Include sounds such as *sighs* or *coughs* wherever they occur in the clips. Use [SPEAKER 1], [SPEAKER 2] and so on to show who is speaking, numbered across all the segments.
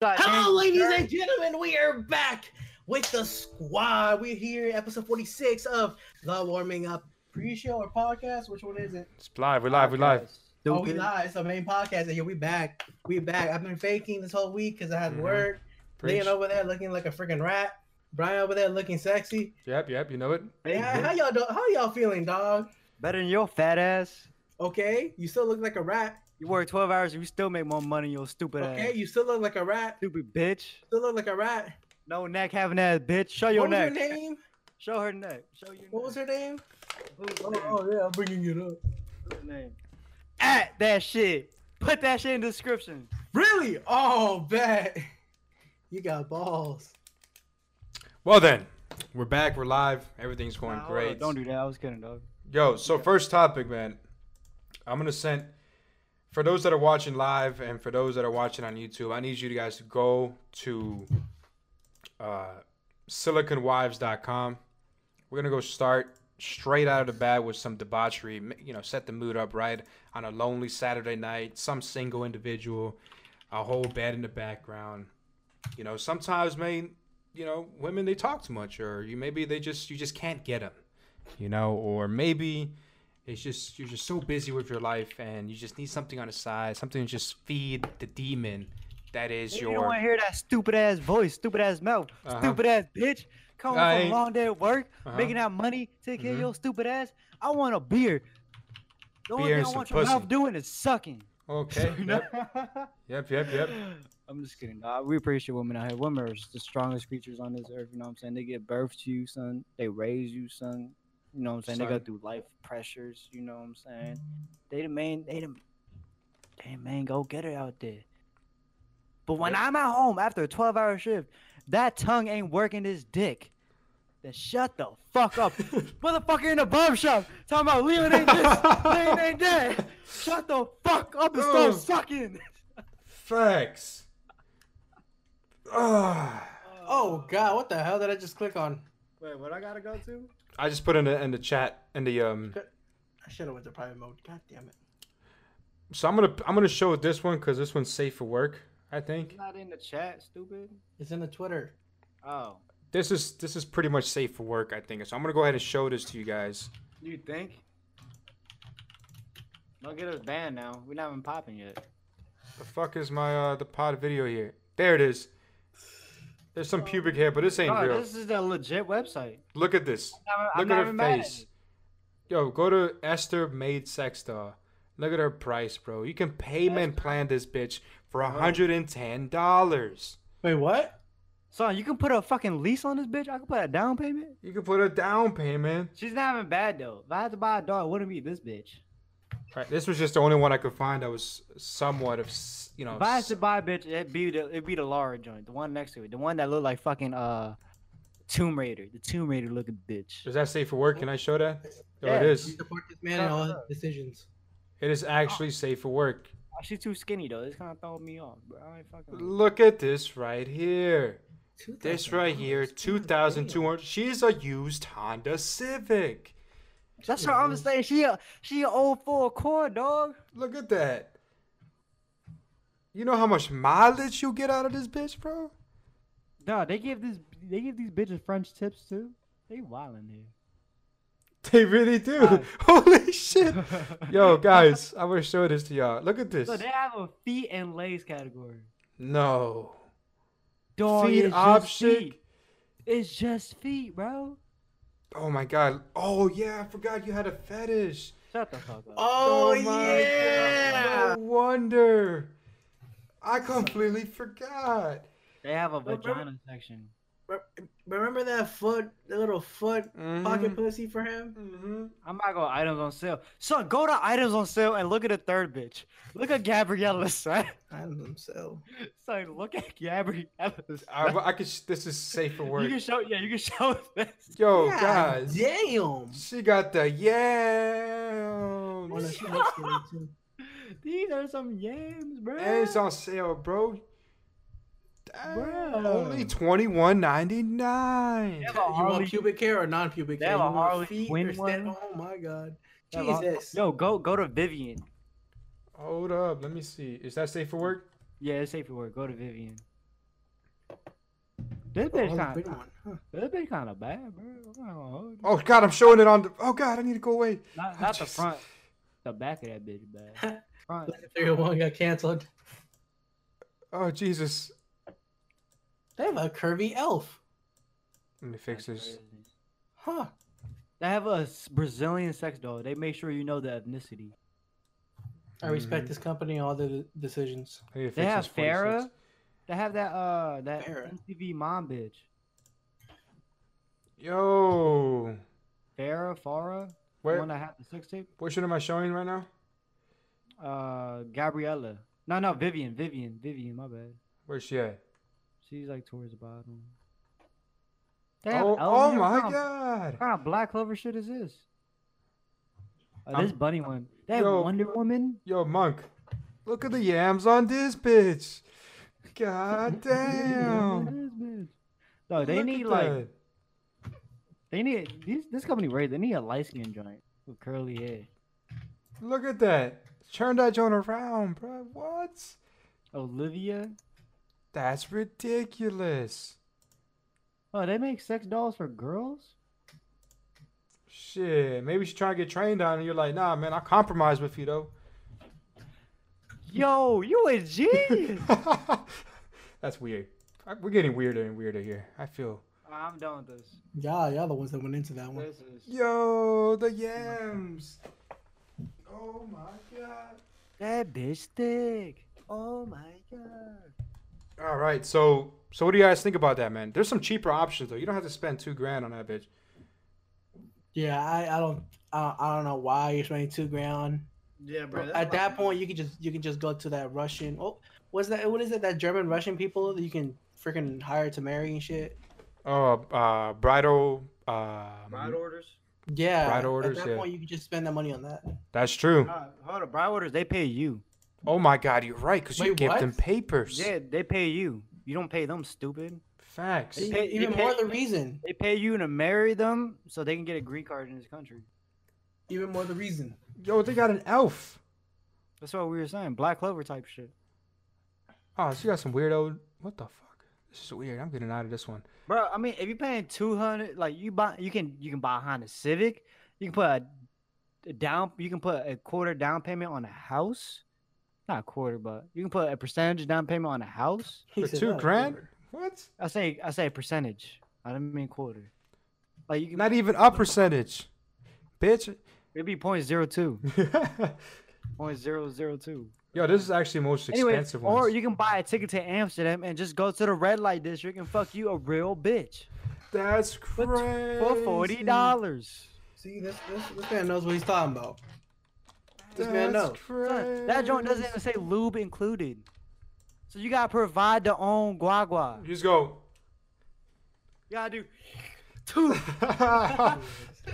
[SPEAKER 1] God,
[SPEAKER 2] Hello,
[SPEAKER 1] Andrew
[SPEAKER 2] ladies
[SPEAKER 1] Dirt.
[SPEAKER 2] and gentlemen. We are back with the squad. We're here, episode 46 of the Warming Up pre-show or podcast. Which one is it?
[SPEAKER 3] It's live. We're live. We're live.
[SPEAKER 2] Oh, we
[SPEAKER 1] Stupid.
[SPEAKER 2] live. It's the main podcast. And here we back. We back. I've been faking this whole week because I had
[SPEAKER 3] Mhm.
[SPEAKER 2] work.
[SPEAKER 3] Preach.
[SPEAKER 2] Leon over there looking like a freaking rat. Brian over there looking sexy.
[SPEAKER 3] Yep, yep. You know it.
[SPEAKER 1] Hey,
[SPEAKER 2] Yeah, how y'all do- how y'all feeling, dog?
[SPEAKER 1] Better than your fat ass.
[SPEAKER 2] Okay, you still look like a rat.
[SPEAKER 1] You work 12 hours, you still make more money, you stupid
[SPEAKER 2] Okay,
[SPEAKER 1] ass.
[SPEAKER 2] you still look like a rat.
[SPEAKER 1] Stupid bitch.
[SPEAKER 2] Still look like a rat.
[SPEAKER 1] No neck having ass bitch. Show your
[SPEAKER 2] what was
[SPEAKER 1] neck.
[SPEAKER 2] her name?
[SPEAKER 1] Show her neck. Show your
[SPEAKER 2] What was her name?
[SPEAKER 1] neck.
[SPEAKER 2] Oh, oh yeah, I'm bringing it up.
[SPEAKER 1] Who's name? At that shit. Put that shit in the description.
[SPEAKER 2] Really? Oh, bet. *laughs* You got balls.
[SPEAKER 3] Well then, we're back. We're live. Everything's going
[SPEAKER 1] Nah, hold up,
[SPEAKER 3] great.
[SPEAKER 1] Don't do that. I was kidding, dog.
[SPEAKER 3] Yo, so
[SPEAKER 1] Okay.
[SPEAKER 3] first topic, man. I'm gonna send for those that are watching live and for those that are watching on YouTube. I need you guys to go to uh, siliconwives.com. We're gonna go start straight out of the bat with some debauchery. m- You know, set the mood up right on a lonely Saturday night. Some single individual, a whole bed in the background. You know, sometimes, man. You know, women they talk too much, or you maybe they just you just can't get them you know, or maybe it's just you're just so busy with your life and you just need something on the side, something to just feed the demon that is
[SPEAKER 1] You don't
[SPEAKER 3] your.
[SPEAKER 1] want to hear that stupid ass voice, stupid ass mouth,
[SPEAKER 3] Uh-huh.
[SPEAKER 1] stupid ass bitch. Coming from
[SPEAKER 3] Right.
[SPEAKER 1] a long day at work,
[SPEAKER 3] Uh-huh.
[SPEAKER 1] making that money, taking care of
[SPEAKER 3] Mhm.
[SPEAKER 1] your stupid ass. I want a beer. The only
[SPEAKER 3] Beer
[SPEAKER 1] thing
[SPEAKER 3] and
[SPEAKER 1] I
[SPEAKER 3] some
[SPEAKER 1] want your mouth
[SPEAKER 3] pussy.
[SPEAKER 1] doing is sucking. *laughs*
[SPEAKER 3] Okay. Yep. Yep. Yep. Yep.
[SPEAKER 1] *gasps*
[SPEAKER 3] *laughs*
[SPEAKER 1] I'm just kidding. Nah, we appreciate women out here. Women are the strongest creatures on this earth. You know what I'm saying? They give birth to you, son. They raise you, son. You know what I'm saying? They go
[SPEAKER 3] Son.
[SPEAKER 1] through life pressures. You know what I'm saying? They the main. They the. They the main go getter out there. But when
[SPEAKER 3] Yep.
[SPEAKER 1] I'm at home after a 12 hour shift, that tongue ain't working this dick. Then shut the fuck
[SPEAKER 3] *laughs*
[SPEAKER 1] up, motherfucker in the barber shop talking about Leon ain't this, Leon ain't
[SPEAKER 3] *laughs*
[SPEAKER 1] that. Shut the fuck up and
[SPEAKER 3] Oh.
[SPEAKER 1] start sucking.
[SPEAKER 3] Facts. Ugh.
[SPEAKER 2] Oh God, what the hell did I just click on?
[SPEAKER 1] Wait, what I gotta go to?
[SPEAKER 3] I just put in the in the chat in the um.
[SPEAKER 2] I should have went to private mode. God damn it.
[SPEAKER 3] So I'm gonna I'm gonna show this one because this one's safe for work. I think
[SPEAKER 1] Not in the chat, stupid.
[SPEAKER 2] It's in the Twitter.
[SPEAKER 1] Oh,
[SPEAKER 3] this is this is pretty much safe for work. I think so. I'm gonna go ahead and show this to you guys.
[SPEAKER 1] you think? Don't get us banned now. We're not even popping yet.
[SPEAKER 3] The fuck is my uh the pod video here? There it is. There's some pubic hair, but this ain't
[SPEAKER 1] Oh,
[SPEAKER 3] real.
[SPEAKER 1] this is a legit website.
[SPEAKER 3] Look at this.
[SPEAKER 1] I'm, I'm
[SPEAKER 3] Look
[SPEAKER 1] not
[SPEAKER 3] at her
[SPEAKER 1] even mad
[SPEAKER 3] face. Yo, go to Esther Made Sex Doll. Look at her price, bro. You can payment plan this bitch for hundred and ten dollars.
[SPEAKER 2] Wait, what?
[SPEAKER 1] Son, you can put a fucking lease on this bitch. I can put a down payment.
[SPEAKER 3] You can put a down payment.
[SPEAKER 1] She's not even bad though. If I had to buy a dog, it wouldn't be this bitch.
[SPEAKER 3] Right, this was just the only one I could find that was somewhat of, s- you know.
[SPEAKER 1] If I had
[SPEAKER 3] s-
[SPEAKER 1] to buy a bitch, it'd be the it'd be the Laura joint, the one next to it, the one that looked like fucking uh, Tomb Raider, the Tomb Raider looking bitch.
[SPEAKER 3] Is that safe for work? Can I show that? Yo, it
[SPEAKER 1] Yeah.
[SPEAKER 2] You
[SPEAKER 3] is.
[SPEAKER 2] support this man in all his decisions.
[SPEAKER 3] It is actually safe for work.
[SPEAKER 1] Oh, She's too skinny though. It's kind of throwing me off, bro. I ain't fucking. with it.
[SPEAKER 3] Look at this right here. This
[SPEAKER 2] $2,000.
[SPEAKER 3] right here,
[SPEAKER 2] God
[SPEAKER 3] two thousand two hundred. She's a used Honda Civic.
[SPEAKER 1] That's what I'm saying. She a she a old full cord dog.
[SPEAKER 3] Look at that. You know how much mileage you get out of this bitch, bro? *laughs*
[SPEAKER 1] No, they give this they give these bitches French tips too. They wildin' here.
[SPEAKER 3] They really do.
[SPEAKER 1] Guys.
[SPEAKER 3] *laughs* Holy shit. *laughs*
[SPEAKER 1] *laughs*
[SPEAKER 3] Yo, guys, I'm gonna show this to y'all. Look at this.
[SPEAKER 1] So they have a feet and legs category.
[SPEAKER 3] No.
[SPEAKER 1] Dog,
[SPEAKER 3] Feet
[SPEAKER 1] it's
[SPEAKER 3] option.
[SPEAKER 1] Just feet. It's just feet, bro.
[SPEAKER 3] Oh my god. Oh yeah, I forgot you had a fetish.
[SPEAKER 1] Shut the fuck up.
[SPEAKER 2] Oh,
[SPEAKER 3] my
[SPEAKER 2] yeah.
[SPEAKER 3] God. No wonder. I completely forgot.
[SPEAKER 1] they have a
[SPEAKER 2] bro, bro.
[SPEAKER 1] vagina section.
[SPEAKER 2] Re- Remember that foot, the little foot
[SPEAKER 3] Mm-hmm.
[SPEAKER 2] pocket pussy for him?
[SPEAKER 3] hmm
[SPEAKER 1] I'm not going items on sale. Son, go to items on sale and look at the third bitch. Look at Gabriella, *laughs* son.
[SPEAKER 2] I don't know, so.
[SPEAKER 1] Son, look at Gabriella.
[SPEAKER 3] I, I could. sh- This is safe for
[SPEAKER 1] You
[SPEAKER 3] work.
[SPEAKER 1] can show, yeah, you can *laughs* show this.
[SPEAKER 3] Yo,
[SPEAKER 2] God *laughs*
[SPEAKER 3] guys.
[SPEAKER 2] Damn.
[SPEAKER 3] She got the yams.
[SPEAKER 1] These are some yams, bro.
[SPEAKER 3] And it's on sale, bro. Damn,
[SPEAKER 1] Bruh.
[SPEAKER 3] Only twenty one ninety nine.
[SPEAKER 1] Yeah, but
[SPEAKER 2] You want
[SPEAKER 1] Harley-
[SPEAKER 2] pubic hair or non-pubic
[SPEAKER 1] They
[SPEAKER 2] hair?
[SPEAKER 1] have
[SPEAKER 2] You
[SPEAKER 1] a Harley
[SPEAKER 2] want feet or
[SPEAKER 1] Quinn
[SPEAKER 2] stand-
[SPEAKER 1] one.
[SPEAKER 2] Oh my god,
[SPEAKER 1] They have a-
[SPEAKER 2] Jesus!
[SPEAKER 1] Yo, go go to Vivian.
[SPEAKER 3] Hold up, let me see. Is that safe for work?
[SPEAKER 1] Yeah, it's safe for work. Go to Vivian. This bitch
[SPEAKER 2] Oh,
[SPEAKER 1] kind
[SPEAKER 2] big
[SPEAKER 1] of
[SPEAKER 2] one, huh?
[SPEAKER 1] this bitch kind of bad, bro. I'm not gonna hold you.
[SPEAKER 3] Oh God, I'm showing it on. The, oh God, I need to go away.
[SPEAKER 1] Not,
[SPEAKER 3] Oh, *laughs*
[SPEAKER 1] not the
[SPEAKER 3] jeez.
[SPEAKER 1] front, the back of that bitch
[SPEAKER 3] *laughs*
[SPEAKER 1] bad. Front.
[SPEAKER 2] Black 301 got canceled.
[SPEAKER 3] Oh Jesus.
[SPEAKER 2] They have a curvy elf.
[SPEAKER 3] Let me fix this.
[SPEAKER 2] Huh.
[SPEAKER 1] They have a s- Brazilian sex doll. They make sure you know the ethnicity.
[SPEAKER 2] I respect this company and all their de- decisions.
[SPEAKER 3] I need to
[SPEAKER 1] They
[SPEAKER 3] fix
[SPEAKER 1] have
[SPEAKER 3] this 46.
[SPEAKER 1] Farah. They have that uh that
[SPEAKER 2] Farrah.
[SPEAKER 1] MTV mom bitch.
[SPEAKER 3] Yo,
[SPEAKER 1] Farah, Farah, the
[SPEAKER 3] where
[SPEAKER 1] one that had the sex tape.
[SPEAKER 3] what shit am I showing right now?
[SPEAKER 1] Uh, Gabriella. No, no, Vivian, Vivian, Vivian. My bad.
[SPEAKER 3] Where's she at?
[SPEAKER 1] She's like towards the bottom. They have
[SPEAKER 3] Oh,
[SPEAKER 1] elves
[SPEAKER 3] oh
[SPEAKER 1] here?
[SPEAKER 3] my
[SPEAKER 1] What kind of-
[SPEAKER 3] God.
[SPEAKER 1] What kind of black clover shit is this? Oh,
[SPEAKER 3] I'm-
[SPEAKER 1] this bunny one. They have
[SPEAKER 3] Yo.
[SPEAKER 1] Wonder Woman.
[SPEAKER 3] Yo, monk, look at the yams on this bitch.
[SPEAKER 1] *laughs*
[SPEAKER 3] God damn.
[SPEAKER 1] No, they
[SPEAKER 3] Look
[SPEAKER 1] need
[SPEAKER 3] at
[SPEAKER 1] like
[SPEAKER 3] that.
[SPEAKER 1] they need these. This company right. They need a light skin joint with curly hair.
[SPEAKER 3] Look at that. Turn that joint around, bro. What?
[SPEAKER 1] Olivia.
[SPEAKER 3] That's ridiculous.
[SPEAKER 1] Oh, they make sex dolls for girls.
[SPEAKER 3] Shit. Maybe she's trying to get trained on, and you're like, nah, man, I compromise with you though. *laughs*
[SPEAKER 1] Yo, you a
[SPEAKER 3] *laughs*
[SPEAKER 1] genius.
[SPEAKER 3] That's weird. I- We're getting weirder and weirder here. I feel.
[SPEAKER 1] I'm done with this.
[SPEAKER 2] Yeah, y'all the ones that went into that one.
[SPEAKER 1] This is.
[SPEAKER 3] Yo, the yams. Oh my god.
[SPEAKER 1] That bitch thick. Oh my god.
[SPEAKER 3] All right, so so what do you guys think about that, man? There's some cheaper options though. You don't have to spend two grand on that bitch.
[SPEAKER 2] Yeah, I, I don't I, I don't know why you're spending two grand.
[SPEAKER 1] Yeah,
[SPEAKER 2] At that point, you can just you can just go to that Russian. Oh, what's that? What is it? That German Russian people that you can freaking hire to marry and shit.
[SPEAKER 3] Oh, uh, bridal. Uh,
[SPEAKER 1] orders.
[SPEAKER 2] Yeah.
[SPEAKER 3] Bride orders,
[SPEAKER 2] At that
[SPEAKER 3] yeah.
[SPEAKER 2] point, you can just spend that money on that.
[SPEAKER 3] That's true.
[SPEAKER 1] hold on, bride orders. They pay you.
[SPEAKER 3] Oh my God, you're right. Cause you
[SPEAKER 2] Wait,
[SPEAKER 3] give
[SPEAKER 2] what?
[SPEAKER 3] them papers.
[SPEAKER 1] Yeah, they pay you. You don't pay them, stupid.
[SPEAKER 3] Facts.
[SPEAKER 1] Hey.
[SPEAKER 2] E-
[SPEAKER 1] pay-
[SPEAKER 2] even
[SPEAKER 1] you
[SPEAKER 2] more
[SPEAKER 1] pay-
[SPEAKER 2] the reason.
[SPEAKER 1] They pay you to marry them so they can get a green card in this country.
[SPEAKER 2] Even more the reason.
[SPEAKER 3] Yo, they got an elf.
[SPEAKER 1] That's what we were saying. Black Clover type shit.
[SPEAKER 3] Oh, she got some weirdo. What the fuck? This is weird. I'm getting out of this one.
[SPEAKER 1] Bro, I mean, if you're paying two hundred, like you buy, you can you can buy a Honda Civic. You can put a, a down, you can put a quarter down payment on a house. Not a quarter, but you can put a percentage down payment on a house.
[SPEAKER 2] He
[SPEAKER 3] For
[SPEAKER 2] said,
[SPEAKER 3] two
[SPEAKER 2] "Oh,
[SPEAKER 3] grand?
[SPEAKER 2] whatever."
[SPEAKER 3] What?
[SPEAKER 1] I say I say percentage. I didn't mean quarter. Like you can,
[SPEAKER 3] Not even a percentage, bitch.
[SPEAKER 1] it'd be point zero two, point zero zero two.
[SPEAKER 3] *laughs* Yo, this is actually the most
[SPEAKER 1] Anyway,
[SPEAKER 3] expensive one.
[SPEAKER 1] or you can buy a ticket to Amsterdam and just go to the red light district and fuck you a real bitch
[SPEAKER 3] That's
[SPEAKER 1] For t-
[SPEAKER 3] crazy.
[SPEAKER 1] for forty dollars.
[SPEAKER 2] See, this, this this man knows what he's talking about. This man
[SPEAKER 3] That's
[SPEAKER 2] knows.
[SPEAKER 1] Son, that joint doesn't
[SPEAKER 3] crazy. *laughs*
[SPEAKER 1] even say lube included. So you gotta provide the own guagua.
[SPEAKER 3] You just go.
[SPEAKER 1] You gotta do two. *laughs*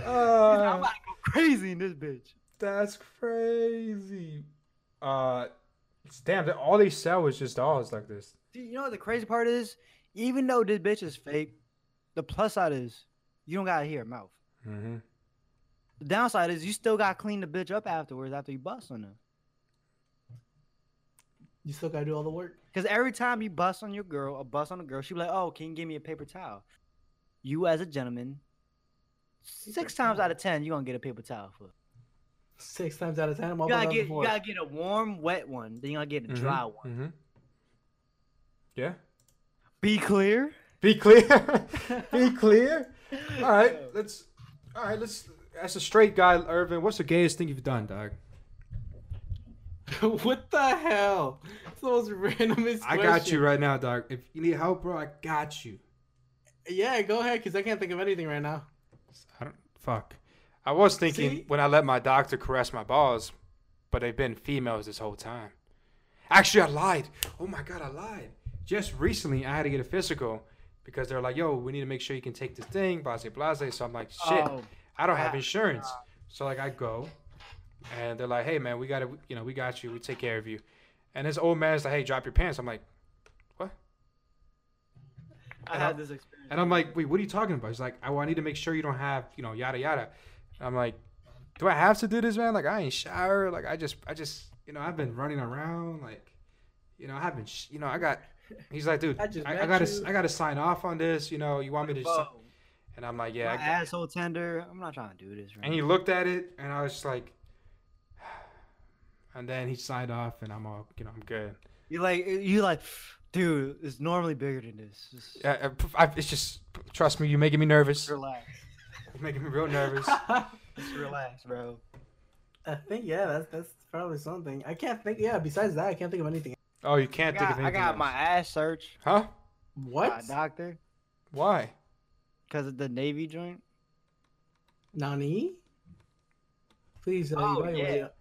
[SPEAKER 1] I'm about to go crazy in this bitch.
[SPEAKER 3] Uh, that's crazy. Uh, it's- damn. that- All they sell is just dolls like this.
[SPEAKER 1] Dude, you know what the crazy part is? Even though this bitch is fake, the plus side is you don't gotta hear her mouth.
[SPEAKER 3] Mm-hmm.
[SPEAKER 1] The downside is you still gotta clean the bitch up afterwards after you bust on her.
[SPEAKER 2] You still gotta do all the work.
[SPEAKER 1] Because every time you bust on your girl or bust on a girl, she be like, oh, can you give me a paper towel? You, as a gentleman, six times out of ten, you're gonna get a paper towel for.
[SPEAKER 2] Six times out of ten, I'm
[SPEAKER 1] You
[SPEAKER 2] all
[SPEAKER 1] gotta
[SPEAKER 2] about
[SPEAKER 1] get
[SPEAKER 2] before.
[SPEAKER 1] you gotta get a warm, wet one. Then you gotta get a dry one.
[SPEAKER 3] Mm-hmm. Yeah.
[SPEAKER 1] Be clear.
[SPEAKER 3] *laughs* Be clear. *laughs* Be clear. All right. Let's. All right. Let's. As a straight guy, Irvin, what's the gayest thing you've done, dog?
[SPEAKER 2] *laughs* what the hell? It's the most randomest.
[SPEAKER 3] I got you
[SPEAKER 2] question.
[SPEAKER 3] right now, dog. If you need help, bro, I got you.
[SPEAKER 2] Yeah, go ahead, cause I can't think of anything right now.
[SPEAKER 3] I don't fuck. I was thinking
[SPEAKER 2] See?
[SPEAKER 3] when I let my doctor caress my balls, but they've been females this whole time. Actually, I lied. Oh my god, I lied. Just recently, I had to get a physical because they're like, "Yo, we need to make sure you can take this thing." Blase, blase. So I'm like, "Shit,
[SPEAKER 1] Oh,
[SPEAKER 3] I don't have
[SPEAKER 1] ah,
[SPEAKER 3] insurance." So like, I go, and they're like, "Hey, man, we gotta, you know, we got you. We take care of you." And this old man's like, "Hey, drop your pants." I'm like,
[SPEAKER 1] I had this experience.
[SPEAKER 3] And I'm like, wait, what are you talking about? He's like, oh, I need to make sure you don't have, you know, yada yada. And I'm like, do I have to do this, man? Like, I ain't shower. Like, I just, I just, you know, I've been running around. Like, you know, I haven't, sh- you know, I got, He's like,
[SPEAKER 2] *laughs*
[SPEAKER 3] dude,
[SPEAKER 2] I just
[SPEAKER 3] I, I
[SPEAKER 2] met
[SPEAKER 3] gotta,
[SPEAKER 2] you.
[SPEAKER 3] I gotta sign off on this. You know, you want me to? Sign?
[SPEAKER 1] Bro,
[SPEAKER 3] And I'm like,
[SPEAKER 1] my
[SPEAKER 3] yeah. I g-
[SPEAKER 1] asshole tender. I'm not trying to do this. Right
[SPEAKER 3] And he looked at it, and I was just like, *sighs* and then he signed off, and I'm all, you know, I'm good.
[SPEAKER 1] You like you like, dude. It's normally bigger than this. Just
[SPEAKER 3] Yeah, I, I- it's just, trust me, you're making me nervous. You're
[SPEAKER 1] relax,
[SPEAKER 3] making me
[SPEAKER 2] *laughs*
[SPEAKER 3] real *laughs* nervous.
[SPEAKER 1] just relax, bro.
[SPEAKER 2] I think yeah, that's that's probably something. I can't think. Yeah, besides that, I can't think of anything.
[SPEAKER 3] Oh, you can't
[SPEAKER 1] I
[SPEAKER 3] think
[SPEAKER 1] got,
[SPEAKER 3] of
[SPEAKER 1] I
[SPEAKER 3] anything.
[SPEAKER 1] got
[SPEAKER 3] else.
[SPEAKER 1] my ass searched
[SPEAKER 3] Huh?
[SPEAKER 1] by
[SPEAKER 2] What?
[SPEAKER 1] a doctor
[SPEAKER 3] Why?
[SPEAKER 1] because of the Navy joint.
[SPEAKER 2] Nani? Please. Uh,
[SPEAKER 1] Oh,
[SPEAKER 2] evaluate
[SPEAKER 1] yeah.
[SPEAKER 2] it.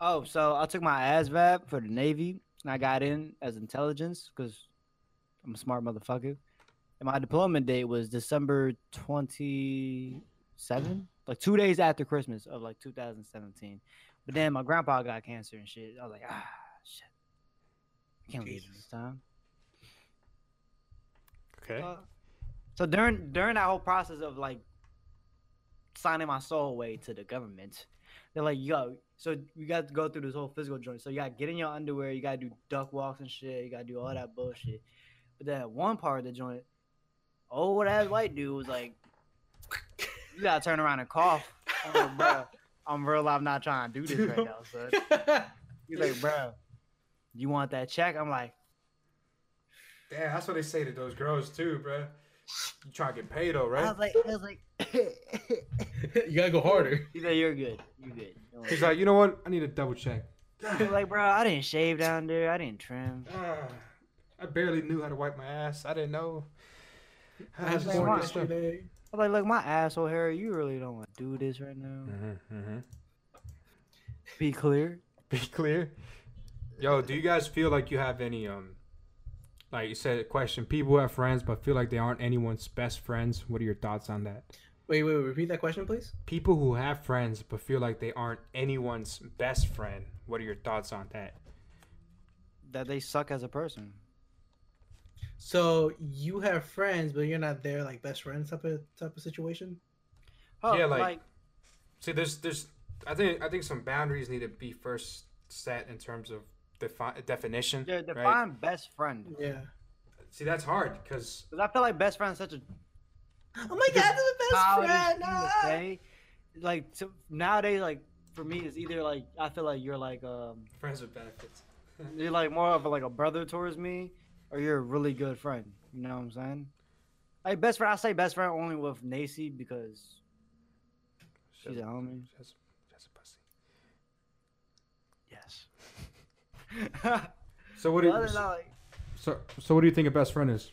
[SPEAKER 1] Oh, so I took my ASVAB for the Navy and I got in as intelligence because I'm a smart motherfucker. And my deployment date was December 27, like two days after Christmas of like 2017. But then my grandpa got cancer and shit. I was like, ah, shit. I can't leave
[SPEAKER 2] Jesus.
[SPEAKER 1] this time.
[SPEAKER 3] Okay.
[SPEAKER 1] Uh, so during during that whole process of like signing my soul away to the government, they're like, "Yo, so you got to go through this whole physical joint. So you got to get in your underwear, you got to do duck walks and shit, you got to do all that bullshit." But then at one part of the joint, old ass white dude was like, "You got to turn around and cough." I'm like, "Bruh, I'm real. I'm not trying to do this right now, son." He's like, "Bruh, you want that check?" I'm like,
[SPEAKER 3] Damn, that's what they say to those girls too, bro. You try to get paid though,
[SPEAKER 1] "I
[SPEAKER 3] right?
[SPEAKER 1] was like, *laughs* I was like."
[SPEAKER 2] *laughs* you gotta go harder.
[SPEAKER 1] He's like, you're good. You're good. Don't worry."
[SPEAKER 3] He's like, you know what? I need to double check.
[SPEAKER 1] He's *laughs* like, bro, I didn't shave down there. I didn't trim.
[SPEAKER 3] Ah, I barely knew how to wipe my ass. I didn't know. I
[SPEAKER 1] That's
[SPEAKER 3] just
[SPEAKER 1] like
[SPEAKER 3] wanted
[SPEAKER 1] mine.
[SPEAKER 3] to stuff.
[SPEAKER 1] I'm like, look, my asshole hair. You really don't want to do this right now.
[SPEAKER 3] Mm-hmm,
[SPEAKER 1] Be clear.
[SPEAKER 3] Be clear. Yo, do you guys feel like you have any um, like you said, question? People who have friends but feel like they aren't anyone's best friends. What are your thoughts on that?
[SPEAKER 2] Wait, wait, repeat that question, please.
[SPEAKER 3] People who have friends but feel like they aren't anyone's best friend. What are your thoughts on that?
[SPEAKER 1] That they suck as a person.
[SPEAKER 2] So you have friends, but you're not there, like best friends type of type of situation.
[SPEAKER 1] Oh,
[SPEAKER 3] Yeah, like- See, there's, there's, I think, I think some boundaries need to be first set in terms of defi- definition.
[SPEAKER 1] yeah,
[SPEAKER 3] right?
[SPEAKER 1] define best friend.
[SPEAKER 2] Yeah.
[SPEAKER 3] See, that's hard because
[SPEAKER 1] 'Cause I feel like best friend is such a
[SPEAKER 2] Oh my God,
[SPEAKER 1] Just
[SPEAKER 2] the
[SPEAKER 1] childish
[SPEAKER 2] best friend.
[SPEAKER 1] thing to
[SPEAKER 2] ah!
[SPEAKER 1] say. Like so nowadays, like for me, it's either like I feel like you're like um
[SPEAKER 3] friends with benefits.
[SPEAKER 1] you're like more of like a brother towards me, or you're a really good friend. You know what I'm saying? Like best friend, I say best friend only with Nacy because she's a homie.
[SPEAKER 3] That's, that's a pussy.
[SPEAKER 1] Yes. *laughs*
[SPEAKER 3] So what do you,
[SPEAKER 1] Other than that, like,
[SPEAKER 3] so, so what do you think a best friend is?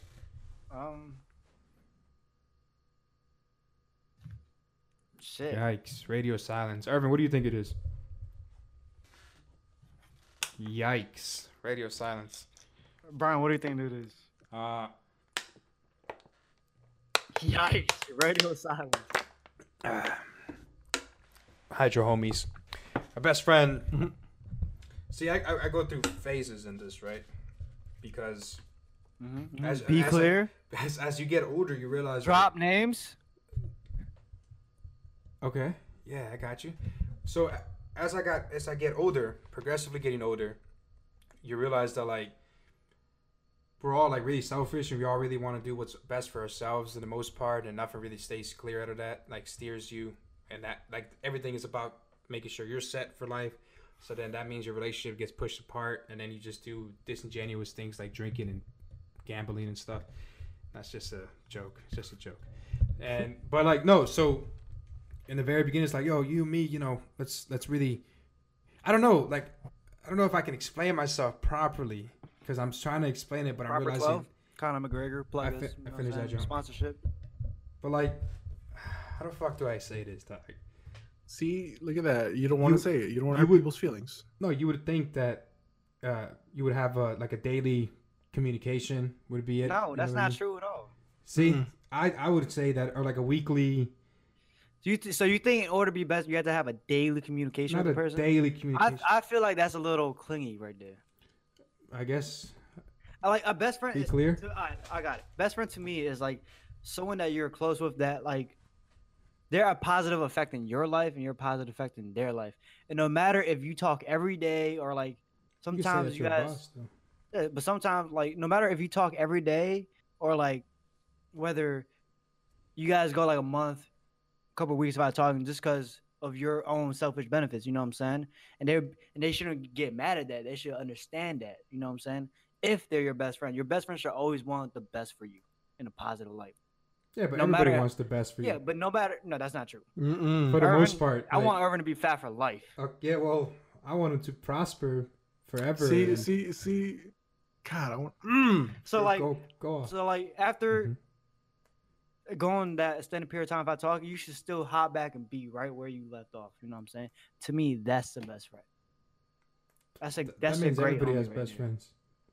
[SPEAKER 1] um, shit.
[SPEAKER 3] Yikes! Radio silence. Irvin, what do you think it is? Yikes! Radio silence.
[SPEAKER 1] Brian, what do you think it is?
[SPEAKER 3] Uh,
[SPEAKER 1] Yikes! Radio silence.
[SPEAKER 3] hide your homies. A best friend. *laughs* See, I, I, I go through phases in this, right? Because *laughs* As-
[SPEAKER 1] Be
[SPEAKER 3] as-
[SPEAKER 1] clear.
[SPEAKER 3] as, as you get older, you realize.
[SPEAKER 1] Mm-hmm. Drop names.
[SPEAKER 3] Okay. Yeah, I got you. So a- as I got as I get older, progressively getting older, you realize that like we're all like really selfish and we all really want to do what's best for ourselves for the most part and nothing really stays clear out of that, like steers you and that like everything is about making sure you're set for life. So then that means your relationship gets pushed apart and then you just do disingenuous things like drinking and gambling and stuff. That's just a joke. It's just a joke. And but like no, so in the very beginning it's like yo you me you know let's let's really i don't know like i don't know if i can explain myself properly because i'm trying to explain it but i'm
[SPEAKER 1] Robert
[SPEAKER 3] realizing
[SPEAKER 1] Twelve. Conor McGregor. Plug
[SPEAKER 3] I
[SPEAKER 1] us, you
[SPEAKER 3] fi- I
[SPEAKER 1] know what I'm
[SPEAKER 3] finished that
[SPEAKER 1] saying?
[SPEAKER 3] joke.
[SPEAKER 1] Sponsorship.
[SPEAKER 3] but like *sighs* how the fuck do i say this dog?
[SPEAKER 4] See, look at that. You don't want
[SPEAKER 3] You-
[SPEAKER 4] to say it. You don't want
[SPEAKER 3] you
[SPEAKER 4] to hurt
[SPEAKER 3] would-
[SPEAKER 4] people's feelings.
[SPEAKER 3] no you would think that uh you would have a like a daily communication would be it you
[SPEAKER 1] No,
[SPEAKER 3] know
[SPEAKER 1] that's
[SPEAKER 3] what I
[SPEAKER 1] not
[SPEAKER 3] mean?
[SPEAKER 1] true at all.
[SPEAKER 3] see
[SPEAKER 2] Mm-hmm.
[SPEAKER 4] Mhm.
[SPEAKER 3] i i would say that or like a weekly
[SPEAKER 1] Do you th- so you think in order to be best, you have to have a daily communication
[SPEAKER 3] not
[SPEAKER 1] with
[SPEAKER 3] a
[SPEAKER 1] the person?
[SPEAKER 3] daily
[SPEAKER 1] I,
[SPEAKER 3] communication I,
[SPEAKER 1] I feel like that's a little clingy right there.
[SPEAKER 3] guess
[SPEAKER 1] I like a best friend.
[SPEAKER 3] Be
[SPEAKER 1] is-
[SPEAKER 3] clear.
[SPEAKER 1] To, I, I got it. Best friend to me is like someone that you're close with that like they're a positive effect in your life and you're a positive effect in their life. And no matter if you talk every day or like
[SPEAKER 3] You could say
[SPEAKER 1] sometimes
[SPEAKER 3] that
[SPEAKER 1] you
[SPEAKER 3] to a
[SPEAKER 1] guys
[SPEAKER 3] boss, though.
[SPEAKER 1] Yeah, but sometimes, like, no matter if you talk every day or like whether you guys go like a month, couple weeks without talking, just because of your own selfish benefits. You know what I'm saying? And they and they shouldn't get mad at that. They should understand that. You know what I'm saying? If they're your best friend, your best friend should always want the best for you in a positive light.
[SPEAKER 3] Yeah, but
[SPEAKER 1] No
[SPEAKER 3] everybody
[SPEAKER 1] matter-
[SPEAKER 3] wants the best for
[SPEAKER 1] Yeah,
[SPEAKER 3] you.
[SPEAKER 1] but no matter, no, that's not true.
[SPEAKER 2] Mm-mm.
[SPEAKER 3] For the
[SPEAKER 1] Irvin-
[SPEAKER 3] most part,
[SPEAKER 1] I
[SPEAKER 3] like,
[SPEAKER 1] want Irvin to be fat for life.
[SPEAKER 3] uh, yeah, well, I want him to prosper forever.
[SPEAKER 2] See,
[SPEAKER 3] and
[SPEAKER 2] see, see. God, I want. Mm.
[SPEAKER 1] So like,
[SPEAKER 3] go, go off. Mm-hmm.
[SPEAKER 1] So like after going that extended period of time without talking, you should still hop back and be right where you left off. You know what I'm saying? To me, that's the best friend. That's a
[SPEAKER 3] Th-
[SPEAKER 1] that's
[SPEAKER 3] that means
[SPEAKER 1] a great
[SPEAKER 3] everybody
[SPEAKER 1] homie
[SPEAKER 3] has
[SPEAKER 1] right
[SPEAKER 3] best
[SPEAKER 1] there.
[SPEAKER 3] friends.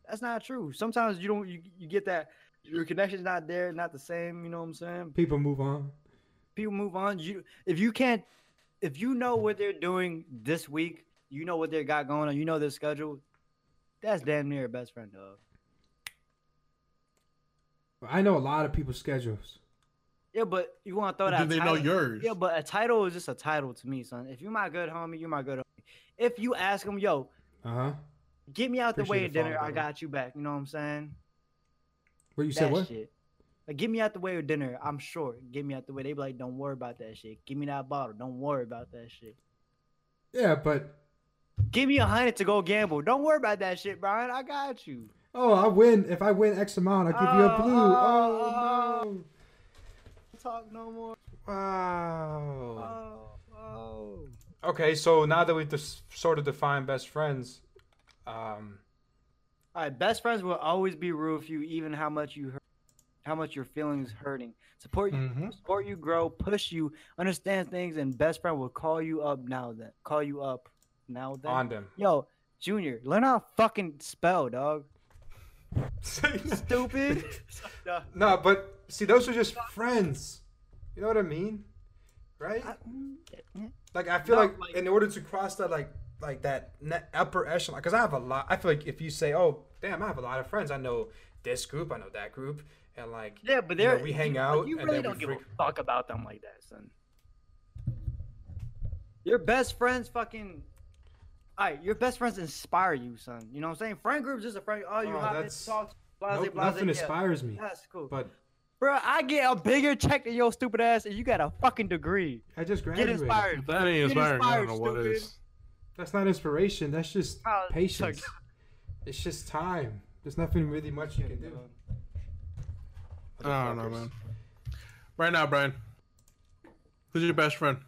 [SPEAKER 1] That's not true. Sometimes you don't you, you get that your connection's not there, not the same. You know what I'm saying?
[SPEAKER 3] People move on.
[SPEAKER 1] People move on. You if you can't if you know what they're doing this week, you know what they got going on, you know their schedule. That's damn near a best friend, dog.
[SPEAKER 3] I know a lot of people's schedules.
[SPEAKER 1] Yeah, but you want to throw that.
[SPEAKER 2] Do they know
[SPEAKER 1] title-
[SPEAKER 2] yours?
[SPEAKER 1] Yeah, but a title is just a title to me, son. If you're my good homie, you're my good homie. If you ask him, yo,
[SPEAKER 3] Uh huh.
[SPEAKER 1] get me out the way
[SPEAKER 3] Appreciate
[SPEAKER 1] at
[SPEAKER 3] the follow,
[SPEAKER 1] dinner, I
[SPEAKER 3] brother.
[SPEAKER 1] got you back. You know what I'm saying?
[SPEAKER 3] What you said?
[SPEAKER 1] that
[SPEAKER 3] What?
[SPEAKER 1] shit. Like, get me out the way at dinner. I'm sure. Get me out the way. They be like, don't worry about that shit. Give me that bottle. Don't worry about that shit.
[SPEAKER 3] Yeah, but
[SPEAKER 1] Give me a hundred to go gamble. Don't worry about that shit, Brian. I got you.
[SPEAKER 3] oh, I win. If I win X amount, I give you a
[SPEAKER 1] Oh,
[SPEAKER 3] blue.
[SPEAKER 1] oh,
[SPEAKER 3] Oh,
[SPEAKER 1] Talk no more.
[SPEAKER 5] Wow.
[SPEAKER 1] Oh, oh.
[SPEAKER 5] Okay, so now that we've dis- sort of defined best friends, um,
[SPEAKER 1] All right, best friends will always be real for you, even how much you hurt, how much your feelings hurting. Support you,
[SPEAKER 4] Mm-hmm.
[SPEAKER 3] Mhm.
[SPEAKER 1] support you, grow, push you, understand things, and best friend will call you up now. Then call you up now. Then
[SPEAKER 5] on them.
[SPEAKER 1] yo, Junior, learn how to fucking spell, dog. *laughs*
[SPEAKER 5] *laughs*
[SPEAKER 1] Stupid.
[SPEAKER 5] no, but see, those are just friends. You know what I mean, right? Like I feel
[SPEAKER 1] No,
[SPEAKER 5] like,
[SPEAKER 1] like-
[SPEAKER 5] in order to cross that like like that ne- upper echelon, because I have a lot. I feel like if you say, "Oh, damn, I have a lot of friends. I know this group, I know that group," and like
[SPEAKER 1] yeah, but
[SPEAKER 5] you know,
[SPEAKER 1] they're
[SPEAKER 5] we hang
[SPEAKER 1] you-
[SPEAKER 5] out
[SPEAKER 1] You
[SPEAKER 5] and
[SPEAKER 1] really
[SPEAKER 5] then we
[SPEAKER 1] don't give a
[SPEAKER 5] freak-
[SPEAKER 1] fuck about them like that, son. Your best friends fucking. All right, your best friends inspire you, son. You know what I'm saying? Friend groups is a friend. Oh, you
[SPEAKER 5] Oh,
[SPEAKER 1] hop in,
[SPEAKER 5] that's-
[SPEAKER 1] talk, blase,
[SPEAKER 3] Nope,
[SPEAKER 1] blase.
[SPEAKER 3] nothing
[SPEAKER 1] yeah.
[SPEAKER 3] inspires me.
[SPEAKER 1] That's cool.
[SPEAKER 3] But
[SPEAKER 1] Bro, I get a bigger check than your stupid ass, and you got a fucking degree.
[SPEAKER 3] I just
[SPEAKER 1] Get
[SPEAKER 3] graduated.
[SPEAKER 1] inspired.
[SPEAKER 2] That ain't
[SPEAKER 1] Get
[SPEAKER 2] inspiring. I don't
[SPEAKER 1] inspired,
[SPEAKER 2] know what
[SPEAKER 1] stupid.
[SPEAKER 2] is.
[SPEAKER 3] That's not inspiration. That's just
[SPEAKER 1] Oh, it's
[SPEAKER 3] patience.
[SPEAKER 1] like- *laughs*
[SPEAKER 3] It's just time. There's nothing really much you can do.
[SPEAKER 2] I don't know, man. Right now, Brian, who's your best friend?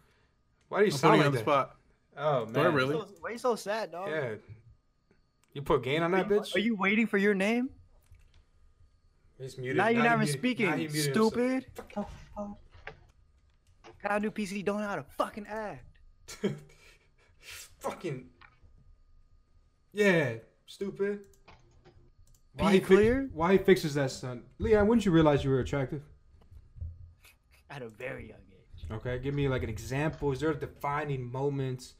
[SPEAKER 5] Why do you
[SPEAKER 2] I'm putting
[SPEAKER 5] sound
[SPEAKER 2] you
[SPEAKER 5] like
[SPEAKER 2] on the
[SPEAKER 5] that?
[SPEAKER 2] spot.
[SPEAKER 5] Oh man,
[SPEAKER 2] Do I really?
[SPEAKER 1] So- Why you so sad, dog?
[SPEAKER 5] Yeah. You put gain on that bitch.
[SPEAKER 1] Are you waiting for your name?
[SPEAKER 5] He's muted.
[SPEAKER 1] now you're
[SPEAKER 5] he
[SPEAKER 1] not even
[SPEAKER 5] muted- now he
[SPEAKER 1] speaking,
[SPEAKER 5] muted himself.
[SPEAKER 1] stupid. Got a new PC, don't know how to fucking act.
[SPEAKER 3] *laughs*
[SPEAKER 5] Fucking. Yeah, stupid.
[SPEAKER 3] Why
[SPEAKER 1] Be
[SPEAKER 3] he fi-
[SPEAKER 1] clear.
[SPEAKER 3] why he fixes that, son? Leon, wouldn't you realize you were attractive?
[SPEAKER 1] At a very young age.
[SPEAKER 3] Okay, give me like an example. Is there a defining moment,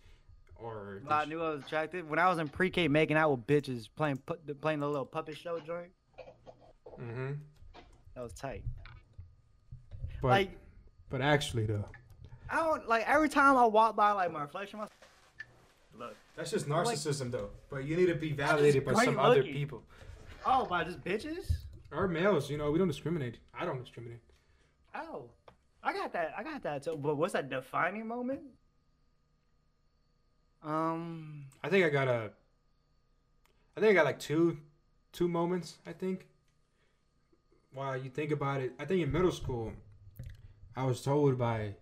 [SPEAKER 3] or
[SPEAKER 1] Well, I knew I was attractive. When I was in pre-K making out with bitches, playing pu- playing the little puppet show joint,
[SPEAKER 5] Mm-hmm.
[SPEAKER 1] that was tight.
[SPEAKER 3] but,
[SPEAKER 1] like
[SPEAKER 3] but actually though,
[SPEAKER 1] I don't like every time I walk by like my reflection. My,
[SPEAKER 5] That's just narcissism, though. But you need to be validated by
[SPEAKER 1] great
[SPEAKER 5] some other
[SPEAKER 1] looking.
[SPEAKER 5] people.
[SPEAKER 1] oh, by just bitches.
[SPEAKER 3] our males, you know, we don't discriminate. I don't discriminate.
[SPEAKER 1] Oh, I got that. I got that. too. but what's that defining moment? *laughs* Um,
[SPEAKER 5] I think I got a. I think I got like two, two moments. I think.
[SPEAKER 3] Wow, you think about it. I think in middle school, I was told by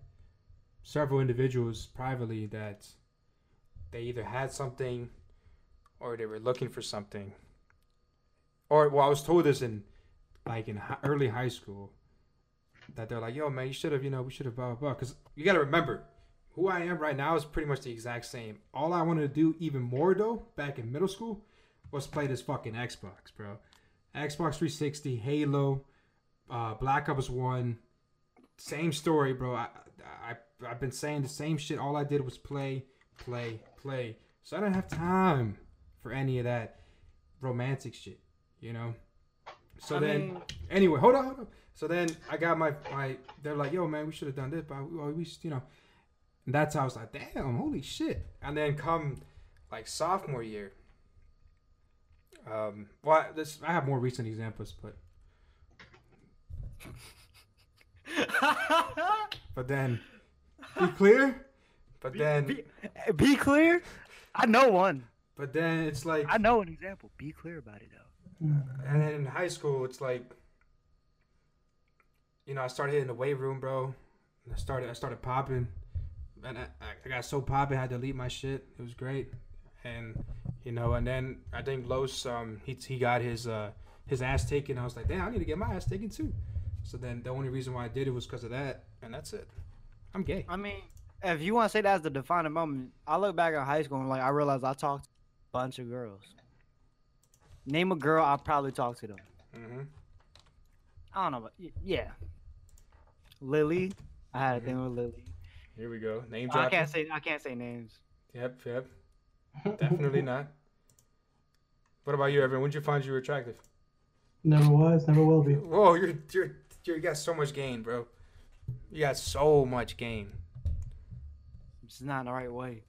[SPEAKER 3] several individuals privately that
[SPEAKER 5] They either had something, or they were looking for something. Or well, I was told this in,
[SPEAKER 3] like in hi- early high school that they're like, yo, man, you should have, you know, we should have blah, blah, blah. Because you got to remember, who I am right now is pretty much the exact same. All I wanted to do, even more though, back in middle school, was play this fucking Xbox, bro. Xbox 360, Halo, uh, Black Ops 1. Same story, bro. I, I, I've been saying the same shit. All I did was play, play, play. So I didn't have time for any of that romantic shit, you know? So
[SPEAKER 1] I
[SPEAKER 3] then.
[SPEAKER 1] mean-
[SPEAKER 3] Anyway, hold on, hold on. So then I got my my. They're like, "Yo, man, we should have done this, but we, we should, you know." And that's how I was like, "Damn, holy shit!"
[SPEAKER 5] and then come, like sophomore year.
[SPEAKER 3] Um, well, I, this I have more recent examples, but but then be clear. But then
[SPEAKER 1] be, be clear. I know one.
[SPEAKER 3] but then it's like
[SPEAKER 1] I know an example. Be clear about it though.
[SPEAKER 3] and then in high school it's like you know I started hitting the weight room, bro. And I started I started popping, and I, I- I got so popping I had to leave my shit. It was great, and you know and then I think Los um he he got his uh his ass taken. I was like damn I need to get my ass taken too. So then the only reason why I did it was because of that, and that's it. I'm gay.
[SPEAKER 1] I mean, if you want to say that's the defining moment, I look back at high school and like I realized I talked to a bunch of girls. Name a girl, I probably talked to them.
[SPEAKER 3] Mm-hmm.
[SPEAKER 1] I don't know, but y- yeah. Lily, I had a thing with Lily.
[SPEAKER 3] Here we go. Name
[SPEAKER 1] I
[SPEAKER 3] dropping.
[SPEAKER 1] can't say I can't say names.
[SPEAKER 3] Yep, yep.
[SPEAKER 4] *laughs*
[SPEAKER 3] Definitely not. What about you, Evan? When did you find you were attractive?
[SPEAKER 2] Never was, never will be.
[SPEAKER 3] Whoa, you're you're, you're you got so much gain, bro. You got so much gain.
[SPEAKER 1] It's not in the right way.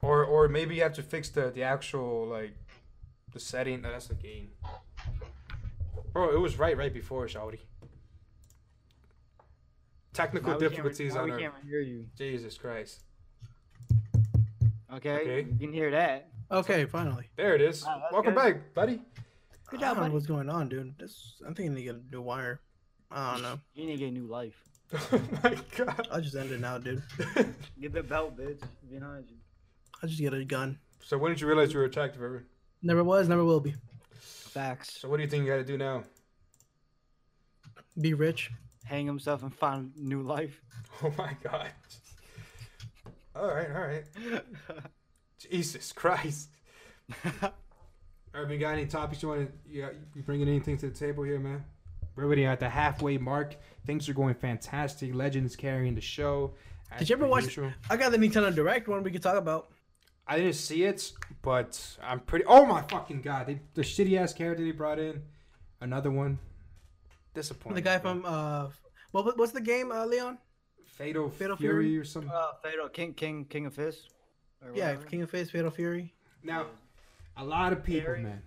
[SPEAKER 3] Or or maybe you have to fix the the actual like the setting. No, that's the gain. Bro, it was right right before Shawty. Technical
[SPEAKER 1] Now we can't re-
[SPEAKER 3] difficulties
[SPEAKER 1] now
[SPEAKER 3] on
[SPEAKER 1] we
[SPEAKER 3] her.
[SPEAKER 1] can't hear you.
[SPEAKER 3] Jesus Christ.
[SPEAKER 1] Okay?
[SPEAKER 3] Okay.
[SPEAKER 1] you can hear that.
[SPEAKER 2] Okay, finally.
[SPEAKER 3] There it is.
[SPEAKER 1] Wow, that's
[SPEAKER 3] Welcome
[SPEAKER 1] good.
[SPEAKER 3] back, buddy. *laughs*
[SPEAKER 1] Good job,
[SPEAKER 2] I don't
[SPEAKER 1] buddy.
[SPEAKER 2] know what's going on, dude. This, I'm thinking they get a new wire. I don't know.
[SPEAKER 1] You need to get a new life.
[SPEAKER 3] oh my god. *laughs*
[SPEAKER 2] I'll just end it now, dude.
[SPEAKER 1] Get the belt, bitch. Behind you.
[SPEAKER 2] I'll just get a gun.
[SPEAKER 3] so when did you realize you were attractive, Evan?
[SPEAKER 2] Never was, never will be.
[SPEAKER 1] Facts.
[SPEAKER 3] So what do you think you got to do now?
[SPEAKER 2] Be rich.
[SPEAKER 1] Hang himself and find new life. *laughs*
[SPEAKER 3] *laughs* Oh my god. All right, all right. Jesus Christ.
[SPEAKER 1] Uh,
[SPEAKER 3] All right, we got any topics you want to? You, you bringing anything to the table here, man? We're already at the halfway mark. Things are going fantastic. Legends carrying the show.
[SPEAKER 2] Did you ever
[SPEAKER 3] as per
[SPEAKER 2] watch-
[SPEAKER 3] usual.
[SPEAKER 2] I got the Nintendo Direct one we could talk about.
[SPEAKER 3] I didn't see it, but I'm pretty. Oh my fucking god! They, the shitty ass character they brought in. Another one. Disappointing.
[SPEAKER 2] The guy
[SPEAKER 3] bro.
[SPEAKER 2] from uh, what what's the game, uh, Leon?
[SPEAKER 3] Fatal,
[SPEAKER 2] Fatal
[SPEAKER 3] Fury,
[SPEAKER 2] Fury? Oh,
[SPEAKER 3] or something.
[SPEAKER 1] Uh, Fatal King, King, King of Fist. or
[SPEAKER 2] Yeah,
[SPEAKER 1] whatever.
[SPEAKER 2] King of Face, Fatal Fury.
[SPEAKER 3] Now, a lot of people,
[SPEAKER 1] Harry?
[SPEAKER 3] man,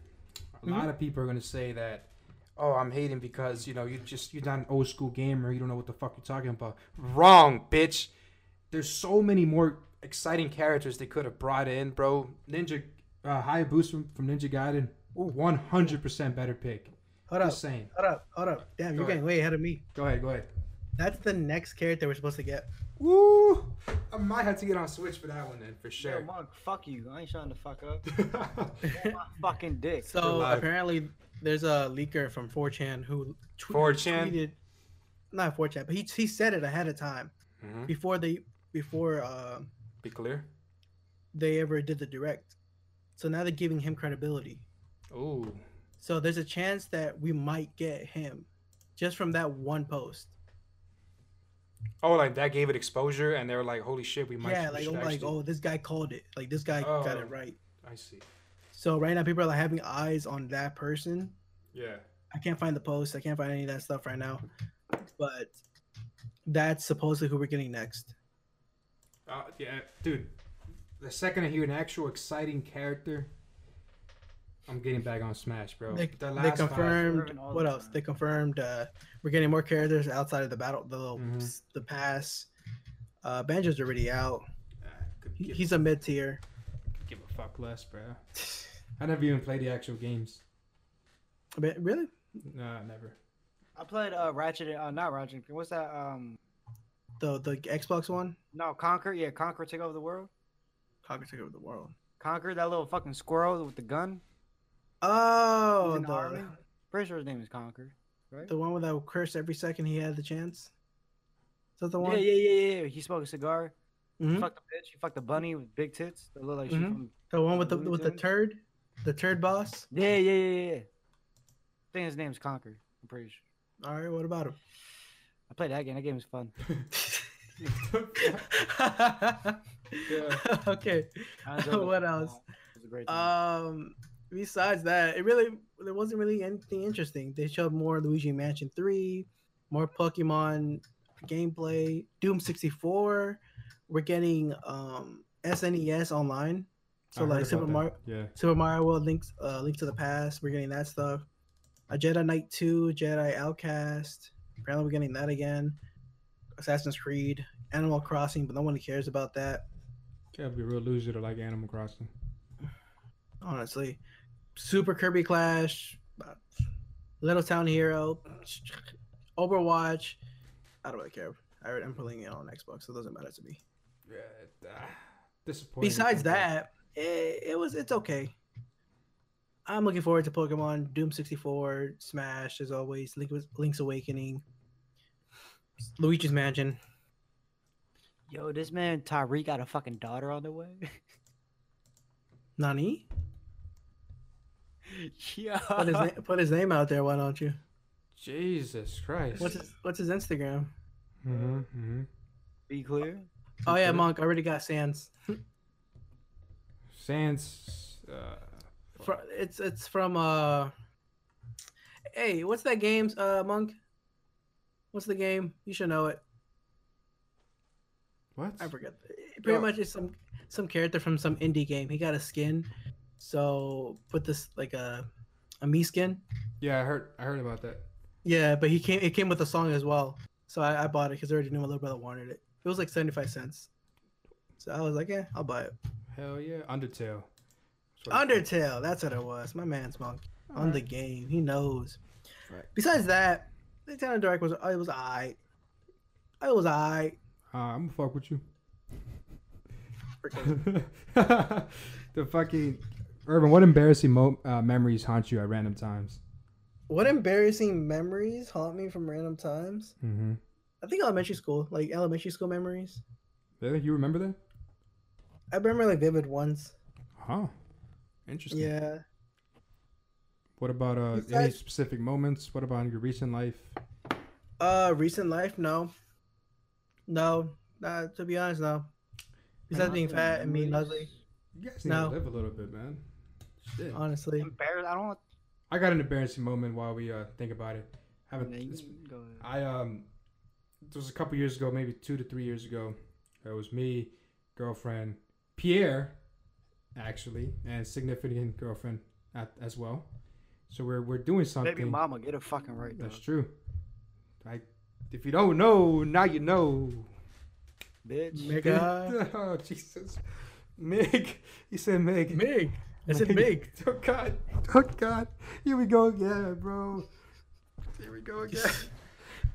[SPEAKER 3] a lot of people are gonna say that, oh, I'm hating because you know you just you're not an old school gamer. You don't know what the fuck you're talking about. Wrong, bitch. There's so many more exciting characters they could have brought in, bro. Ninja uh, Hayabusa from, from Ninja Gaiden, 100 percent better pick.
[SPEAKER 2] Hold up,
[SPEAKER 3] Just saying.
[SPEAKER 2] hold up, hold up. Damn, you're
[SPEAKER 3] ahead.
[SPEAKER 2] getting way ahead of me.
[SPEAKER 3] Go ahead, go ahead.
[SPEAKER 2] That's the next character we're supposed to get.
[SPEAKER 3] Woo! I might have to get on Switch for that one then, for
[SPEAKER 1] Yo,
[SPEAKER 3] sure.
[SPEAKER 1] Monk, fuck you. I ain't trying to fuck up.
[SPEAKER 3] *laughs*
[SPEAKER 1] My fucking dick.
[SPEAKER 2] So
[SPEAKER 3] live.
[SPEAKER 2] apparently, there's a leaker from 4chan who tw-
[SPEAKER 3] 4chan?
[SPEAKER 2] tweeted, not 4chan, but he he said it ahead of time
[SPEAKER 3] Mhm.
[SPEAKER 2] before they before uh,
[SPEAKER 3] Be clear.
[SPEAKER 2] they ever did the direct. So now they're giving him credibility.
[SPEAKER 3] Ooh.
[SPEAKER 2] So there's a chance that we might get him just from that one post.
[SPEAKER 3] Oh, like that gave it exposure, and they were like, "Holy shit, we might."
[SPEAKER 2] yeah,
[SPEAKER 3] we
[SPEAKER 2] like
[SPEAKER 3] should
[SPEAKER 2] oh, like
[SPEAKER 3] actually-
[SPEAKER 2] oh, this guy called it. Like this guy got
[SPEAKER 3] Oh.
[SPEAKER 2] it right.
[SPEAKER 3] I see.
[SPEAKER 2] So right now people are like having eyes on that person.
[SPEAKER 3] Yeah.
[SPEAKER 2] I can't find the post. I can't find any of that stuff right now. But that's supposedly who we're getting next.
[SPEAKER 3] Uh, yeah, dude. The second I hear an actual exciting character, I'm getting back on Smash, bro.
[SPEAKER 2] They,
[SPEAKER 3] the
[SPEAKER 2] they
[SPEAKER 3] last five,
[SPEAKER 2] confirmed
[SPEAKER 1] Driven all
[SPEAKER 2] what
[SPEAKER 1] the
[SPEAKER 2] else?
[SPEAKER 1] time.
[SPEAKER 2] They confirmed uh, we're getting more characters outside of the battle, the little,
[SPEAKER 3] Mhm.
[SPEAKER 2] s- the pass. Uh, Banjo's already out.
[SPEAKER 3] uh, could
[SPEAKER 2] He-
[SPEAKER 3] give,
[SPEAKER 2] He's a mid tier.
[SPEAKER 3] give a fuck less, bro.
[SPEAKER 2] *laughs*
[SPEAKER 3] I never even played the actual games.
[SPEAKER 2] But really, *laughs*
[SPEAKER 3] Nah, never.
[SPEAKER 1] *laughs*
[SPEAKER 3] *laughs*
[SPEAKER 1] I played uh Ratchet, and- uh, not Ratchet. and- What's that? Um,
[SPEAKER 2] the the Xbox One,
[SPEAKER 1] no, Conquer. Yeah, Conquer took over the world.
[SPEAKER 2] Conquer took over the world.
[SPEAKER 1] Conquer, that little fucking squirrel with the gun. He's
[SPEAKER 2] Oh,
[SPEAKER 1] in the
[SPEAKER 2] the,
[SPEAKER 1] army. Pretty sure his name is Conquer. Right?
[SPEAKER 2] the one with that curse every second he had the chance. Is that the
[SPEAKER 1] Yeah,
[SPEAKER 2] one?
[SPEAKER 1] yeah, yeah, yeah. yeah. He smoked a cigar.
[SPEAKER 2] Mhm.
[SPEAKER 1] He fucked the bitch. He fucked the bunny with big tits. That look like she
[SPEAKER 2] Mhm.
[SPEAKER 1] from.
[SPEAKER 2] The one with the
[SPEAKER 1] Looney
[SPEAKER 2] with the
[SPEAKER 1] Tunes?
[SPEAKER 2] turd, the turd boss.
[SPEAKER 1] Yeah, yeah, yeah, yeah, yeah. I think his name's Conquer. I'm pretty sure.
[SPEAKER 2] All right, what
[SPEAKER 1] *laughs*
[SPEAKER 2] about him? *laughs*
[SPEAKER 1] I played that game. That game was fun.
[SPEAKER 2] okay.
[SPEAKER 1] I enjoyed it.
[SPEAKER 2] *laughs* What else?
[SPEAKER 1] It was a great time.
[SPEAKER 2] Um. Besides that, it really there wasn't really anything interesting. They showed more Luigi Mansion Three, more Pokemon gameplay, Doom sixty four. We're getting um SNES E online.
[SPEAKER 3] I
[SPEAKER 2] So
[SPEAKER 3] heard
[SPEAKER 2] like
[SPEAKER 3] about
[SPEAKER 2] Super
[SPEAKER 3] that.
[SPEAKER 2] Mario,
[SPEAKER 3] Yeah.
[SPEAKER 2] Super Mario World, links, uh, Link to the Past. We're getting that stuff. A Jedi Knight Two, Jedi Outcast. Apparently, we're getting that again. Assassin's Creed, Animal Crossing, but no one cares about that.
[SPEAKER 3] Yeah, it'd be a real loser to like Animal Crossing.
[SPEAKER 2] Honestly, Super Kirby Clash, uh, Little Town Hero, Overwatch. I don't really care. I already- I'm playing it on Xbox, so it doesn't matter to me.
[SPEAKER 3] Yeah. *sighs* ah, disappointing.
[SPEAKER 2] Besides
[SPEAKER 3] Okay.
[SPEAKER 2] that, it, it was it's okay. I'm looking forward to Pokemon Doom 64, Smash as always, Link, Link's Awakening, Luigi's Mansion.
[SPEAKER 1] Yo, this man Tyreek got a fucking daughter on the way. *laughs*
[SPEAKER 2] Nani,
[SPEAKER 1] yeah. *laughs*
[SPEAKER 2] put his, na- put his name out there. Why don't you?
[SPEAKER 3] Jesus Christ.
[SPEAKER 2] What's his What's his Instagram?
[SPEAKER 3] Mm-hmm, mm-hmm.
[SPEAKER 1] Be clear.
[SPEAKER 2] Oh yeah, Monk I already got Sans.
[SPEAKER 3] Sans. Uh,
[SPEAKER 2] Fr- It's it's from uh. Hey, what's that game's uh Monk? What's the game? You should know it.
[SPEAKER 3] what?
[SPEAKER 2] I forget. Pretty
[SPEAKER 3] Yeah.
[SPEAKER 2] much, it's some some character from some indie game. He got a skin, so put this like a a me skin.
[SPEAKER 3] Yeah, I heard. I heard about that.
[SPEAKER 2] Yeah, but he came. It came with a song as well, so I, I bought it because I already knew my little brother wanted it. It was like seventy five cents, so I was like, yeah, I'll buy it.
[SPEAKER 3] Hell yeah, Undertale. That's what it's
[SPEAKER 2] Undertale, that's what it was. My man's monk
[SPEAKER 3] called.
[SPEAKER 2] on the game. He knows.
[SPEAKER 3] Right.
[SPEAKER 2] Besides that, Nintendo Direct was it was alright. It was alright.
[SPEAKER 3] Uh, I'm gonna fuck
[SPEAKER 2] *laughs*
[SPEAKER 3] with you.
[SPEAKER 2] Freaking
[SPEAKER 3] the fucking Urban. What embarrassing mo- uh, memories haunt you at random times?
[SPEAKER 2] What embarrassing memories haunt me from random times?
[SPEAKER 3] Mm-hmm.
[SPEAKER 2] I think elementary school, like elementary school memories.
[SPEAKER 3] Really? You remember that?
[SPEAKER 2] I remember like vivid ones.
[SPEAKER 3] Huh. Interesting.
[SPEAKER 2] Yeah.
[SPEAKER 3] What about uh, any
[SPEAKER 2] Besides-
[SPEAKER 3] specific moments? What about in your recent life?
[SPEAKER 2] Uh, recent life, no. No, nah, to be honest, no. Besides being fat and mean and ugly,
[SPEAKER 3] You guys need
[SPEAKER 2] No. Uh,
[SPEAKER 3] to live a little bit, man. Shit.
[SPEAKER 2] honestly.
[SPEAKER 1] Embarrassed. I don't want.
[SPEAKER 3] I got an embarrassing moment while we uh, think about it. Have a,
[SPEAKER 1] Yeah, you
[SPEAKER 3] it's-
[SPEAKER 1] can go ahead.
[SPEAKER 3] I um, it was a couple years ago, maybe two to three years ago. It was me, girlfriend, Pierre, actually, and significant girlfriend at, as well. So we're we're doing something.
[SPEAKER 1] Baby mama, get a fucking right.
[SPEAKER 3] That's
[SPEAKER 1] dog.
[SPEAKER 3] true. Like, if you don't know, now you know.
[SPEAKER 1] Bitch.
[SPEAKER 2] Mega.
[SPEAKER 3] *laughs* oh Jesus, Meg. He said Meg.
[SPEAKER 2] Big. I said big.
[SPEAKER 3] *laughs* Oh God. Oh God. Here we go again, bro. Here we go again. *laughs*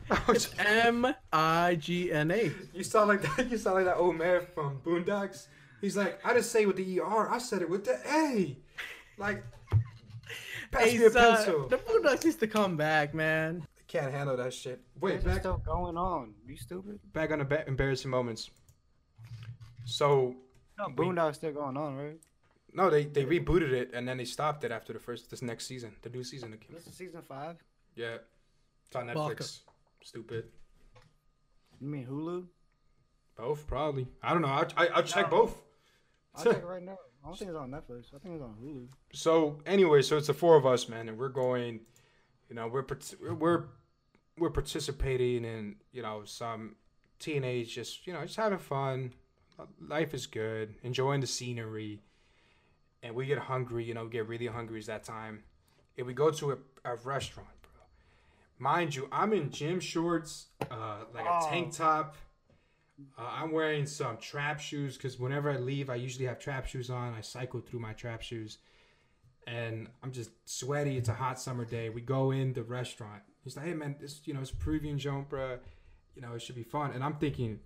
[SPEAKER 2] *laughs*
[SPEAKER 3] Oh,
[SPEAKER 2] It's M I G N A.
[SPEAKER 3] You sound like that. *laughs* You sound like that old man from Boondocks. He's like, I didn't say it with the er, I said it with the a. Like, pass
[SPEAKER 2] Hey,
[SPEAKER 3] me a
[SPEAKER 2] son,
[SPEAKER 3] pencil.
[SPEAKER 2] the Boondocks used to come back, man.
[SPEAKER 3] Can't handle that shit. Wait,
[SPEAKER 1] What's
[SPEAKER 3] back
[SPEAKER 1] still going on? You stupid.
[SPEAKER 3] back on the ba- embarrassing moments. So
[SPEAKER 1] No,
[SPEAKER 3] Wait.
[SPEAKER 1] Boondock's still going on, right?
[SPEAKER 3] no, they they rebooted it and then they stopped it after the first this next season, the new season that came. out.
[SPEAKER 1] This is season five.
[SPEAKER 3] Yeah, it's on Netflix.
[SPEAKER 2] Welcome.
[SPEAKER 3] Stupid.
[SPEAKER 1] You mean Hulu?
[SPEAKER 3] Both probably. I don't know. I I, I'll check both.
[SPEAKER 1] I'll *laughs* check it right now. I don't think it's on Netflix. I think it's on Hulu.
[SPEAKER 3] so anyway, so it's the four of us, man, and we're going. You know, we're partic- we're we're participating in you know some teenage just you know just having fun. Life is good, enjoying the scenery, and we get hungry. You know, we get really hungry. Is that time? And we go to a, a restaurant, bro. Mind you, I'm in gym shorts, uh, like a tank top. Uh, I'm wearing some trap shoes because whenever I leave, I usually have trap shoes on. I cycle through my trap shoes and I'm just sweaty. It's a hot summer day. We go in the restaurant. He's like, "Hey man, this you know it's Peruvian Jompra, you know it should be fun." And I'm thinking,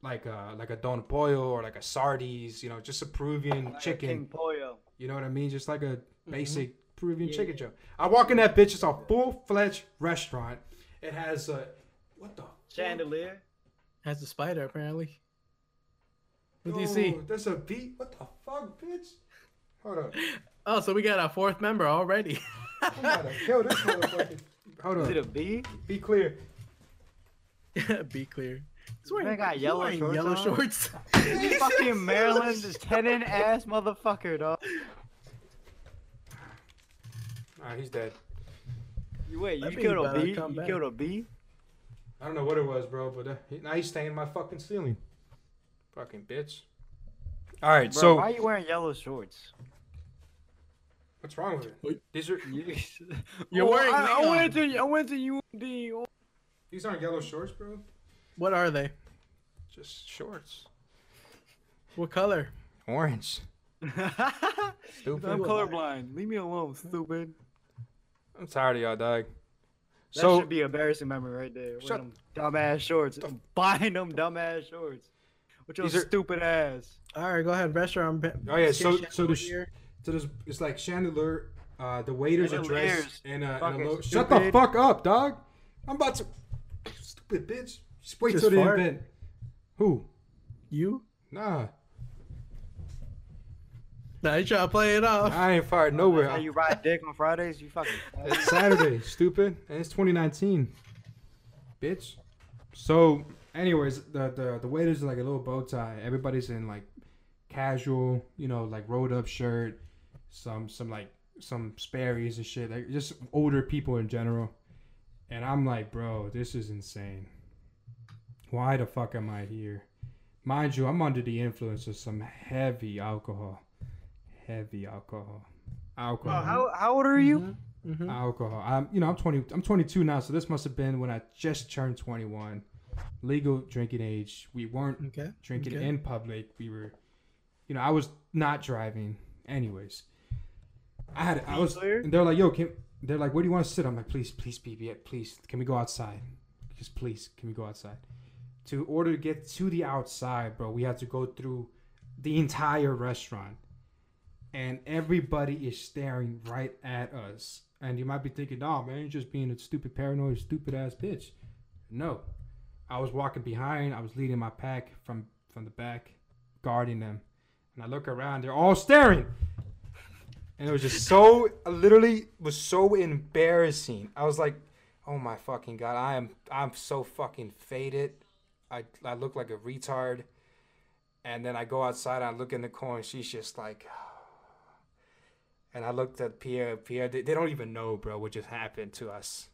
[SPEAKER 3] like a like a Don Pollo or like a Sardies, you know, just a Peruvian
[SPEAKER 1] King Mm-hmm.
[SPEAKER 3] chicken.
[SPEAKER 1] Pollo.
[SPEAKER 3] You know what I mean? Just like a basic Peruvian chicken joint. I walk in that bitch. It's a full fledged restaurant. It has a what the
[SPEAKER 1] Chandelier.
[SPEAKER 2] Has the spider apparently. What do you
[SPEAKER 3] Yo,
[SPEAKER 2] see?
[SPEAKER 6] Oh.
[SPEAKER 3] There's a beat. What the fuck, bitch?
[SPEAKER 1] *laughs*
[SPEAKER 3] Hold up.
[SPEAKER 2] Oh, so we got our fourth member already. *laughs*
[SPEAKER 3] I'm gonna kill this motherfucker. Hold
[SPEAKER 1] Is it a
[SPEAKER 3] on.
[SPEAKER 1] bee?
[SPEAKER 3] Be clear.
[SPEAKER 2] Be clear. He's
[SPEAKER 1] Man got
[SPEAKER 2] he's
[SPEAKER 1] yellow
[SPEAKER 2] wearing
[SPEAKER 1] shorts
[SPEAKER 2] yellow
[SPEAKER 1] on.
[SPEAKER 2] shorts.
[SPEAKER 1] You
[SPEAKER 2] *laughs*
[SPEAKER 1] fucking Maryland is tenon ass motherfucker, dog.
[SPEAKER 3] All right, he's dead.
[SPEAKER 1] You wait,
[SPEAKER 2] That
[SPEAKER 1] you
[SPEAKER 2] bee
[SPEAKER 1] killed a
[SPEAKER 2] better
[SPEAKER 1] bee?
[SPEAKER 2] come
[SPEAKER 1] You
[SPEAKER 2] back.
[SPEAKER 1] killed a bee?
[SPEAKER 3] I don't know what it was, bro, but uh, he, now he's staying in my fucking ceiling. Fucking bitch. All right,
[SPEAKER 1] Bro,
[SPEAKER 3] so
[SPEAKER 1] why are you wearing yellow shorts?
[SPEAKER 6] What's wrong with it?
[SPEAKER 4] Wait.
[SPEAKER 6] These are
[SPEAKER 1] *laughs*
[SPEAKER 2] You're
[SPEAKER 1] Well,
[SPEAKER 2] wearing
[SPEAKER 1] I, I
[SPEAKER 2] neon.
[SPEAKER 1] went to I went to UND. oh,
[SPEAKER 6] these aren't yellow shorts, bro.
[SPEAKER 2] What are they?
[SPEAKER 3] just shorts,
[SPEAKER 2] What color?
[SPEAKER 3] orange.
[SPEAKER 1] I'm
[SPEAKER 3] Stupid.
[SPEAKER 2] That
[SPEAKER 1] colorblind. Leave me alone, stupid.
[SPEAKER 3] I'm tired of y'all, dog.
[SPEAKER 1] That
[SPEAKER 3] so
[SPEAKER 1] should be an embarrassing memory right there. Wearing
[SPEAKER 3] Shut-
[SPEAKER 1] them dumbass shorts. I'm *laughs* buying them dumbass shorts. With your
[SPEAKER 3] These are-
[SPEAKER 1] stupid ass.
[SPEAKER 2] All right, go ahead. Restaurant.
[SPEAKER 6] Oh, yeah, so- so the sh- So there's it's like chandelier. Uh, the waiters are dressed
[SPEAKER 1] Chandeliers.
[SPEAKER 6] in a, in
[SPEAKER 1] Fucking
[SPEAKER 6] a low. Shut the
[SPEAKER 1] stupid.
[SPEAKER 6] fuck up, dog. I'm about to. Stupid bitch. Just wait
[SPEAKER 2] Just
[SPEAKER 6] till they
[SPEAKER 2] fart.
[SPEAKER 6] invent. Who?
[SPEAKER 2] you.
[SPEAKER 6] Nah,
[SPEAKER 2] Nah, you try to play it off.
[SPEAKER 3] I ain't fired
[SPEAKER 2] Oh,
[SPEAKER 3] nowhere.
[SPEAKER 1] How you ride dick on Fridays? You
[SPEAKER 2] *laughs*
[SPEAKER 1] fucking.
[SPEAKER 6] it's Saturday, stupid, and it's 2019, bitch. So, anyways, the the the waiters are like a little bow tie. Everybody's in like casual, you know, like rolled up shirt, some some like some Sperry's and shit, like just older people in general. And I'm like, bro, this is insane. Why the fuck am I here? Mind you, I'm under the influence of some heavy alcohol, heavy alcohol,
[SPEAKER 1] Bro,
[SPEAKER 6] alcohol
[SPEAKER 1] how, how old are you?
[SPEAKER 6] Mm-hmm.
[SPEAKER 2] Mhm.
[SPEAKER 6] Uh, alcohol. I'm you know I'm 20 I'm 22 now, so this must have been when I just turned 21. Legal drinking age. We weren't
[SPEAKER 2] Okay.
[SPEAKER 6] drinking
[SPEAKER 2] okay.
[SPEAKER 6] in public. We were you know, I was not driving anyways. I had I was
[SPEAKER 1] Clear?
[SPEAKER 6] and they're like, "Yo, can they're like, "Where do you want to sit?" I'm like, "Please, please, BB, please. Can we go outside?" Just please, can we go outside? To order to get to the outside, bro, we had to go through the entire restaurant and everybody is staring right at us. And you might be thinking, oh man, you're just being a stupid, paranoid, stupid ass bitch. No. I was walking behind, I was leading my pack from, from the back, guarding them. And I look around, they're all staring.
[SPEAKER 3] And it was just so I literally was so embarrassing. I was like, "Oh my fucking god, I am I'm so fucking faded. I I look like a retard." And then I go outside, I look in the corner, and she's just like *sighs* And I looked at Pierre, Pierre, they, they don't even know, bro, what just happened to us.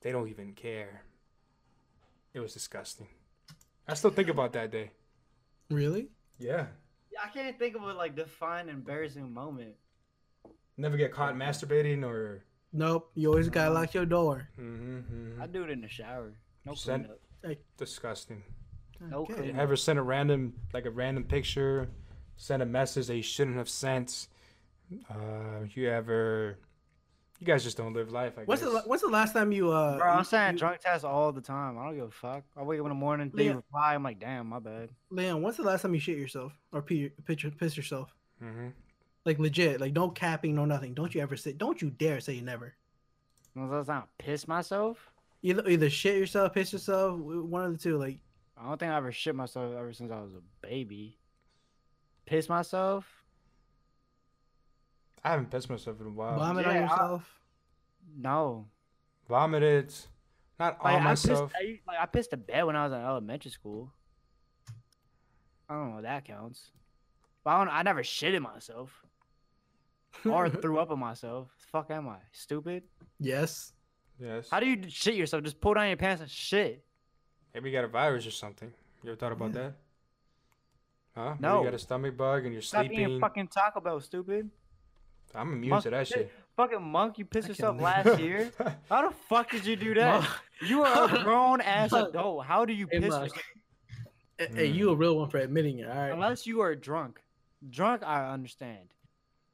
[SPEAKER 3] They don't even care. It was disgusting. I still think about that day.
[SPEAKER 2] Really?
[SPEAKER 3] Yeah.
[SPEAKER 1] I can't think of a like defined embarrassing moment.
[SPEAKER 3] Never get caught masturbating or
[SPEAKER 2] Nope. You always gotta lock your door.
[SPEAKER 3] mhm, mhm.
[SPEAKER 1] I do it in the shower. No
[SPEAKER 3] Send-
[SPEAKER 1] cleanup.
[SPEAKER 3] disgusting.
[SPEAKER 1] No
[SPEAKER 2] Okay.
[SPEAKER 1] cleanup.
[SPEAKER 3] ever sent a random like a random picture sent a message that you shouldn't have sent uh you ever you guys just don't live life i
[SPEAKER 2] What's the
[SPEAKER 3] guess
[SPEAKER 2] What's the last time you uh?
[SPEAKER 1] Bro, I'm
[SPEAKER 2] you-
[SPEAKER 1] saying
[SPEAKER 2] you-
[SPEAKER 1] drunk tests all the time. I don't give a fuck. I wake up in the morning, they
[SPEAKER 2] Yeah.
[SPEAKER 1] reply. I'm like, damn, my bad.
[SPEAKER 2] Leon, when's the last time you shit yourself or pee, pitch, piss yourself?
[SPEAKER 3] mm-hmm.
[SPEAKER 2] Like legit, like no capping, no nothing. Don't you ever sit? Don't you dare say you never.
[SPEAKER 1] And I was like, "I pissed myself.
[SPEAKER 2] Either, either shit yourself, piss yourself, w- one of the two. Like
[SPEAKER 1] I don't think I ever shit myself ever since I was a baby. Piss myself.
[SPEAKER 3] i haven't pissed myself in a while
[SPEAKER 2] vomit on
[SPEAKER 1] yeah, I-
[SPEAKER 2] yourself.
[SPEAKER 1] No,
[SPEAKER 3] vomited not on
[SPEAKER 1] like, I
[SPEAKER 3] myself
[SPEAKER 1] Pissed, I, like I pissed the bed when I was in elementary school. I don't know if that counts. But I don't. I never shitted myself
[SPEAKER 2] *laughs*
[SPEAKER 1] or threw up on myself. Fuck, am I stupid?
[SPEAKER 2] yes.
[SPEAKER 3] yes
[SPEAKER 1] How do you shit yourself? Just pull down your pants and shit.
[SPEAKER 3] maybe you got a virus or something you ever thought about that huh Maybe
[SPEAKER 1] No.
[SPEAKER 3] you got a stomach bug and you're
[SPEAKER 1] Stop
[SPEAKER 3] sleeping
[SPEAKER 1] eating fucking Taco Bell, stupid.
[SPEAKER 3] i'm immune
[SPEAKER 1] Monk,
[SPEAKER 3] to that shit
[SPEAKER 1] Fucking monk, you pissed
[SPEAKER 2] I
[SPEAKER 1] yourself
[SPEAKER 2] can't
[SPEAKER 1] last
[SPEAKER 2] *laughs*
[SPEAKER 3] *laughs*
[SPEAKER 1] year. How the fuck did you do that? You are
[SPEAKER 2] *laughs*
[SPEAKER 1] a grown ass
[SPEAKER 2] Monk.
[SPEAKER 1] adult. How do you
[SPEAKER 2] Hey,
[SPEAKER 1] piss
[SPEAKER 2] Monk.
[SPEAKER 1] yourself?
[SPEAKER 2] Hey, hey, you a real one for admitting it. All right.
[SPEAKER 1] Unless you are drunk. Drunk, I understand.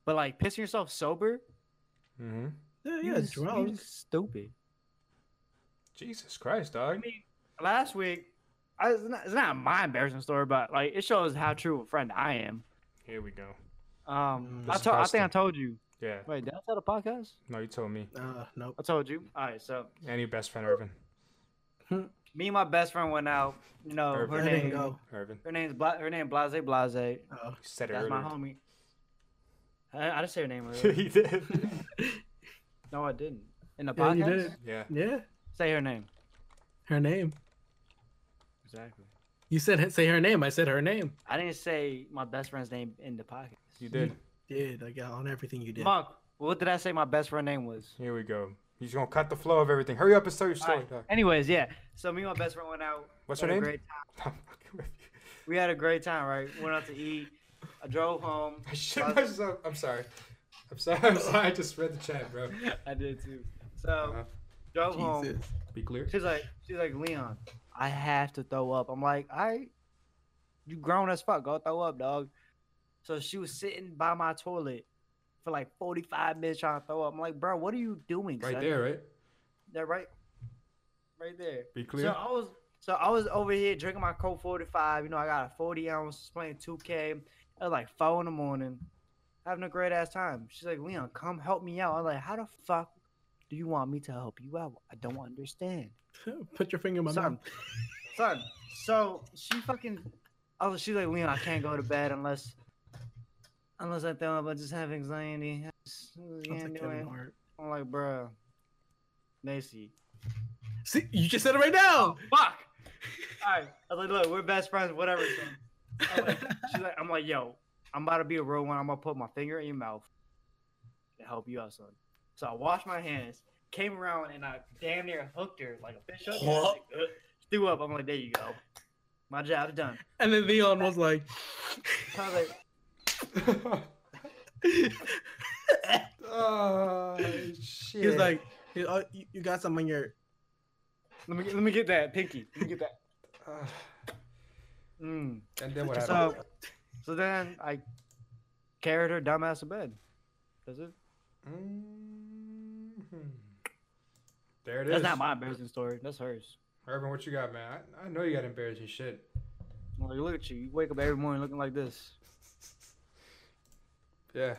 [SPEAKER 1] But like pissing yourself sober,
[SPEAKER 3] mm-hmm.
[SPEAKER 2] yeah,
[SPEAKER 1] you
[SPEAKER 2] yeah,
[SPEAKER 1] just- you
[SPEAKER 2] drunk.
[SPEAKER 1] just stupid.
[SPEAKER 3] jesus christ
[SPEAKER 1] I
[SPEAKER 3] dog
[SPEAKER 1] mean, last week, I, it's, not, it's not my embarrassing story, but like it shows how true a friend I am.
[SPEAKER 3] here we go
[SPEAKER 1] Um,
[SPEAKER 2] Mm.
[SPEAKER 1] I, told I
[SPEAKER 3] Disgusting.
[SPEAKER 1] think I told you.
[SPEAKER 3] yeah
[SPEAKER 1] Wait, did I tell the podcast?
[SPEAKER 3] no you told me
[SPEAKER 2] Uh, nope.
[SPEAKER 1] I told you. All right, so
[SPEAKER 3] and your best friend irvin
[SPEAKER 1] me and my best friend went out. You know, her
[SPEAKER 3] Perfect.
[SPEAKER 2] That didn't
[SPEAKER 1] name,
[SPEAKER 2] go.
[SPEAKER 3] irvin
[SPEAKER 1] her name's Bla- her name Blase Blase.
[SPEAKER 2] Oh.
[SPEAKER 3] you said it
[SPEAKER 1] That's my
[SPEAKER 3] earlier
[SPEAKER 1] homie. I, I didn't say her name.
[SPEAKER 3] *laughs*
[SPEAKER 1] Earlier.
[SPEAKER 3] he did
[SPEAKER 1] *laughs* no, I didn't. In the
[SPEAKER 2] Yeah, you
[SPEAKER 1] podcast,
[SPEAKER 2] did.
[SPEAKER 3] yeah
[SPEAKER 2] Yeah,
[SPEAKER 1] say her name.
[SPEAKER 2] her name.
[SPEAKER 1] Exactly.
[SPEAKER 2] You said say her name. I said her name.
[SPEAKER 1] I didn't say my best friend's name in the podcast. *laughs*
[SPEAKER 3] you did
[SPEAKER 2] Did I got uh, on everything you did?
[SPEAKER 1] Monk, what did I say my best friend name was?
[SPEAKER 3] Here we go. He's gonna cut the flow of everything. Hurry up and tell your
[SPEAKER 1] All
[SPEAKER 3] story,
[SPEAKER 1] right.
[SPEAKER 3] dog.
[SPEAKER 1] Anyways, yeah. So me and my best friend went out.
[SPEAKER 3] What's *laughs*
[SPEAKER 1] had
[SPEAKER 3] her
[SPEAKER 1] a
[SPEAKER 3] name?
[SPEAKER 1] Great time.
[SPEAKER 3] I'm fucking with you.
[SPEAKER 1] We had a great time, right? Went out to eat. I drove home. *laughs*
[SPEAKER 7] I shit myself. I'm sorry. I'm
[SPEAKER 3] *laughs*
[SPEAKER 7] sorry. I'm sorry. I just read the chat, bro.
[SPEAKER 1] I did too. So
[SPEAKER 3] Uh,
[SPEAKER 7] Uh-huh.
[SPEAKER 1] drove home.
[SPEAKER 2] Jesus.
[SPEAKER 3] Be clear.
[SPEAKER 1] She's like, she's like, Leon, I have to throw up. I'm like, all right, you grown as fuck, go throw up, dog. So she was sitting by my toilet for like 45 minutes trying to throw up. I'm like, bro, what are you doing?
[SPEAKER 3] Right
[SPEAKER 1] son?
[SPEAKER 3] there, right?
[SPEAKER 1] That right, right there.
[SPEAKER 3] Be clear.
[SPEAKER 1] So I was so I was over here drinking my Coke 45. You know, I got a 40 ounce playing 2K. It was like four in the morning, having a great ass time. She's like, Leon, come help me out. I'm like, how the fuck do you want me to help you out? I don't understand.
[SPEAKER 2] *laughs* Put your finger in my
[SPEAKER 1] Son,
[SPEAKER 2] mouth.
[SPEAKER 1] son. So she fucking. I was. She's like, Leon, I can't go to bed unless, unless I throw up. I just have anxiety. I just, I
[SPEAKER 2] Sounds
[SPEAKER 1] can't
[SPEAKER 2] like
[SPEAKER 1] do it.
[SPEAKER 2] Kevin Hart.
[SPEAKER 1] I'm like, bruh, Macy,
[SPEAKER 2] See, you just said it right now.
[SPEAKER 1] fuck. All right. I was like, look, we're best friends, whatever. son. I'm like- she's like, I'm like, yo, I'm about to be a real one. I'm gonna put my finger in your mouth to help you out, son. So I washed my hands, came around, and I damn near hooked her like a fish hook. and I was like, "Ugh." Threw up. I'm like, there you go. My job's done.
[SPEAKER 2] And then Leon was like, *laughs*
[SPEAKER 1] I was like, um,
[SPEAKER 3] *laughs* oh shit.
[SPEAKER 2] he was
[SPEAKER 3] *sighs*
[SPEAKER 2] like, he- oh, you, you got something on your.
[SPEAKER 1] let me get, let me get that pinky. Let me get that.
[SPEAKER 3] Ah.
[SPEAKER 1] Mm.
[SPEAKER 3] and then what
[SPEAKER 2] Just
[SPEAKER 3] happened?
[SPEAKER 1] So, so then I carried her dumbass to bed. That's it.
[SPEAKER 3] Mhm. There it is.
[SPEAKER 1] That's not my embarrassing story. That's hers.
[SPEAKER 3] Irvin, what you got, man? I, I know you got embarrassing shit.
[SPEAKER 1] I'm Like, look at you. You wake up every morning looking like this.
[SPEAKER 3] Yeah.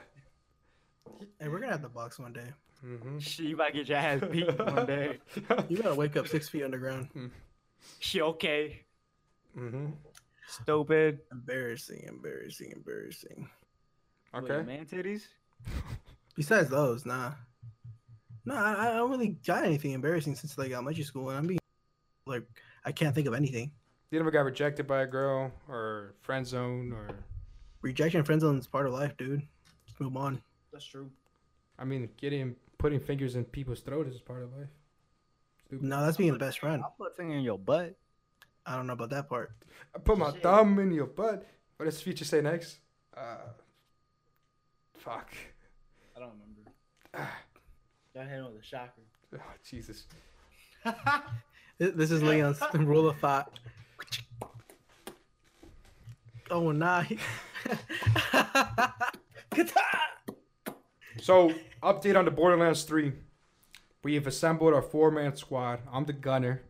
[SPEAKER 2] Hey, we're gonna have to box one day.
[SPEAKER 3] Mm-hmm.
[SPEAKER 1] Shit, you about to get your
[SPEAKER 3] *laughs*
[SPEAKER 1] ass beat one day.
[SPEAKER 2] You gotta wake up six feet underground.
[SPEAKER 1] Shit, okay.
[SPEAKER 3] Mm-hmm.
[SPEAKER 1] Stupid.
[SPEAKER 2] Embarrassing, embarrassing, embarrassing.
[SPEAKER 1] With
[SPEAKER 3] Okay.
[SPEAKER 1] man titties?
[SPEAKER 2] Besides those, nah, nah, I, I don't really got anything embarrassing since like elementary school, and I'm being like, I can't think of anything.
[SPEAKER 3] You never got rejected by a girl or friend zone or
[SPEAKER 2] Rejection, friend zone is part of life, dude. Just move on.
[SPEAKER 1] That's true.
[SPEAKER 3] I mean getting putting fingers in people's throats is part of life.
[SPEAKER 2] No, that's being the best friend.
[SPEAKER 1] I'll put a finger in your butt.
[SPEAKER 2] I don't know about that part.
[SPEAKER 3] I put my
[SPEAKER 1] Shit.
[SPEAKER 3] thumb in your butt. What does feature say next? Uh fuck. *laughs*
[SPEAKER 1] I don't remember.
[SPEAKER 3] *sighs* Ah.
[SPEAKER 1] That hit on the *laughs* shocker.
[SPEAKER 3] Oh, Jesus.
[SPEAKER 2] Th- This is *laughs* Leon's rule of thought. Oh, nah. *laughs*
[SPEAKER 3] So, update on the Borderlands 3. We have assembled our four man squad. I'm the gunner.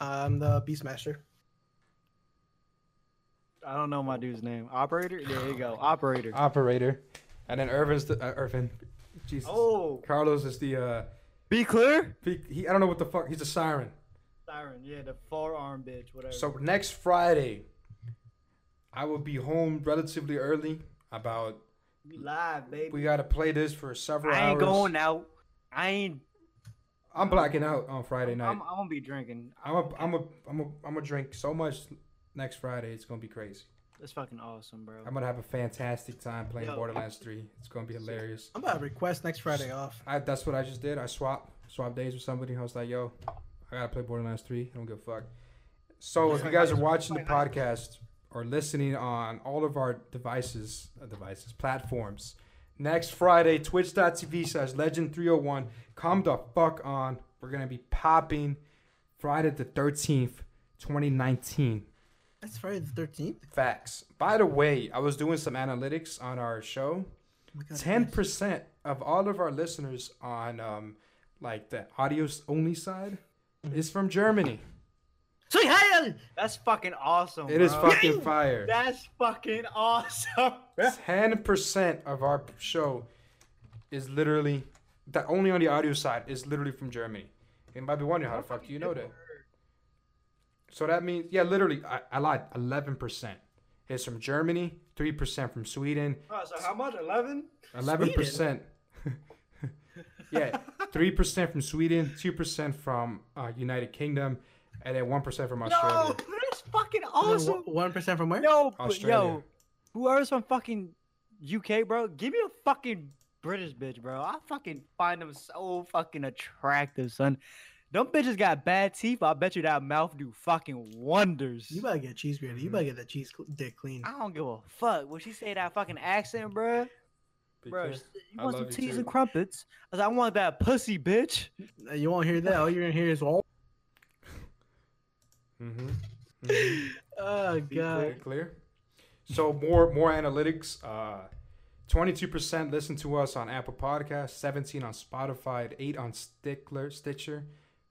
[SPEAKER 2] I'm the Beastmaster.
[SPEAKER 1] I don't know my dude's name. Operator? There you go. Operator.
[SPEAKER 3] operator, and then Irvin's the uh, Irvin. Jesus.
[SPEAKER 1] Oh,
[SPEAKER 3] Carlos is the uh,
[SPEAKER 1] be clear?
[SPEAKER 3] he, he. I don't know what the fuck. He's a siren.
[SPEAKER 1] Siren, yeah, the forearm bitch, whatever.
[SPEAKER 3] So next Friday, I will be home relatively early. About
[SPEAKER 1] we live, baby.
[SPEAKER 3] we gotta play this for several
[SPEAKER 1] I ain't
[SPEAKER 3] hours.
[SPEAKER 1] going out. I ain't.
[SPEAKER 3] I'm blacking out on Friday night.
[SPEAKER 1] I'm, I'm gonna be drinking.
[SPEAKER 3] I'm a, I'm a, I'm a, I'm gonna drink so much next Friday. It's gonna be crazy.
[SPEAKER 1] That's fucking awesome, bro.
[SPEAKER 3] I'm gonna have a fantastic time playing
[SPEAKER 1] Yo.
[SPEAKER 3] Borderlands 3. It's gonna be hilarious.
[SPEAKER 2] I'm about to request next Friday off.
[SPEAKER 3] I, that's what I just did. I swap swap days with somebody. I was like, yo, I gotta play Borderlands 3. I don't give a fuck. So if you guys are watching the podcast or listening on all of our devices, uh, devices, platforms, next Friday, twitch.tv slash legend301. Come the fuck on. We're gonna be popping Friday the 13th, 2019.
[SPEAKER 2] That's Friday the 13th?
[SPEAKER 3] Facts. By the way, I was doing some analytics on our show
[SPEAKER 2] Oh my God,
[SPEAKER 3] ten percent of all of our listeners on um like the audio s- only side is from Germany.
[SPEAKER 2] Say hi!
[SPEAKER 1] That's fucking awesome.
[SPEAKER 3] It is
[SPEAKER 1] bro. *laughs*
[SPEAKER 3] fucking fire.
[SPEAKER 1] That's fucking awesome.
[SPEAKER 3] *laughs* Ten percent of our show is literally that only on the audio side is literally from Germany. You might be wondering how the fuck do you know that? So that means yeah, literally I, I lied. Eleven percent is from Germany, three percent from Sweden,
[SPEAKER 1] Oh, so how much? Eleven?
[SPEAKER 3] Eleven percent. yeah, three percent from Sweden, two percent from uh, United Kingdom, and then one percent from
[SPEAKER 1] No,
[SPEAKER 3] Australia.
[SPEAKER 1] that's fucking
[SPEAKER 2] Awesome.
[SPEAKER 1] awesome.
[SPEAKER 2] 1% from where?
[SPEAKER 1] Yo, but
[SPEAKER 3] Australia.
[SPEAKER 1] yo, whoever's from fucking UK, bro, give me a fucking British bitch, bro. I fucking find them so fucking attractive, son. Them bitches got bad teeth. I bet you that mouth do fucking wonders.
[SPEAKER 2] You better get cheese grater. You better get that cheese cl- dick clean.
[SPEAKER 1] I don't give a fuck. When she say that fucking accent, bruh, bruh,
[SPEAKER 3] Because
[SPEAKER 1] you
[SPEAKER 3] I
[SPEAKER 1] want some
[SPEAKER 3] love you
[SPEAKER 1] cheese
[SPEAKER 3] too.
[SPEAKER 1] and crumpets? I was like, I want that pussy, bitch.
[SPEAKER 2] Uh, You won't hear that. All you're gonna hear is "Oh, all.
[SPEAKER 3] hmm
[SPEAKER 2] Oh
[SPEAKER 3] Clear,
[SPEAKER 2] god.
[SPEAKER 3] clear. So more more analytics. Uh, twenty-two percent listen to us on Apple Podcasts, seventeen on Spotify, eight on Stickler, Stitcher,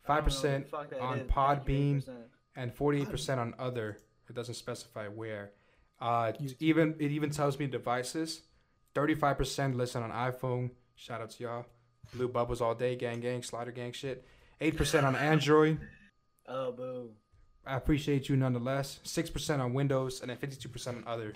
[SPEAKER 3] five
[SPEAKER 1] Oh,
[SPEAKER 3] percent on Podbean, and forty-eight percent on other. It doesn't specify where. Uh, t- even it even tells me devices. Thirty-five percent listen on iPhone. Shout out to y'all. Blue bubbles all day, gang, gang, slider, gang, shit. Eight percent on Android.
[SPEAKER 1] Oh, boo.
[SPEAKER 3] I appreciate you nonetheless. Six percent on Windows and then fifty-two percent on other.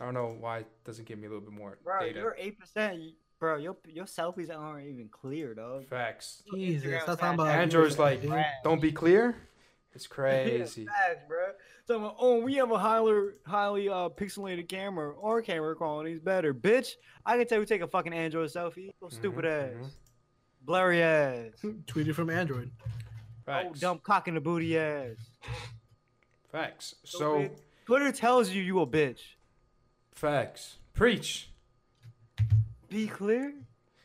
[SPEAKER 3] I don't know why it doesn't give me a little bit more
[SPEAKER 1] Bro,
[SPEAKER 3] data.
[SPEAKER 1] you're eight percent, bro. Your your selfies aren't even clear, dog.
[SPEAKER 3] Facts.
[SPEAKER 2] Jesus,
[SPEAKER 1] Instagram,
[SPEAKER 2] stop talking about
[SPEAKER 1] Snapchat.
[SPEAKER 3] Android's like,
[SPEAKER 2] dude.
[SPEAKER 1] Right.
[SPEAKER 3] don't be clear.
[SPEAKER 1] *laughs*
[SPEAKER 3] It's *laughs* crazy.
[SPEAKER 1] Facts, bro. So I'm like, oh, we have a highly highly uh, pixelated camera. Our camera quality's better, bitch. I can tell you take a fucking Android selfie. Your stupid ass,
[SPEAKER 3] mhm.
[SPEAKER 1] blurry ass,
[SPEAKER 2] tweeted from Android.
[SPEAKER 1] old
[SPEAKER 3] Facts.
[SPEAKER 1] dumb cock in the booty ass.
[SPEAKER 3] Facts.
[SPEAKER 1] So
[SPEAKER 3] So
[SPEAKER 1] big. Twitter tells you you a bitch.
[SPEAKER 3] facts. Preach.
[SPEAKER 1] Be clear.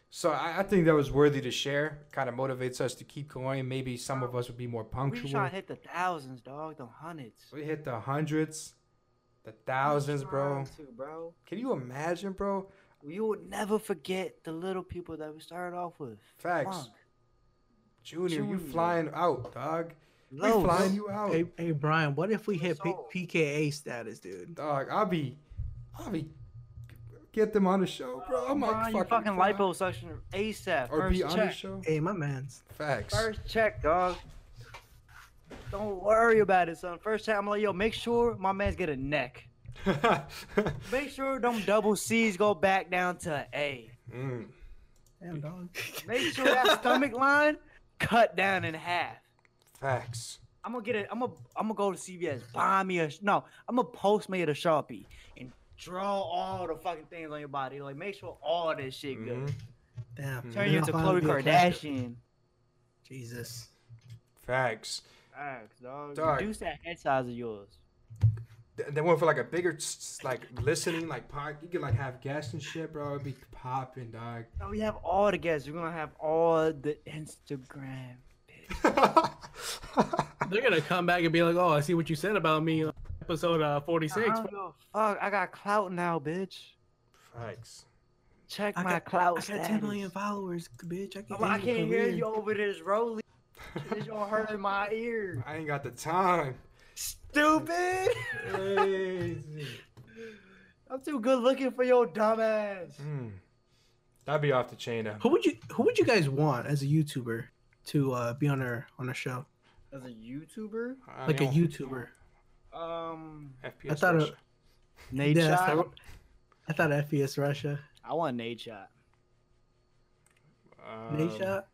[SPEAKER 3] So I, I think that was worthy to share. Kind of motivates us to keep going. Maybe some of us would be more
[SPEAKER 1] We
[SPEAKER 3] punctual.
[SPEAKER 1] trying to hit the thousands, dog. The hundreds.
[SPEAKER 3] We hit the hundreds, the thousands, bro.
[SPEAKER 1] Trying to, bro.
[SPEAKER 3] Can you imagine, bro?
[SPEAKER 1] We will never forget the little people that we started off with.
[SPEAKER 3] Facts.
[SPEAKER 1] Funk,
[SPEAKER 3] Junior, you
[SPEAKER 1] Junior.
[SPEAKER 3] flying out, dog. We
[SPEAKER 1] Los.
[SPEAKER 3] flying you out.
[SPEAKER 2] Hey, hey Brian, what if we hit P-
[SPEAKER 1] Soul.
[SPEAKER 2] PKA status, dude?
[SPEAKER 3] Dog, I'll be, I'll be, get them on the show, bro. I'm like,
[SPEAKER 1] Brian, you fucking
[SPEAKER 3] fly-
[SPEAKER 1] liposuction ASAP.
[SPEAKER 3] Or
[SPEAKER 1] first
[SPEAKER 3] be on the
[SPEAKER 1] check.
[SPEAKER 3] show.
[SPEAKER 2] Hey, my man's.
[SPEAKER 3] Facts.
[SPEAKER 1] First check, dog. Don't worry about it, son. First check, I'm like, yo, make sure my man's get a neck. Make sure them double C's go back down to A.
[SPEAKER 3] *laughs* Mm.
[SPEAKER 2] Damn
[SPEAKER 1] *laughs*
[SPEAKER 2] dog.
[SPEAKER 1] Make sure
[SPEAKER 3] *laughs*
[SPEAKER 1] that stomach line cut down in half.
[SPEAKER 3] Facts.
[SPEAKER 1] I'm gonna get it. I'm gonna I'm gonna go to CVS, buy me a sh- no. I'm gonna postmate a sharpie and draw all the fucking things on your body. Like make sure all this shit good.
[SPEAKER 3] Mhm.
[SPEAKER 2] Damn.
[SPEAKER 1] Turn you into Khloe
[SPEAKER 2] Finally be Mm-hmm. a catch.
[SPEAKER 1] Kardashian.
[SPEAKER 2] Jesus.
[SPEAKER 3] Facts.
[SPEAKER 1] Facts, dog.
[SPEAKER 3] Dog.
[SPEAKER 1] Reduce that head size of yours.
[SPEAKER 3] Th- They went for like a bigger, s- s- like listening, like pod. You could like have guests and shit, bro. It'd be
[SPEAKER 1] *laughs*
[SPEAKER 3] popping, dog.
[SPEAKER 1] No, we have all the guests. We're gonna have all the Instagram.
[SPEAKER 2] They're gonna come back and be like, "Oh, I see what you said about me, on episode uh, 46."
[SPEAKER 1] I don't give a fuck, I got clout now, bitch.
[SPEAKER 3] Facts.
[SPEAKER 1] Check
[SPEAKER 2] I
[SPEAKER 1] my
[SPEAKER 2] got-
[SPEAKER 1] clout
[SPEAKER 2] I got 10
[SPEAKER 1] status.
[SPEAKER 2] million followers, bitch. I, can
[SPEAKER 1] I'm like, I
[SPEAKER 2] end your
[SPEAKER 1] can't hear
[SPEAKER 2] career.
[SPEAKER 1] you over this rolling. This gonna hurt in my ear.
[SPEAKER 3] I ain't got the time.
[SPEAKER 2] *laughs*
[SPEAKER 1] Stupid.
[SPEAKER 3] Crazy.
[SPEAKER 1] I'm too good looking for your dumb ass.
[SPEAKER 3] Mm. That'd be off the chain now.
[SPEAKER 2] Who would you Who would you guys want as a YouTuber to uh, be on our on our show?
[SPEAKER 1] As a YouTuber,
[SPEAKER 3] I
[SPEAKER 2] Like a
[SPEAKER 3] mean,
[SPEAKER 2] YouTuber.
[SPEAKER 1] um,
[SPEAKER 3] FPS. I
[SPEAKER 2] I thought it-
[SPEAKER 1] Nate
[SPEAKER 2] Yeah,
[SPEAKER 1] Shot.
[SPEAKER 2] so- I thought FES Russia.
[SPEAKER 1] I want Nate Shot.
[SPEAKER 3] Um,
[SPEAKER 2] Nate shot.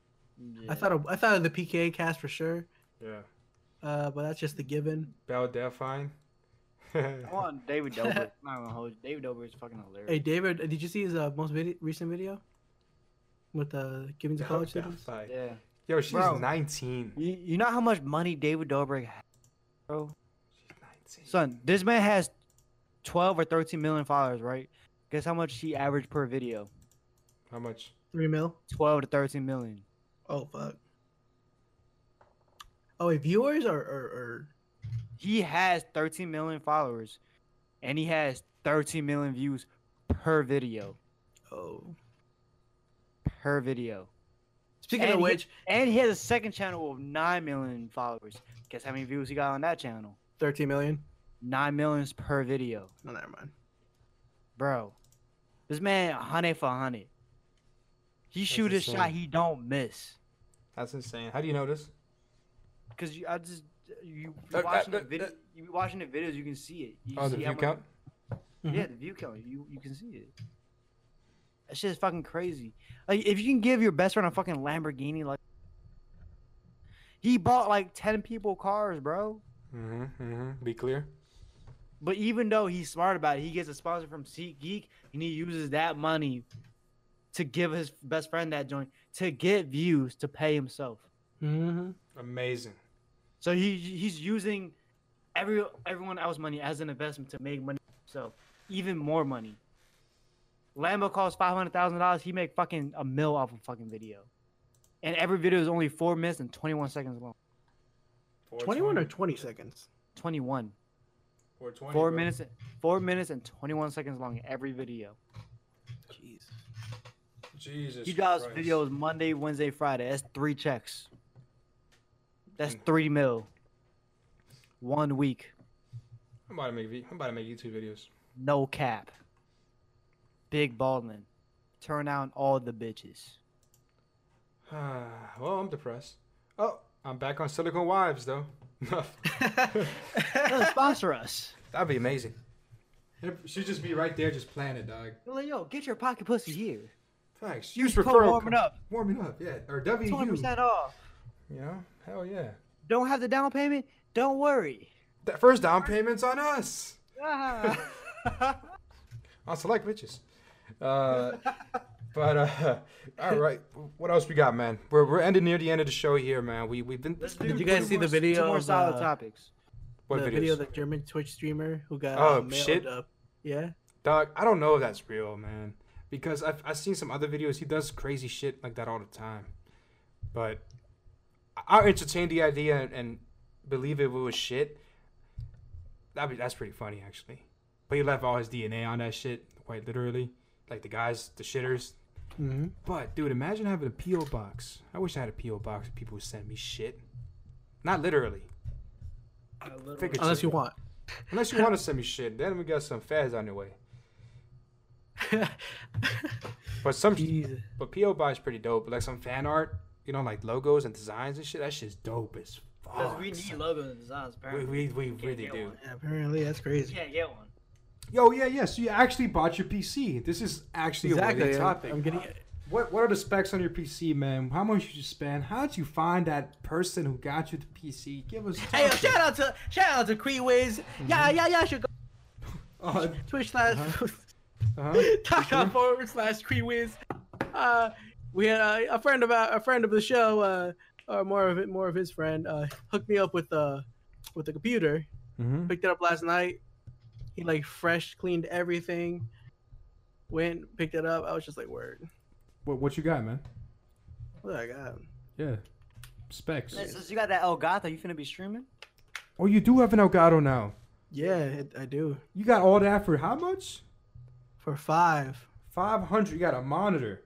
[SPEAKER 2] I thought of, I thought of the PKA cast for sure.
[SPEAKER 3] Yeah.
[SPEAKER 2] Uh, but that's just the given.
[SPEAKER 3] Bell Delphine.
[SPEAKER 1] I want David Dobrik. I'm not gonna hold you. David Dobrik is fucking hilarious.
[SPEAKER 2] Hey David, did you see his uh, most vid- recent video with uh, giving to
[SPEAKER 3] *laughs* Belle
[SPEAKER 2] college students?
[SPEAKER 3] Delphine.
[SPEAKER 1] Yeah.
[SPEAKER 3] Yo, she's
[SPEAKER 1] Bro.
[SPEAKER 3] 19.
[SPEAKER 1] You, you know how much money David Dobrik has, bro?
[SPEAKER 3] She's 19.
[SPEAKER 1] Son, this man has 12 or 13 million followers, right? Guess how much he averaged per video?
[SPEAKER 3] How much?
[SPEAKER 2] Three mil.
[SPEAKER 1] 12 to 13 million.
[SPEAKER 2] Oh fuck. Oh, wait, viewers or or,
[SPEAKER 1] He has 13 million followers and he has 13 million views per video.
[SPEAKER 2] or oh.
[SPEAKER 1] Per video.
[SPEAKER 2] Speaking
[SPEAKER 1] And
[SPEAKER 2] of
[SPEAKER 1] he-
[SPEAKER 2] which,
[SPEAKER 1] And he has a second channel with 9 million followers. Guess how many views he got on that channel?
[SPEAKER 2] thirteen million.
[SPEAKER 1] 9 millions per video.
[SPEAKER 2] No, never mind.
[SPEAKER 1] Bro, this man, hundred for hundred. He shoot his shot,
[SPEAKER 3] insane.
[SPEAKER 1] he don't miss.
[SPEAKER 3] That's insane. How do you know this?
[SPEAKER 1] Cause you, I just you,
[SPEAKER 3] Uh, uh,
[SPEAKER 1] you watching the
[SPEAKER 3] uh,
[SPEAKER 1] video,
[SPEAKER 3] uh.
[SPEAKER 1] you watching the videos, you can see it. You
[SPEAKER 3] Oh, the
[SPEAKER 1] see how
[SPEAKER 3] view
[SPEAKER 1] much-
[SPEAKER 3] count? Mm-hmm.
[SPEAKER 1] Yeah, the view count. You you can see it. That shit is fucking crazy. Like if you can give your best friend a fucking Lamborghini, like he bought like ten people cars, bro.
[SPEAKER 3] Mm-hmm, mm-hmm. Be clear.
[SPEAKER 1] But even though he's smart about it, he gets a sponsor from SeatGeek and he uses that money to give his best friend that joint to get views to pay himself.
[SPEAKER 2] Mm-hmm.
[SPEAKER 3] Amazing.
[SPEAKER 1] So he he's using every everyone else's money as an investment to make money. So even more money. Lambo costs five hundred thousand dollars. He make fucking a mil off a fucking video, and every video is only four minutes and twenty one seconds long.
[SPEAKER 2] 21 or 20 seconds?
[SPEAKER 1] 21.
[SPEAKER 3] 420,
[SPEAKER 1] Four
[SPEAKER 3] bro.
[SPEAKER 1] minutes. Four minutes and twenty one seconds long. Every video. *laughs*
[SPEAKER 2] Jeez.
[SPEAKER 3] Jesus.
[SPEAKER 1] He drops
[SPEAKER 3] Christ.
[SPEAKER 1] videos Monday, Wednesday, Friday. That's three checks. That's three mil. One week,
[SPEAKER 3] I'm about to make. vi- I'm about to make YouTube videos. *sighs*
[SPEAKER 1] no cap. Big Baldwin, turn out all the bitches.
[SPEAKER 3] well, I'm depressed. Oh, I'm back on Silicon Wives though. *laughs*
[SPEAKER 1] *laughs* They'll sponsor us.
[SPEAKER 3] That'd be amazing. She'd just be right there, just playing it, dog.
[SPEAKER 1] They're like, yo, get your pocket pussy here.
[SPEAKER 3] Thanks. Use
[SPEAKER 1] Code
[SPEAKER 3] referral
[SPEAKER 1] warming
[SPEAKER 3] code.
[SPEAKER 1] up,
[SPEAKER 3] Warming up, yeah. Or WU.
[SPEAKER 1] twenty percent off.
[SPEAKER 3] You know, hell yeah.
[SPEAKER 1] Don't have the down payment? Don't *laughs* worry.
[SPEAKER 3] That first down payment's on us.
[SPEAKER 1] Ah.
[SPEAKER 3] On select bitches.
[SPEAKER 1] *laughs*
[SPEAKER 3] Uh, but uh, *laughs* all right, what else we got, man? We're, we're ending near the end of the show here, man. We we've been.
[SPEAKER 1] Let's do
[SPEAKER 2] Did you
[SPEAKER 1] two
[SPEAKER 2] guys see
[SPEAKER 1] more-
[SPEAKER 2] the video
[SPEAKER 1] Two more
[SPEAKER 2] of,
[SPEAKER 1] solid
[SPEAKER 2] uh,
[SPEAKER 1] topics.
[SPEAKER 3] what
[SPEAKER 2] the
[SPEAKER 3] videos?
[SPEAKER 2] video of the German Twitch streamer who got
[SPEAKER 3] Oh,
[SPEAKER 2] uh, mailed
[SPEAKER 3] shit.
[SPEAKER 2] up. Yeah.
[SPEAKER 3] Dog, I don't know if that's real, man. Because I've, I've seen some other videos. He does crazy shit like that all the time. But I I entertain the idea and, and believe if it was shit. That'd be, that's pretty funny, actually. But he left all his DNA on that shit, quite literally. Like the guys, the shitters.
[SPEAKER 2] Mm-hmm.
[SPEAKER 3] But, dude, imagine having a P.O. box. I wish I had a P.O. box of people who sent me shit. Not literally. Figuratively.
[SPEAKER 2] Unless you *laughs* want.
[SPEAKER 3] Unless you want to send me shit. Then we got some fads on the way. But some
[SPEAKER 2] Jesus.
[SPEAKER 3] But PO box is pretty dope. But like some fan art, you know, like logos and designs and shit. That shit's dope as fuck. son.
[SPEAKER 1] logos and designs,
[SPEAKER 3] We we, we really
[SPEAKER 1] get
[SPEAKER 3] do.
[SPEAKER 1] one.
[SPEAKER 2] Yeah, apparently, that's crazy.
[SPEAKER 1] can't get one.
[SPEAKER 3] Yo, yeah, yeah. So you actually bought your PC. This is actually a worthy
[SPEAKER 2] I'm-
[SPEAKER 3] topic.
[SPEAKER 2] I'm getting
[SPEAKER 3] What what are the specs on your PC, man? How much did you spend? How did you find that person who got you the PC? Give us.
[SPEAKER 2] Hey, yo,
[SPEAKER 3] something.
[SPEAKER 2] shout out to shout out to Creeways. Yeah, yeah, yeah. Should go
[SPEAKER 3] Uh,
[SPEAKER 2] Twitch slash *laughs*
[SPEAKER 3] uh-huh.
[SPEAKER 2] dot forward slash Creeways. Uh, we had uh, a friend of our, a friend of the show, uh, or more of it, more of his friend, uh, hooked me up with uh, with the computer.
[SPEAKER 3] Mhm.
[SPEAKER 2] Picked it up last night. He like fresh cleaned everything. Went picked it up. I was just like, word.
[SPEAKER 6] What what you got, man?
[SPEAKER 2] What do I got?
[SPEAKER 6] Yeah, specs.
[SPEAKER 1] Since you got that Elgato, you finna be streaming?
[SPEAKER 3] Oh, you do have an Elgato now.
[SPEAKER 2] Yeah, it, I do.
[SPEAKER 3] You got all that for how much?
[SPEAKER 2] For five.
[SPEAKER 3] Five hundred. You got a monitor,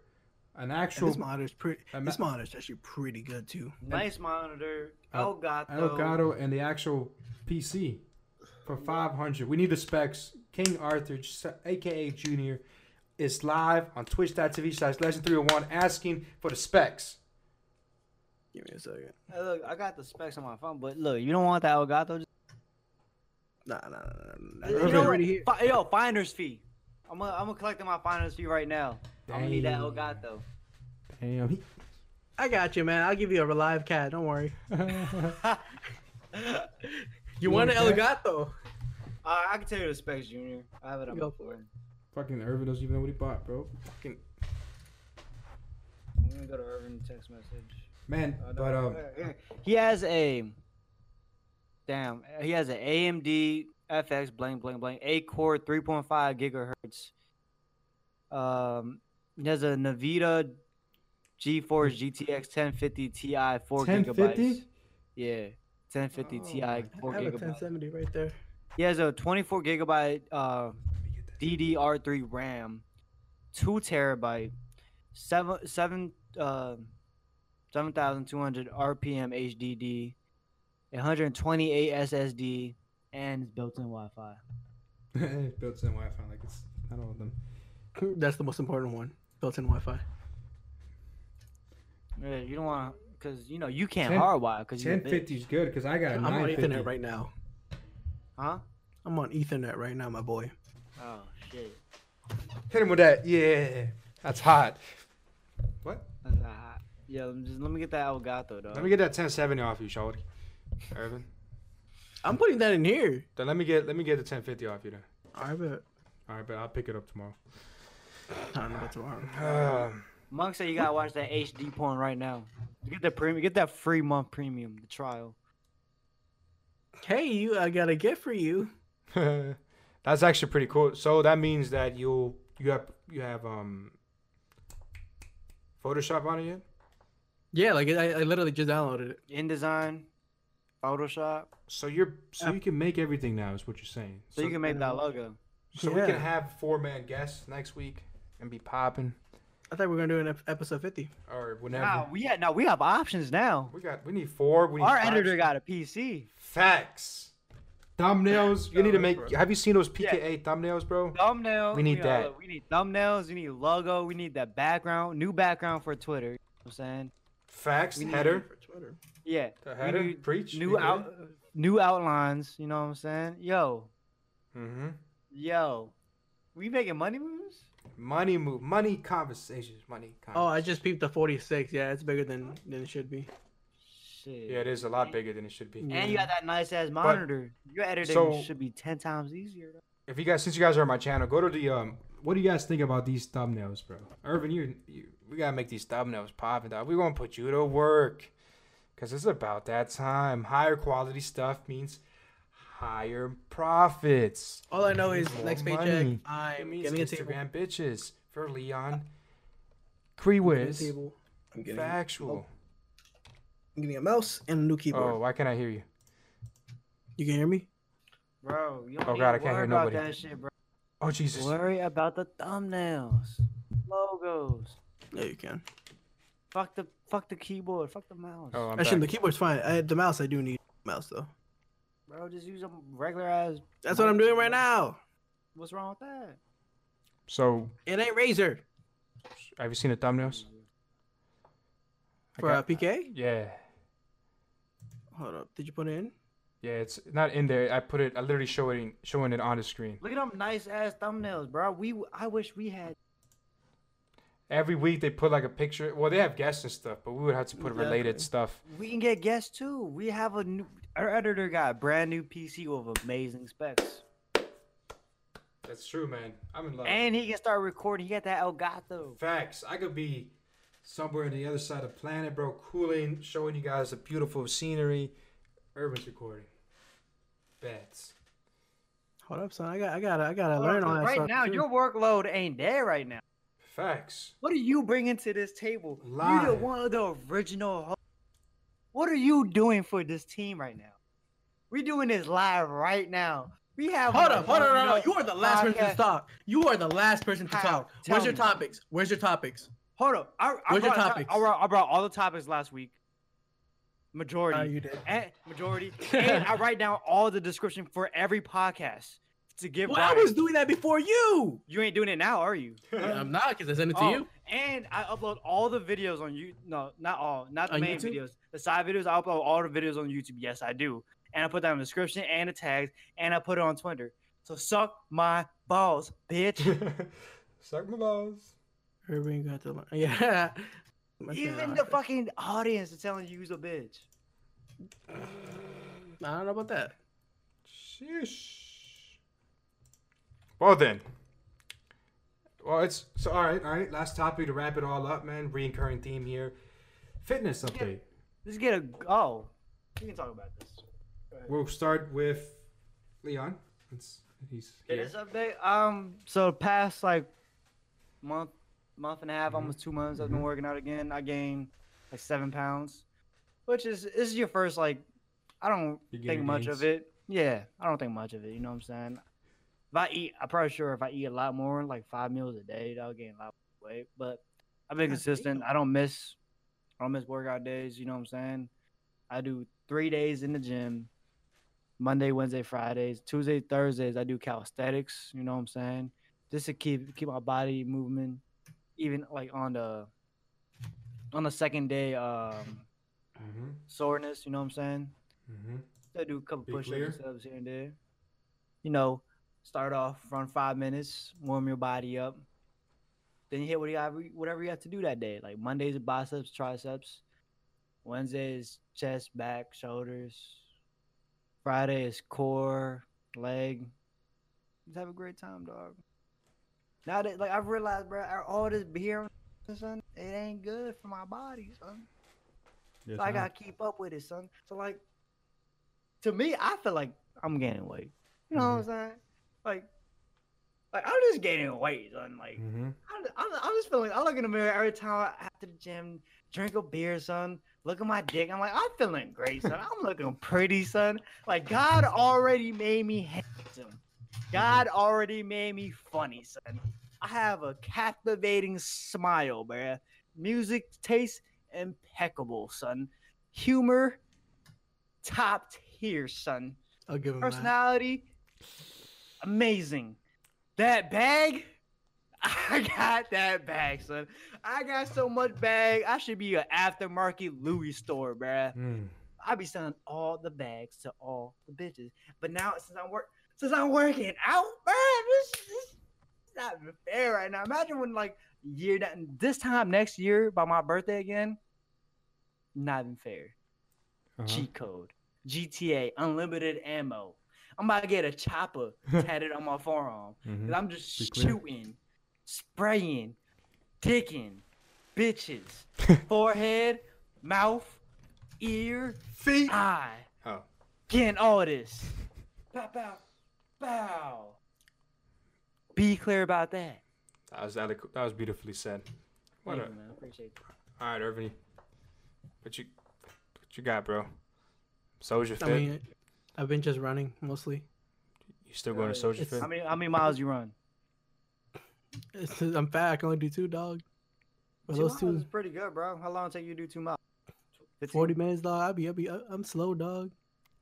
[SPEAKER 3] an
[SPEAKER 2] And
[SPEAKER 3] actual
[SPEAKER 2] this monitor's pretty.
[SPEAKER 3] I'm-
[SPEAKER 2] This monitor's actually pretty good too.
[SPEAKER 1] Nice monitor,
[SPEAKER 3] Uh,
[SPEAKER 1] Elgato.
[SPEAKER 3] Elgato and the actual PC for 500. We need the specs. King Arthur, aka Junior, is live on twitch.tv slash legend 301 asking for the specs.
[SPEAKER 2] Give me a second.
[SPEAKER 1] Hey, look, I got the specs on my phone, but look, you don't want that Elgato.
[SPEAKER 2] Nah, nah, nah, nah.
[SPEAKER 1] Just,
[SPEAKER 2] nah.
[SPEAKER 1] you know,
[SPEAKER 2] Already here.
[SPEAKER 1] what? Fi- yo, finder's fee. I'm gonna, I'm gonna collect my finder's fee right now. I'm gonna need that
[SPEAKER 3] Dang.
[SPEAKER 1] Elgato. *laughs*
[SPEAKER 3] Damn. He,
[SPEAKER 2] I got you, man. I'll give you a live cat. Don't worry. You want an
[SPEAKER 1] Uh,
[SPEAKER 2] Elgato?
[SPEAKER 1] I can tell you the specs, Junior. I have it on
[SPEAKER 2] Go
[SPEAKER 1] my
[SPEAKER 2] for
[SPEAKER 1] phone.
[SPEAKER 6] Fucking Irvin doesn't even know what he bought, bro.
[SPEAKER 1] I'm gonna go to Irvin text message.
[SPEAKER 3] man,
[SPEAKER 1] Oh, no,
[SPEAKER 3] but um,
[SPEAKER 1] here, here. he has a damn. He has an AMD FX blank blank blank eight core three point five gigahertz. Um, he has a Nvidia GeForce GTX ten fifty Ti four
[SPEAKER 3] 1050?
[SPEAKER 1] gigabytes. Yeah, ten fifty
[SPEAKER 3] Oh my
[SPEAKER 1] Ti four
[SPEAKER 2] I have a
[SPEAKER 1] gigabytes.
[SPEAKER 2] 1070 right there.
[SPEAKER 1] He has a 24 gigabyte uh, DDR3 RAM, two terabyte, seven seven uh, seven thousand two hundred RPM HDD, 128 SSD, and it's built-in Wi-Fi.
[SPEAKER 3] um, *laughs*
[SPEAKER 6] Built in Wi-Fi, like it's not all of them.
[SPEAKER 2] *laughs* That's the most important one. Built-in Wi-Fi.
[SPEAKER 1] Yeah, you don't want because you know you can't
[SPEAKER 6] 10
[SPEAKER 1] hardwire because you a bitch.
[SPEAKER 6] 1050 is good because I got a
[SPEAKER 2] I'm on
[SPEAKER 6] 950.
[SPEAKER 2] Ethernet right now.
[SPEAKER 1] huh?
[SPEAKER 2] I'm on Ethernet right now, my boy.
[SPEAKER 1] Oh shit.
[SPEAKER 3] hit him with that. Yeah, that's hot.
[SPEAKER 1] That's not hot. Yeah, let me just let me get that Elgato though.
[SPEAKER 3] Let me get that 1070 off you, Shawty. Irvin.
[SPEAKER 2] I'm putting that in here.
[SPEAKER 3] Then let me get let me get the 1050 off you then.
[SPEAKER 2] I bet.
[SPEAKER 3] All right, but I'll pick it up tomorrow.
[SPEAKER 2] I don't know about tomorrow.
[SPEAKER 6] *laughs*
[SPEAKER 3] Um,
[SPEAKER 1] Monk said you gotta watch that HD porn right now. Get the premium. Get that free month premium. The trial.
[SPEAKER 2] Hey, you, I got a gift for you.
[SPEAKER 3] That's actually pretty cool. So that means that you'll you have you have um Photoshop on it yet?
[SPEAKER 2] Yeah, like I, I literally just downloaded it.
[SPEAKER 1] InDesign, Photoshop,
[SPEAKER 6] So you're so you can make everything now is what you're saying.
[SPEAKER 1] so you can make that logo.
[SPEAKER 6] So we
[SPEAKER 2] Yeah.
[SPEAKER 6] can have four man guests next week and be popping
[SPEAKER 2] I thought we were gonna do an ep- episode fifty.
[SPEAKER 6] or whenever.
[SPEAKER 1] Nah, we had, now we have options now.
[SPEAKER 6] We got we need four. We need
[SPEAKER 1] Our
[SPEAKER 6] five.
[SPEAKER 1] editor got a PC.
[SPEAKER 6] facts. Thumbnails. You need to make.
[SPEAKER 2] Thumbnails,
[SPEAKER 6] Have you seen those PKA thumbnails, bro?
[SPEAKER 1] Thumbnail.
[SPEAKER 6] We need
[SPEAKER 1] got-
[SPEAKER 6] that.
[SPEAKER 1] We need thumbnails. We need logo. We need that background. New background for Twitter. You know what I'm saying.
[SPEAKER 6] Facts. Header.
[SPEAKER 2] for Twitter.
[SPEAKER 1] Yeah.
[SPEAKER 3] The
[SPEAKER 1] we
[SPEAKER 3] header.
[SPEAKER 1] need
[SPEAKER 3] Preach.
[SPEAKER 1] New out. New outlines. You know what I'm saying. Yo.
[SPEAKER 3] Mm-hmm.
[SPEAKER 1] Yo. We making money moves.
[SPEAKER 6] Money move. Money conversations. Money.
[SPEAKER 2] Oh,
[SPEAKER 6] Conversations.
[SPEAKER 2] I just peeped the forty six. Yeah, it's bigger than than it should be.
[SPEAKER 1] Shit.
[SPEAKER 3] Yeah, it is a lot bigger than it should be.
[SPEAKER 1] And you got that nice ass monitor. Your editing
[SPEAKER 3] so-
[SPEAKER 1] should be ten times easier. though.
[SPEAKER 3] If you guys, since you guys are on my channel, go to the um.
[SPEAKER 6] What do you guys think about these thumbnails, bro?
[SPEAKER 3] Irvin, you, you we gotta make these thumbnails popping. Dog, we gonna put you to work, cause it's about that time. Higher quality stuff means higher profits.
[SPEAKER 2] All I know is
[SPEAKER 3] More
[SPEAKER 2] next paycheck,
[SPEAKER 3] money. It
[SPEAKER 2] I'm
[SPEAKER 3] means
[SPEAKER 2] getting a table.
[SPEAKER 3] Instagram bitches for Leon
[SPEAKER 2] I'm getting a
[SPEAKER 3] Crewiz.
[SPEAKER 2] table. I'm getting, I'm
[SPEAKER 3] Factual.
[SPEAKER 2] getting a mouse and a new keyboard.
[SPEAKER 3] Oh, why can't I hear you?
[SPEAKER 2] You can hear me?
[SPEAKER 1] Bro, you don't
[SPEAKER 3] Oh,
[SPEAKER 1] need
[SPEAKER 3] God,
[SPEAKER 1] to
[SPEAKER 3] I can't
[SPEAKER 1] worry
[SPEAKER 3] hear
[SPEAKER 1] about
[SPEAKER 3] nobody.
[SPEAKER 1] that shit, bro.
[SPEAKER 3] Oh Jesus.
[SPEAKER 1] Worry about the thumbnails, logos.
[SPEAKER 2] Yeah, you can.
[SPEAKER 1] Fuck the fuck the keyboard. Fuck the mouse.
[SPEAKER 3] Oh, I'm back.
[SPEAKER 2] Actually, the keyboard's fine. I, the mouse, I do need a mouse though.
[SPEAKER 1] Bro, just use a regular ass.
[SPEAKER 2] That's what I'm doing right now.
[SPEAKER 1] What's wrong with that?
[SPEAKER 3] So,
[SPEAKER 2] It ain't Razer
[SPEAKER 3] have you seen the thumbnails? I
[SPEAKER 2] for uh,
[SPEAKER 3] got-
[SPEAKER 2] PK.
[SPEAKER 3] yeah,
[SPEAKER 2] Hold up, did you put it in?
[SPEAKER 3] yeah. It's not in there. I put it. I literally showing showing it on the screen.
[SPEAKER 1] Look at them nice ass thumbnails, bro. We I wish we had.
[SPEAKER 3] Every week they put like a picture. Well, they have guests and stuff, but we would have to put related
[SPEAKER 2] Exactly.
[SPEAKER 3] stuff.
[SPEAKER 1] We can get guests too. We have a new. Our editor got a brand new PC with amazing specs,
[SPEAKER 3] That's true, man. I'm in love.
[SPEAKER 1] and he can start recording. He got that Elgato.
[SPEAKER 6] Facts. I could be somewhere on the other side of the planet, bro, cooling, showing you guys the beautiful scenery. Urban's recording. Bets.
[SPEAKER 2] Hold up, son. I got, I got, I gotta learn all that
[SPEAKER 1] right
[SPEAKER 2] stuff.
[SPEAKER 1] now,
[SPEAKER 2] too.
[SPEAKER 1] your workload ain't there right now.
[SPEAKER 6] Facts.
[SPEAKER 1] What are you bringing to this table? You're the
[SPEAKER 6] Live.
[SPEAKER 1] one of the original. ho- What are you doing for this team right now? We're doing this live right now. We have
[SPEAKER 2] Hold up, hold up, hold
[SPEAKER 1] no.
[SPEAKER 2] up. You are the last person
[SPEAKER 1] podcast.
[SPEAKER 2] to talk. You are the last person to
[SPEAKER 1] How?
[SPEAKER 2] talk.
[SPEAKER 1] Tell
[SPEAKER 2] Where's your
[SPEAKER 1] me.
[SPEAKER 2] topics? Where's your topics?
[SPEAKER 1] Hold up. I, I
[SPEAKER 2] Where's
[SPEAKER 1] brought
[SPEAKER 2] your
[SPEAKER 1] a to-
[SPEAKER 2] topics?
[SPEAKER 1] I brought, I brought all the topics last week. Majority.
[SPEAKER 2] Uh, you did.
[SPEAKER 1] and,
[SPEAKER 2] *laughs*
[SPEAKER 1] majority. and I write down all the description for every podcast to give.
[SPEAKER 2] Well,
[SPEAKER 1] Well,
[SPEAKER 2] I was doing that before you.
[SPEAKER 1] You ain't doing it now, are you?
[SPEAKER 6] *laughs*
[SPEAKER 2] I'm not because I sent it to
[SPEAKER 1] Oh,
[SPEAKER 2] you.
[SPEAKER 1] And I upload all the videos on you. No, not all. Not the
[SPEAKER 2] On
[SPEAKER 1] main
[SPEAKER 2] YouTube?
[SPEAKER 1] videos. The side videos. I upload all the videos on YouTube. Yes, I do. And I put that in the description and the tags, and I put it on Twitter. So suck my balls, bitch.
[SPEAKER 2] *laughs*
[SPEAKER 3] Suck my balls.
[SPEAKER 2] Irving got to learn. *laughs* Yeah. My
[SPEAKER 1] Even
[SPEAKER 2] channel,
[SPEAKER 1] the
[SPEAKER 2] I-
[SPEAKER 1] fucking audience is telling you you's a bitch.
[SPEAKER 2] I don't know about that.
[SPEAKER 3] Sheesh. Well then.
[SPEAKER 6] Well, it's so all right, all right. Last topic to wrap it all up, man. Reoccurring theme here. Fitness update.
[SPEAKER 1] Let's get a oh. We can talk about this.
[SPEAKER 6] We'll start with Leon. It's, he's here.
[SPEAKER 1] Fitness update. Um, so past like month, month and a half,
[SPEAKER 6] Mm-hmm.
[SPEAKER 1] almost two months, I've been working out again. I gained like seven pounds, which is this is your first like. I don't
[SPEAKER 6] You gain
[SPEAKER 1] think much of
[SPEAKER 6] gains.
[SPEAKER 1] it. Yeah, I don't think much of it. You know what I'm saying? If I eat, I'm probably sure if I eat a lot more, like five meals a day, that'll gain a lot of weight. But I've been
[SPEAKER 2] God
[SPEAKER 1] consistent. I don't miss, I don't miss workout days. You know what I'm saying? I do three days in the gym. Monday, Wednesday, Fridays, Tuesday, Thursdays, I do calisthenics. You know what I'm saying? Just to keep keep my body movement. Even like on the on the second day, um,
[SPEAKER 3] Mm-hmm,
[SPEAKER 6] Mhm,
[SPEAKER 1] soreness. You know what I'm saying?
[SPEAKER 6] mhm.
[SPEAKER 1] I do a couple
[SPEAKER 6] Be
[SPEAKER 1] push-ups
[SPEAKER 6] clear.
[SPEAKER 1] and subs here and there. You know, start off run five minutes, warm your body up. Then you hit what you have, whatever you have to do that day. Like Mondays are biceps, triceps. Wednesday is chest, back, shoulders. Friday is core, leg. Just have a great time, dog. Now that like I've realized, bro, all this beer son. It ain't good for my body, son.
[SPEAKER 8] Yes,
[SPEAKER 1] So I
[SPEAKER 8] ma'am.
[SPEAKER 1] gotta keep up with it, son. So like, to me, I feel like I'm gaining weight. You know
[SPEAKER 8] Mm-hmm.
[SPEAKER 1] what I'm saying? Like, like I'm just gaining weight, son. Like,
[SPEAKER 3] Mm-hmm.
[SPEAKER 1] I'm, I'm, I'm just feeling. I look in the mirror every time after the gym, drink a beer, son. Look at my dick. I'm like, I'm feeling great, son. I'm looking pretty, son. Like God already made me handsome. God already made me funny, son. I have a captivating smile, bruh. Music taste impeccable, son. Humor top tier, son.
[SPEAKER 2] I'll give him that.
[SPEAKER 1] Personality amazing. That bag, *laughs* I got that bag, son. I got so much bag. I should be an aftermarket Louis store, bruh.
[SPEAKER 3] mm-hmm.
[SPEAKER 1] I be selling all the bags to all the bitches. But now since I'm work since I'm working out, bruh, this, this is not even fair right now. Imagine when like year that this time next year by my birthday again, not even fair.
[SPEAKER 2] Uh-huh.
[SPEAKER 1] Cheat code. GTA unlimited ammo. I'm about to get a
[SPEAKER 2] *laughs*
[SPEAKER 1] chopper tatted on my forearm.
[SPEAKER 3] Mm-hmm.
[SPEAKER 1] And I'm just
[SPEAKER 8] Be clear.
[SPEAKER 1] shooting, spraying, dicking,
[SPEAKER 2] *laughs*
[SPEAKER 1] bitches, forehead, mouth, ear,
[SPEAKER 9] Feet.
[SPEAKER 2] Ah.
[SPEAKER 1] eye.
[SPEAKER 9] Oh.
[SPEAKER 1] Getting all this. Bow, bow, bow. Be clear about that.
[SPEAKER 9] That was adequ- that was beautifully said. What
[SPEAKER 1] Thank
[SPEAKER 9] a-
[SPEAKER 2] Mm.
[SPEAKER 1] you, man. I appreciate that.
[SPEAKER 9] all right, Irvin. What you what you got, bro? Soldier
[SPEAKER 2] I
[SPEAKER 9] fit.
[SPEAKER 2] mean, I've been just running mostly.
[SPEAKER 9] you still going to
[SPEAKER 1] Right.
[SPEAKER 9] Soldier
[SPEAKER 2] uh, It's-
[SPEAKER 9] fit?
[SPEAKER 1] How many, how many miles you run?
[SPEAKER 2] It's, I'm fat. I can only do two, dog. But those
[SPEAKER 1] miles is
[SPEAKER 2] two,
[SPEAKER 1] pretty good, bro. How long take you to do two miles? 15?
[SPEAKER 2] forty minutes, dog. I be, I be, I- I'm slow, dog.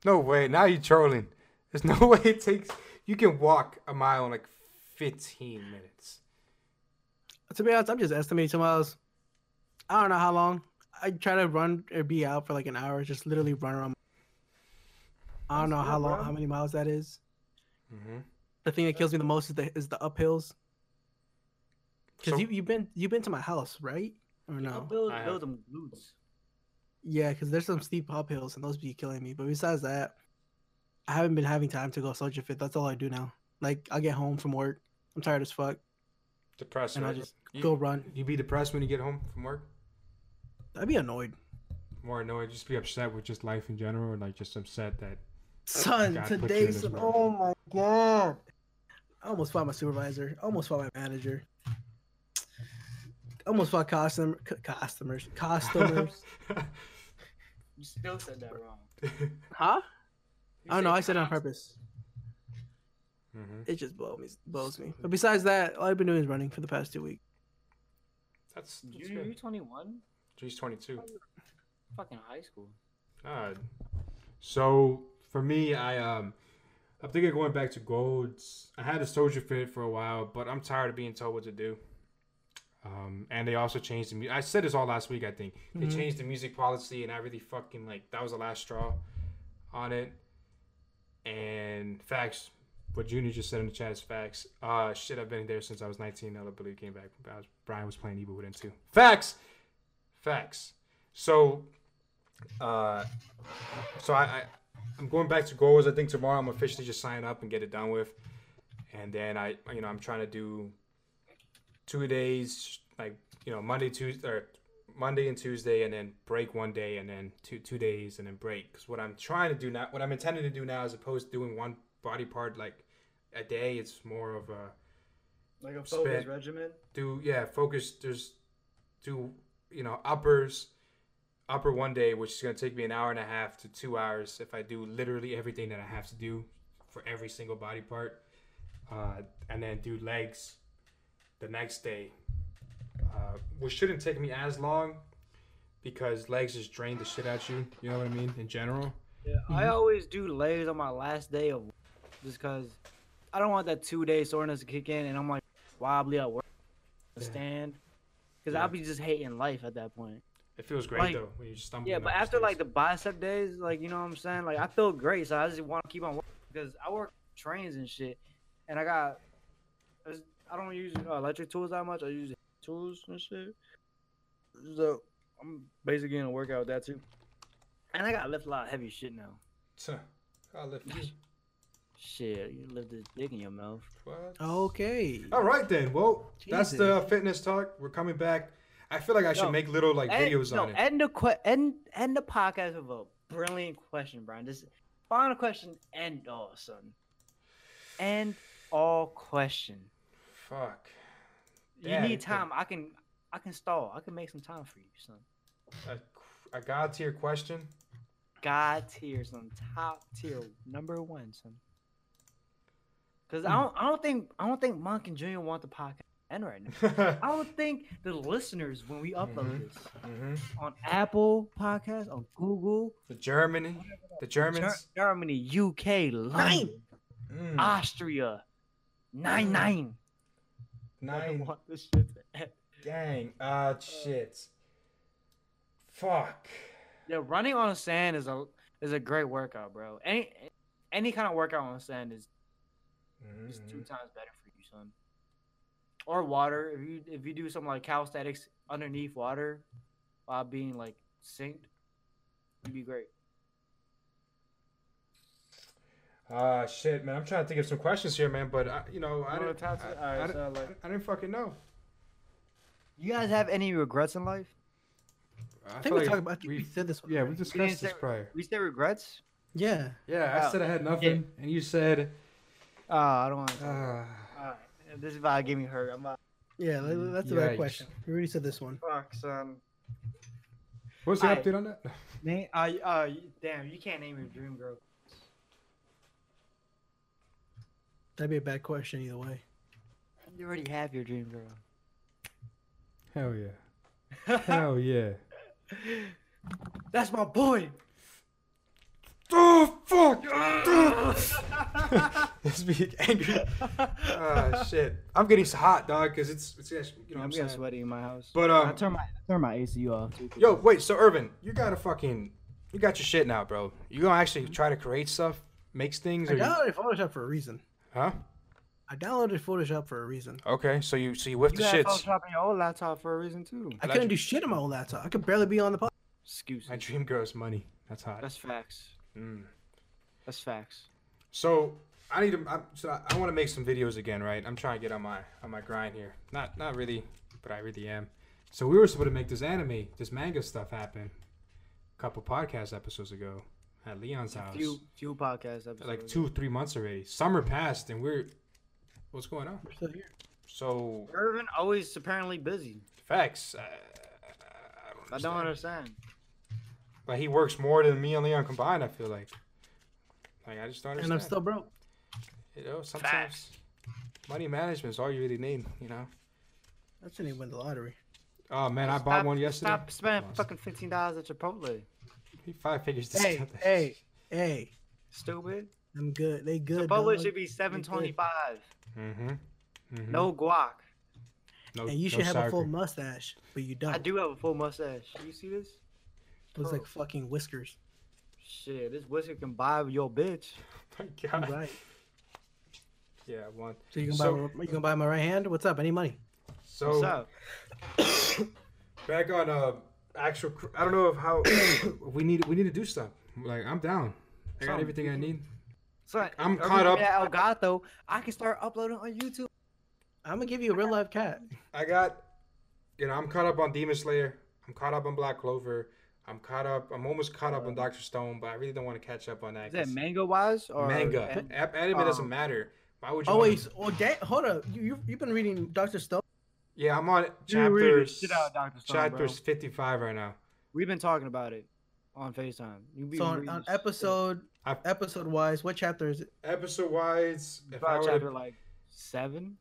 [SPEAKER 9] No way. Now you trolling. There's no *laughs* way it takes. You can walk a mile in like 15 minutes.
[SPEAKER 2] To be honest, I'm just estimating two miles. I don't know how long. I try to run or be out for like an hour, just literally run around. I don't know
[SPEAKER 1] That's
[SPEAKER 2] how
[SPEAKER 1] good,
[SPEAKER 2] long,
[SPEAKER 1] bro.
[SPEAKER 2] how many miles that is.
[SPEAKER 9] Mm-hmm.
[SPEAKER 2] The thing that kills me the most is the is the uphills. Cause
[SPEAKER 9] So-
[SPEAKER 2] you you've been you've been to my house, right? Or
[SPEAKER 1] I'll
[SPEAKER 2] no?
[SPEAKER 1] build,
[SPEAKER 9] I have-
[SPEAKER 1] build them glutes.
[SPEAKER 2] Yeah, because there's some steep uphills and those be killing me. But besides that, I haven't been having time to go soldier fit. That's all I do now. Like I get home from work, I'm tired as fuck,
[SPEAKER 9] Depressed.
[SPEAKER 2] and I
[SPEAKER 9] right?
[SPEAKER 2] just
[SPEAKER 9] you,
[SPEAKER 2] go run.
[SPEAKER 9] You be depressed when you get home from work?
[SPEAKER 2] I'd be annoyed,
[SPEAKER 3] More annoyed, just be upset with just life in general, and like just upset that
[SPEAKER 2] son.
[SPEAKER 3] God put you in
[SPEAKER 2] today's
[SPEAKER 3] this role.
[SPEAKER 2] oh my god. I almost fought my supervisor. I almost fought my manager. I almost fought customer, cu- customers,
[SPEAKER 9] *laughs*
[SPEAKER 2] customers.
[SPEAKER 9] Mm-hmm.
[SPEAKER 1] You still said that wrong.
[SPEAKER 2] *laughs* huh? I don't know. I said it on purpose.
[SPEAKER 9] Mhm.
[SPEAKER 2] It just blows me. Blows me. But besides that, all I've been doing is running for the past two weeks.
[SPEAKER 9] That's, that's
[SPEAKER 1] You, you
[SPEAKER 9] good.
[SPEAKER 1] 21?
[SPEAKER 9] She's 22.
[SPEAKER 1] Fucking high school.
[SPEAKER 9] Ah,
[SPEAKER 3] So for me, I um, I'm thinking of going back to golds. I had a soldier fit for a while, but I'm tired of being told what to do. Um, and they also changed the music. I said this all last week, I think. They
[SPEAKER 2] Mhm.
[SPEAKER 3] changed the music policy, and I really fucking like that was the last straw on it. And facts, what Junior just said in the chat is facts. Uh, shit, I've been there since I was 19. I believe came back. I was- Brian was playing Evil Within too. Facts, facts. So, uh, so I, I I'm going back to goals. I think tomorrow I'm officially just sign up and get it done with, and then I you know I'm trying to do two days like you know Monday Tuesday or Monday and Tuesday and then break one day and then two two days and then break because what I'm trying to do now what I'm intending to do now as opposed to doing one body part like a day it's more of a
[SPEAKER 1] Like a
[SPEAKER 3] focus Spit.
[SPEAKER 1] regimen?
[SPEAKER 3] do yeah focus there's do you know uppers upper one day which is going to take me an hour and a half to two hours if i do literally everything that i have to do for every single body part uh, and then do legs the next day uh, which shouldn't take me as long because legs just drain the shit out you you know what i mean in general
[SPEAKER 1] Yeah, I always do legs on my last day of work just because I don't want that two day soreness to kick in and I'm like wobbly at work. Stand. Because
[SPEAKER 3] Yeah.
[SPEAKER 1] I'll be just hating life at that point.
[SPEAKER 3] it feels great
[SPEAKER 1] Like-
[SPEAKER 3] though when you just stumble
[SPEAKER 1] Yeah, but after like the bicep days, like you know what I'm saying, like I feel great, so I just want to keep on working because I work trains and shit, and I got, I just- I don't use uh, electric tools that much. I use tools and shit, so I'm basically gonna work out with that too. And I gotta lift a lot of heavy shit now.
[SPEAKER 3] *laughs*
[SPEAKER 9] I lift you.
[SPEAKER 1] Shit, you lift this dick in your mouth.
[SPEAKER 9] What?
[SPEAKER 2] Okay.
[SPEAKER 3] Oh, All right then. Well, that's the
[SPEAKER 2] Jesus.
[SPEAKER 3] fitness talk. We're coming back. I feel like I should
[SPEAKER 1] No.
[SPEAKER 3] make little like
[SPEAKER 1] End-
[SPEAKER 3] videos
[SPEAKER 1] no,
[SPEAKER 3] on it.
[SPEAKER 1] End the que- end end the podcast with a brilliant question, Brian. Just final question. End all, son. End all question.
[SPEAKER 3] Fuck.
[SPEAKER 1] You
[SPEAKER 3] Yeah,
[SPEAKER 1] need
[SPEAKER 3] okay.
[SPEAKER 1] time. I can I can stall. I can make some time for you, son.
[SPEAKER 3] A, a god tier question. *laughs*
[SPEAKER 1] God tier, son. Top tier, number one, son. Cause
[SPEAKER 3] Hmm.
[SPEAKER 1] I don't I don't think I don't think Monk and Junior want the podcast to end right now.
[SPEAKER 3] mm-hmm.
[SPEAKER 1] I don't think the listeners when we upload this on Apple Podcasts, on Google,
[SPEAKER 3] Mm-hmm. The Germany. The Germans.
[SPEAKER 1] Ger- Ah. Germany, UK, London,
[SPEAKER 3] Mm.
[SPEAKER 1] Austria, nine nine. I don't
[SPEAKER 3] Nine.
[SPEAKER 1] want this shit to end.
[SPEAKER 3] Dang. Ah, shit. Fuck.
[SPEAKER 1] Yeah, running on sand is a is a great workout, bro. Any any kind of workout on sand is is two
[SPEAKER 3] Mhm.
[SPEAKER 1] times better for you, son. Or water. If you if you do something like calisthenics underneath water while being like synced, it'd be great.
[SPEAKER 3] Ah, shit, man. I'm trying to think of some questions here, man. But I, you know, I
[SPEAKER 1] You wanna
[SPEAKER 3] didn't. I,
[SPEAKER 1] tap to-
[SPEAKER 3] I
[SPEAKER 1] alright,
[SPEAKER 3] didn't-
[SPEAKER 1] so, like-
[SPEAKER 3] I didn't fucking know.
[SPEAKER 1] You guys have any regrets in life?
[SPEAKER 2] I think we talked about we said this one.
[SPEAKER 6] Yeah, we
[SPEAKER 2] already.
[SPEAKER 6] discussed
[SPEAKER 1] We didn't
[SPEAKER 6] this
[SPEAKER 1] say-
[SPEAKER 6] prior.
[SPEAKER 1] We say regrets?
[SPEAKER 2] yeah.
[SPEAKER 6] Yeah, I
[SPEAKER 1] Oh.
[SPEAKER 6] said I had nothing, and you said,
[SPEAKER 1] Oh, I don't want to.
[SPEAKER 6] uh,
[SPEAKER 1] Alright. This is about getting me hurt. I'm about
[SPEAKER 2] Yeah, like, that's a bad
[SPEAKER 6] Yikes.
[SPEAKER 2] question. We already said this one.
[SPEAKER 1] fuck, son.
[SPEAKER 6] "What's the
[SPEAKER 1] Alright.
[SPEAKER 6] update on
[SPEAKER 3] *laughs*
[SPEAKER 6] that?"
[SPEAKER 1] Name, uh, uh, you- damn, you can't name your dream girl.
[SPEAKER 2] That'd be a bad question either way.
[SPEAKER 1] You already have your dream girl.
[SPEAKER 6] Hell yeah! Hell yeah!
[SPEAKER 1] *laughs* That's my *laughs* boy.
[SPEAKER 3] Oh fuck! *laughs* Let's be angry. Ah, shit. I'm getting hot, dog, because it's it's actually- you know
[SPEAKER 1] I'm
[SPEAKER 3] what I'm
[SPEAKER 1] getting
[SPEAKER 3] saying.
[SPEAKER 1] sweaty in my house.
[SPEAKER 3] But
[SPEAKER 1] I
[SPEAKER 3] um,
[SPEAKER 1] turn my I turn my AC off. Too, 'cause
[SPEAKER 3] yo, wait. So Irvin, you got to fucking, you got your shit now, bro. You gonna actually try to create stuff, makes things,
[SPEAKER 2] I
[SPEAKER 3] or you,
[SPEAKER 2] downloaded Photoshop for a reason.
[SPEAKER 3] huh?
[SPEAKER 2] I downloaded Photoshop for a reason.
[SPEAKER 3] Okay, so you so you whiff
[SPEAKER 1] you
[SPEAKER 3] the
[SPEAKER 1] had
[SPEAKER 3] shits.
[SPEAKER 1] Photoshop on your old laptop for a reason too.
[SPEAKER 2] I couldn't do shit on my old laptop. I could barely be on the pod.
[SPEAKER 1] Excuse
[SPEAKER 3] My
[SPEAKER 1] me.
[SPEAKER 3] dream girl's money. That's hot.
[SPEAKER 1] That's facts.
[SPEAKER 3] Mm.
[SPEAKER 1] That's facts.
[SPEAKER 3] So I need to. I, so I, I want to make some videos again, right? I'm trying to get on my on my grind here. Not not really, but I really am.
[SPEAKER 6] So we were supposed to make this anime, this manga stuff happen, a couple podcast episodes ago at Leon's house.
[SPEAKER 1] Few few podcast episodes.
[SPEAKER 6] Like two, three months already. Summer passed, and we're what's going on?
[SPEAKER 2] We're still here.
[SPEAKER 3] So
[SPEAKER 1] Irvin always apparently busy.
[SPEAKER 3] facts. Uh,
[SPEAKER 1] I don't understand.
[SPEAKER 3] Like he works more than me and Leon combined. I feel like. Like I just don't
[SPEAKER 2] And
[SPEAKER 3] understand.
[SPEAKER 2] I'm still broke.
[SPEAKER 3] You know, sometimes money management is all you really need. You know.
[SPEAKER 2] I shouldn't even win the lottery.
[SPEAKER 6] Oh man, I bought
[SPEAKER 1] Stop-
[SPEAKER 6] one yesterday.
[SPEAKER 1] Stop spending
[SPEAKER 6] Lost.
[SPEAKER 1] fucking fifteen dollars at Chipotle.
[SPEAKER 6] He Five figures. to
[SPEAKER 2] Hey,
[SPEAKER 6] stop that.
[SPEAKER 2] hey, hey.
[SPEAKER 1] Stupid.
[SPEAKER 2] I'm good. They good.
[SPEAKER 1] Chipotle
[SPEAKER 2] dog.
[SPEAKER 1] should be seven twenty five.
[SPEAKER 3] Mm-hmm. mm-hmm.
[SPEAKER 1] No guac.
[SPEAKER 6] No,
[SPEAKER 2] And you
[SPEAKER 6] no
[SPEAKER 2] should have a
[SPEAKER 6] sour
[SPEAKER 2] full
[SPEAKER 3] *laughs*
[SPEAKER 6] cream.
[SPEAKER 2] mustache, but you don't.
[SPEAKER 1] I do have a full mustache. You see this?
[SPEAKER 2] Looks like
[SPEAKER 1] curl.
[SPEAKER 2] fucking whiskers.
[SPEAKER 1] Shit, this whisker can buy your bitch.
[SPEAKER 3] My
[SPEAKER 2] You're
[SPEAKER 3] God.
[SPEAKER 2] right.
[SPEAKER 3] Yeah, one.
[SPEAKER 2] So you can
[SPEAKER 3] So-
[SPEAKER 2] buy my, you can buy my right hand. What's up? Any money?
[SPEAKER 3] So
[SPEAKER 1] What's up?
[SPEAKER 3] back on uh, actual. cr- I don't know if how *coughs*
[SPEAKER 6] We need we need to do stuff. Like I'm down. I got
[SPEAKER 1] Something. Mm-hmm.
[SPEAKER 6] everything I need.
[SPEAKER 1] Son,
[SPEAKER 3] I'm
[SPEAKER 1] if Irvin
[SPEAKER 3] caught
[SPEAKER 1] get that Elgato. I can start uploading on YouTube.
[SPEAKER 2] I'm gonna give you a real life cat.
[SPEAKER 3] I got. You know, I'm caught up on Demon Slayer. I'm caught up on Black Clover. I'm caught up. I'm almost caught up on Doctor Stone, but I really don't want to catch up on that.
[SPEAKER 1] Uh-huh. Is that
[SPEAKER 3] 'cause
[SPEAKER 1] manga wise or
[SPEAKER 3] manga?
[SPEAKER 1] an-
[SPEAKER 3] Ap- anime doesn't
[SPEAKER 1] um,
[SPEAKER 3] matter. Why would you?
[SPEAKER 2] Oh
[SPEAKER 3] wanna-
[SPEAKER 2] wait, so- oh, da- hold up. You you've, you've been reading Doctor Stone.
[SPEAKER 3] Yeah, I'm on
[SPEAKER 1] You read
[SPEAKER 3] chapter
[SPEAKER 1] the shit out of Dr. Stone,
[SPEAKER 3] chapter
[SPEAKER 1] bro.
[SPEAKER 3] 55 right now.
[SPEAKER 1] We've been talking about it on Facetime. You be
[SPEAKER 2] So on,
[SPEAKER 1] reading
[SPEAKER 2] on
[SPEAKER 1] shit.
[SPEAKER 2] episode
[SPEAKER 3] I've-
[SPEAKER 2] episode wise, what chapter is it?
[SPEAKER 3] Episode wise, if I
[SPEAKER 1] Probably
[SPEAKER 3] were
[SPEAKER 1] chapter
[SPEAKER 3] to,
[SPEAKER 1] like seven.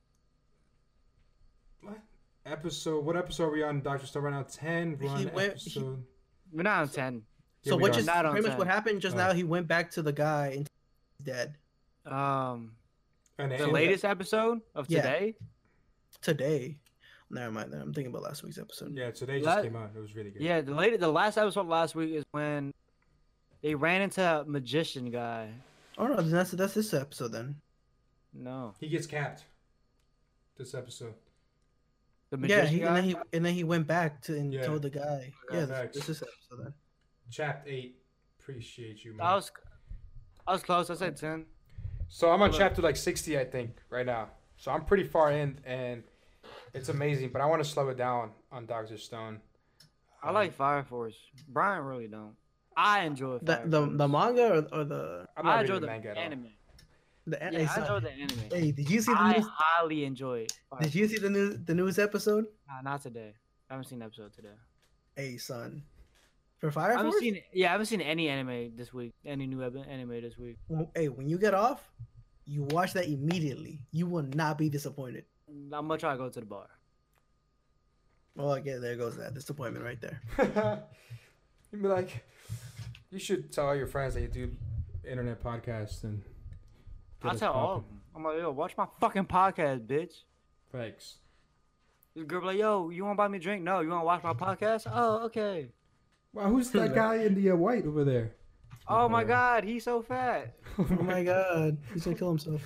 [SPEAKER 3] what episode? What episode are we on, Doctor Stone? Right now, ten. We're on
[SPEAKER 2] He went- he-
[SPEAKER 3] episode.
[SPEAKER 1] We're not on ten.
[SPEAKER 3] Yeah,
[SPEAKER 2] so
[SPEAKER 3] we
[SPEAKER 2] what
[SPEAKER 3] are.
[SPEAKER 2] just
[SPEAKER 1] Not on
[SPEAKER 2] pretty much what
[SPEAKER 1] time.
[SPEAKER 2] happened just
[SPEAKER 3] Oh.
[SPEAKER 2] now? He went back to the guy and he's dead
[SPEAKER 1] Um,
[SPEAKER 3] And
[SPEAKER 1] the
[SPEAKER 3] and-
[SPEAKER 1] latest episode of
[SPEAKER 2] Yeah.
[SPEAKER 1] today.
[SPEAKER 2] today. Never mind. Then I'm thinking about last week's episode.
[SPEAKER 3] Yeah, today just
[SPEAKER 1] La-
[SPEAKER 3] came out. It was really good.
[SPEAKER 1] Yeah, the latest, the last episode last week is when they ran into a magician guy.
[SPEAKER 2] Oh no, then that's that's this episode then.
[SPEAKER 1] No,
[SPEAKER 3] He gets capped. This episode.
[SPEAKER 1] the
[SPEAKER 2] yeah,
[SPEAKER 1] magician
[SPEAKER 2] he, and
[SPEAKER 1] guy.
[SPEAKER 2] then he and then he went back to and
[SPEAKER 3] Yeah.
[SPEAKER 2] told the guy.
[SPEAKER 3] Yeah,
[SPEAKER 2] Yeah,
[SPEAKER 3] facts.
[SPEAKER 2] this, this is episode then.
[SPEAKER 3] Chapter eight. Appreciate you, man.
[SPEAKER 1] I was, I was close. I said ten.
[SPEAKER 3] So I'm on
[SPEAKER 1] Hello.
[SPEAKER 3] chapter like 60, I think, right now. So I'm pretty far in, and It's amazing, but I want to slow it down on Doctor Stone. Uh-huh.
[SPEAKER 1] I like Fire Force. Brian really don't. I enjoy
[SPEAKER 2] The
[SPEAKER 1] Fire
[SPEAKER 2] the,
[SPEAKER 1] Force.
[SPEAKER 2] the manga or, or the
[SPEAKER 3] I'm not
[SPEAKER 1] I
[SPEAKER 3] reading
[SPEAKER 1] enjoy
[SPEAKER 3] the
[SPEAKER 1] the
[SPEAKER 3] manga at all.
[SPEAKER 1] anime.
[SPEAKER 2] the an-
[SPEAKER 1] Yeah,
[SPEAKER 2] hey,
[SPEAKER 1] I
[SPEAKER 2] son,
[SPEAKER 1] enjoy the anime.
[SPEAKER 2] hey, did you see the
[SPEAKER 1] I
[SPEAKER 2] news?
[SPEAKER 1] highly enjoy it. Fire
[SPEAKER 2] Did you see the news? The news episode?
[SPEAKER 1] Nah, not today. I haven't seen the episode today.
[SPEAKER 2] Hey, son, for Fire
[SPEAKER 1] I haven't
[SPEAKER 2] Force.
[SPEAKER 1] seen yeah, I haven't seen any anime this week. Any new ep- anime this week.
[SPEAKER 2] when- hey, when you get off, you watch that immediately. You will not be disappointed.
[SPEAKER 1] I'm gonna try to go to the bar.
[SPEAKER 2] Well, I guess Oh, there goes that disappointment right there.
[SPEAKER 6] *laughs*
[SPEAKER 3] You'd be like,
[SPEAKER 6] You should tell all your friends that you do internet podcasts and. get
[SPEAKER 1] I
[SPEAKER 6] us
[SPEAKER 1] tell all of
[SPEAKER 6] poppin'.
[SPEAKER 1] them. I'm like, yo, watch my fucking podcast, bitch.
[SPEAKER 6] Thanks.
[SPEAKER 1] This girl be like, yo, you wanna buy me a drink? No, you wanna watch my podcast? Oh, okay.
[SPEAKER 6] Wow, who's
[SPEAKER 2] *laughs*
[SPEAKER 6] that guy in the uh, white over there?
[SPEAKER 1] Oh my
[SPEAKER 6] boy. *laughs*
[SPEAKER 1] god, he's so fat.
[SPEAKER 2] Oh my god, he's gonna kill himself.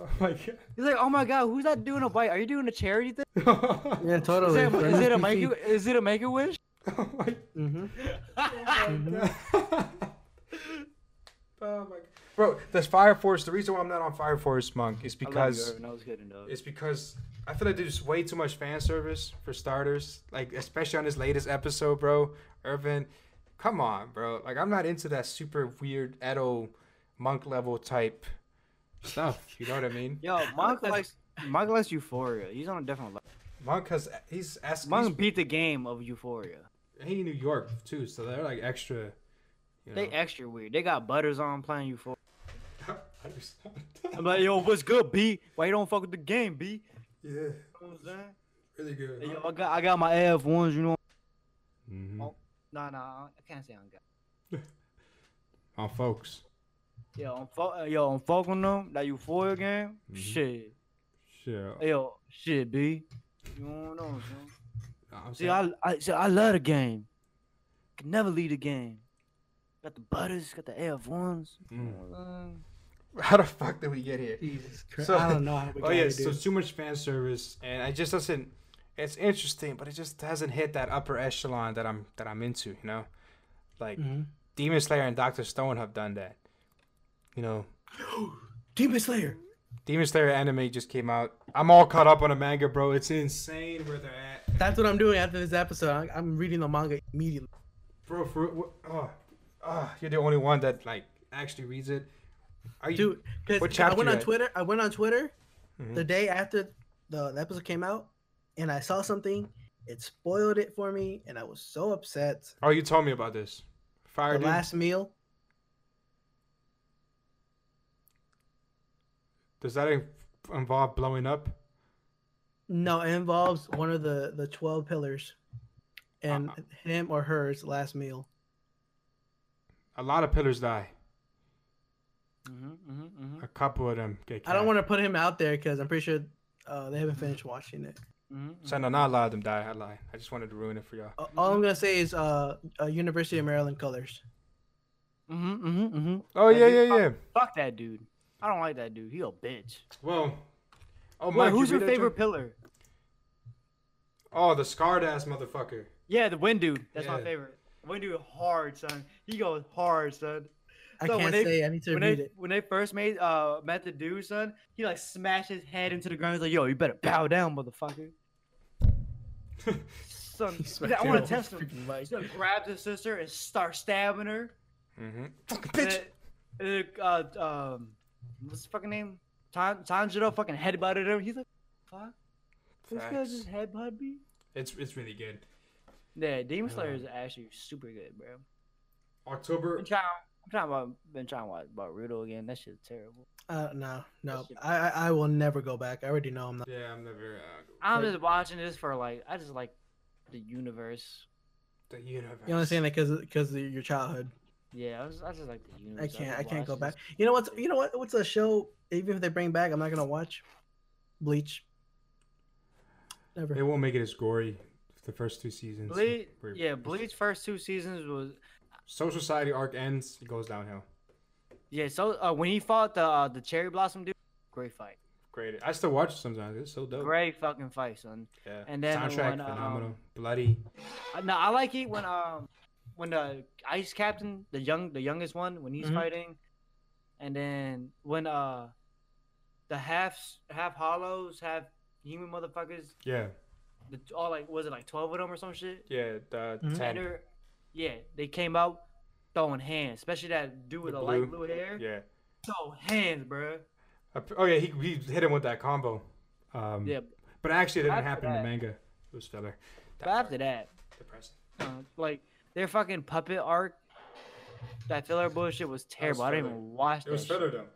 [SPEAKER 6] Oh my god.
[SPEAKER 1] He's like, oh my god, who's that doing a bite? Are you doing a charity thing?
[SPEAKER 2] Yeah,
[SPEAKER 1] Is
[SPEAKER 2] totally.
[SPEAKER 1] it, is it a make? a- Is it a make a wish?
[SPEAKER 6] *laughs* oh my
[SPEAKER 2] Mm-hmm.
[SPEAKER 6] god. *laughs*
[SPEAKER 3] oh my. Bro, this Fire Force. The reason why I'm not on Fire Force, Monk, is because
[SPEAKER 1] I was kidding, though.
[SPEAKER 3] it's because I feel like there's way too much fan service for starters. Like especially on this latest episode, bro. Irvin, come on, bro. Like I'm not into that super weird Edo monk level type
[SPEAKER 6] *laughs*
[SPEAKER 3] stuff. You know what I mean?
[SPEAKER 1] Yo, *laughs* Monk likes Monk likes Euphoria. He's on a different level.
[SPEAKER 3] Monk has he's asking.
[SPEAKER 1] Monk beat the game of Euphoria.
[SPEAKER 6] Hey, New York too, so they're like extra. You know,
[SPEAKER 1] They
[SPEAKER 3] *laughs*
[SPEAKER 1] extra weird. They got butters on playing Euphoria.
[SPEAKER 6] understand.
[SPEAKER 1] I'm like, yo, what's good, B? Why you don't fuck with the game, B?
[SPEAKER 6] *laughs* yeah,
[SPEAKER 1] You know what I'm saying?
[SPEAKER 6] really good.
[SPEAKER 1] Hey, yo, I got I got my AF ones. You know.
[SPEAKER 3] Mm-hmm.
[SPEAKER 6] Mhm.
[SPEAKER 1] Nah, nah, I can't say I'm good.
[SPEAKER 6] On folks,
[SPEAKER 1] Yo, I'm fuck, uh, yo, I'm fucking them. That Euphoria game. Shit.
[SPEAKER 6] sure.
[SPEAKER 1] Hey, Yo, shit, B. You don't know, son.
[SPEAKER 6] I'm
[SPEAKER 1] See,
[SPEAKER 6] saying-
[SPEAKER 1] I, I, see, I love the game. Can never leave the game. Got the butters, got the AF1s. Um,
[SPEAKER 3] How the fuck did we get here?
[SPEAKER 2] Jesus Christ.
[SPEAKER 3] So-
[SPEAKER 2] I don't know how we
[SPEAKER 3] Oh
[SPEAKER 2] got
[SPEAKER 3] yeah,
[SPEAKER 2] here,
[SPEAKER 3] so
[SPEAKER 2] dude.
[SPEAKER 3] too much fan service, and I just doesn't. It's interesting, but it just hasn't hit that upper echelon that I'm that I'm into. You know, like
[SPEAKER 2] Mhm.
[SPEAKER 3] *gasps* Demon Slayer and Doctor Stone have done that. You know,
[SPEAKER 2] Demon Slayer.
[SPEAKER 3] Demon Slayer anime just came out. I'm all caught up on the manga, bro. It's insane where they're at,
[SPEAKER 2] That's what I'm doing after this episode. I- I'm reading the manga immediately.
[SPEAKER 3] bro. For wh- oh, oh, you're the only one that like actually reads it. Are you?
[SPEAKER 2] dude.
[SPEAKER 3] What
[SPEAKER 2] Because I
[SPEAKER 3] chapter
[SPEAKER 2] went
[SPEAKER 3] you
[SPEAKER 2] on
[SPEAKER 3] at?
[SPEAKER 2] Twitter. I went on Twitter the day after the, the episode came out, and I saw something. It spoiled it for me, and I was so upset.
[SPEAKER 3] oh, you told me about this. Fire
[SPEAKER 2] The
[SPEAKER 3] dude.
[SPEAKER 2] last meal.
[SPEAKER 3] Does that in- involve blowing up?
[SPEAKER 2] No, it involves one of the the twelve pillars, and him or hers last meal.
[SPEAKER 3] A lot of pillars die.
[SPEAKER 1] mhm, mhm, mhm,
[SPEAKER 3] A couple of them get.
[SPEAKER 2] I don't
[SPEAKER 3] killed.
[SPEAKER 2] want to put him out there because I'm pretty sure uh, they haven't finished watching it.
[SPEAKER 1] mhm,
[SPEAKER 3] So no, not a lot of them die. I lie. I just wanted to ruin it for y'all.
[SPEAKER 2] A- All I'm gonna say is uh, uh University of Maryland colors.
[SPEAKER 1] mhm, mhm, mhm.
[SPEAKER 3] Oh yeah, yeah, yeah.
[SPEAKER 1] Fuck that dude. I don't like that dude. He a bitch.
[SPEAKER 3] Well, oh
[SPEAKER 1] Wait,
[SPEAKER 3] Mike, you
[SPEAKER 1] who's your
[SPEAKER 3] read that
[SPEAKER 1] favorite
[SPEAKER 3] too?
[SPEAKER 1] pillar?
[SPEAKER 3] Oh, the scarred ass motherfucker.
[SPEAKER 1] Yeah, the wind dude. That's my
[SPEAKER 3] Yeah.
[SPEAKER 1] favorite. Wind dude hard, son. He goes hard, son.
[SPEAKER 2] I
[SPEAKER 1] So when
[SPEAKER 2] can't
[SPEAKER 1] they-
[SPEAKER 2] say. I need to
[SPEAKER 1] When
[SPEAKER 2] read
[SPEAKER 1] they
[SPEAKER 2] it.
[SPEAKER 1] when they first made uh met the dude, son, he like smashed his head into the ground. He's like, yo, you better bow down, motherfucker. son, he's like, I want to test him. He's gonna grab his sister and start stabbing her.
[SPEAKER 3] Mm-hmm.
[SPEAKER 1] And then- and then, uh, um, what's his fucking name? Tan- Tanjiro fucking headbutted him. He's like, fuck. This guy
[SPEAKER 3] Facts.
[SPEAKER 1] just headbutt me?
[SPEAKER 3] It's it's really good.
[SPEAKER 1] Yeah, Demon Slayer is actually super good, bro.
[SPEAKER 3] October.
[SPEAKER 1] I'm trying, I'm trying about, been trying to watch Boruto again. That shit's terrible.
[SPEAKER 2] Uh, no, no.
[SPEAKER 1] shit-
[SPEAKER 2] I I I will never go back. I already know I'm not.
[SPEAKER 3] Yeah, I'm never uh,
[SPEAKER 1] I'm just watching this for like, I just like the universe.
[SPEAKER 3] the universe.
[SPEAKER 2] You only saying that because because of your childhood.
[SPEAKER 1] Yeah, I, was, I just like the universe.
[SPEAKER 2] I can't. I
[SPEAKER 1] just
[SPEAKER 2] can't go
[SPEAKER 1] watch
[SPEAKER 2] back.
[SPEAKER 1] this-
[SPEAKER 2] You know what's you know what what's a show? Even if they bring back, I'm not gonna watch. Bleach. Never.
[SPEAKER 6] They won't make it as gory. The first two seasons.
[SPEAKER 1] Bleach,
[SPEAKER 6] were-
[SPEAKER 1] yeah, Bleach first two seasons was
[SPEAKER 6] Social Society arc ends. It goes downhill.
[SPEAKER 1] yeah. So uh, when he fought the uh, the cherry blossom dude, great fight,
[SPEAKER 3] Great. I still watch it sometimes. It's so
[SPEAKER 2] Oh.
[SPEAKER 3] dope.
[SPEAKER 1] great fucking fight, son.
[SPEAKER 3] Yeah.
[SPEAKER 1] And then
[SPEAKER 6] Soundtrack
[SPEAKER 1] when, um,
[SPEAKER 6] phenomenal. Bloody.
[SPEAKER 1] Uh, No, I like it when um when the ice captain, the young the youngest one, when he's
[SPEAKER 2] Mhm.
[SPEAKER 1] fighting, and then when uh the half half hollows, half human motherfuckers.
[SPEAKER 6] Yeah.
[SPEAKER 1] The, all like was it like twelve of them or some shit?
[SPEAKER 3] Yeah, the
[SPEAKER 2] Mhm.
[SPEAKER 1] And
[SPEAKER 3] 10.
[SPEAKER 1] they're, yeah, they came out throwing hands, especially that dude with
[SPEAKER 3] The
[SPEAKER 1] the, light
[SPEAKER 3] blue.
[SPEAKER 1] blue hair.
[SPEAKER 3] Yeah.
[SPEAKER 1] So hands, bruh.
[SPEAKER 3] Ap- Oh, yeah, he, he hit him with that combo. Um,
[SPEAKER 1] Yeah,
[SPEAKER 3] But actually, it didn't
[SPEAKER 1] After
[SPEAKER 3] happen in the
[SPEAKER 1] that-
[SPEAKER 3] manga. It was filler. That
[SPEAKER 1] but after that,
[SPEAKER 3] part, depressing.
[SPEAKER 1] uh, like their fucking puppet arc, that filler bullshit was terrible. I didn't
[SPEAKER 3] filler.
[SPEAKER 1] even watch
[SPEAKER 3] It
[SPEAKER 1] that.
[SPEAKER 3] was
[SPEAKER 1] shit.
[SPEAKER 3] filler, though.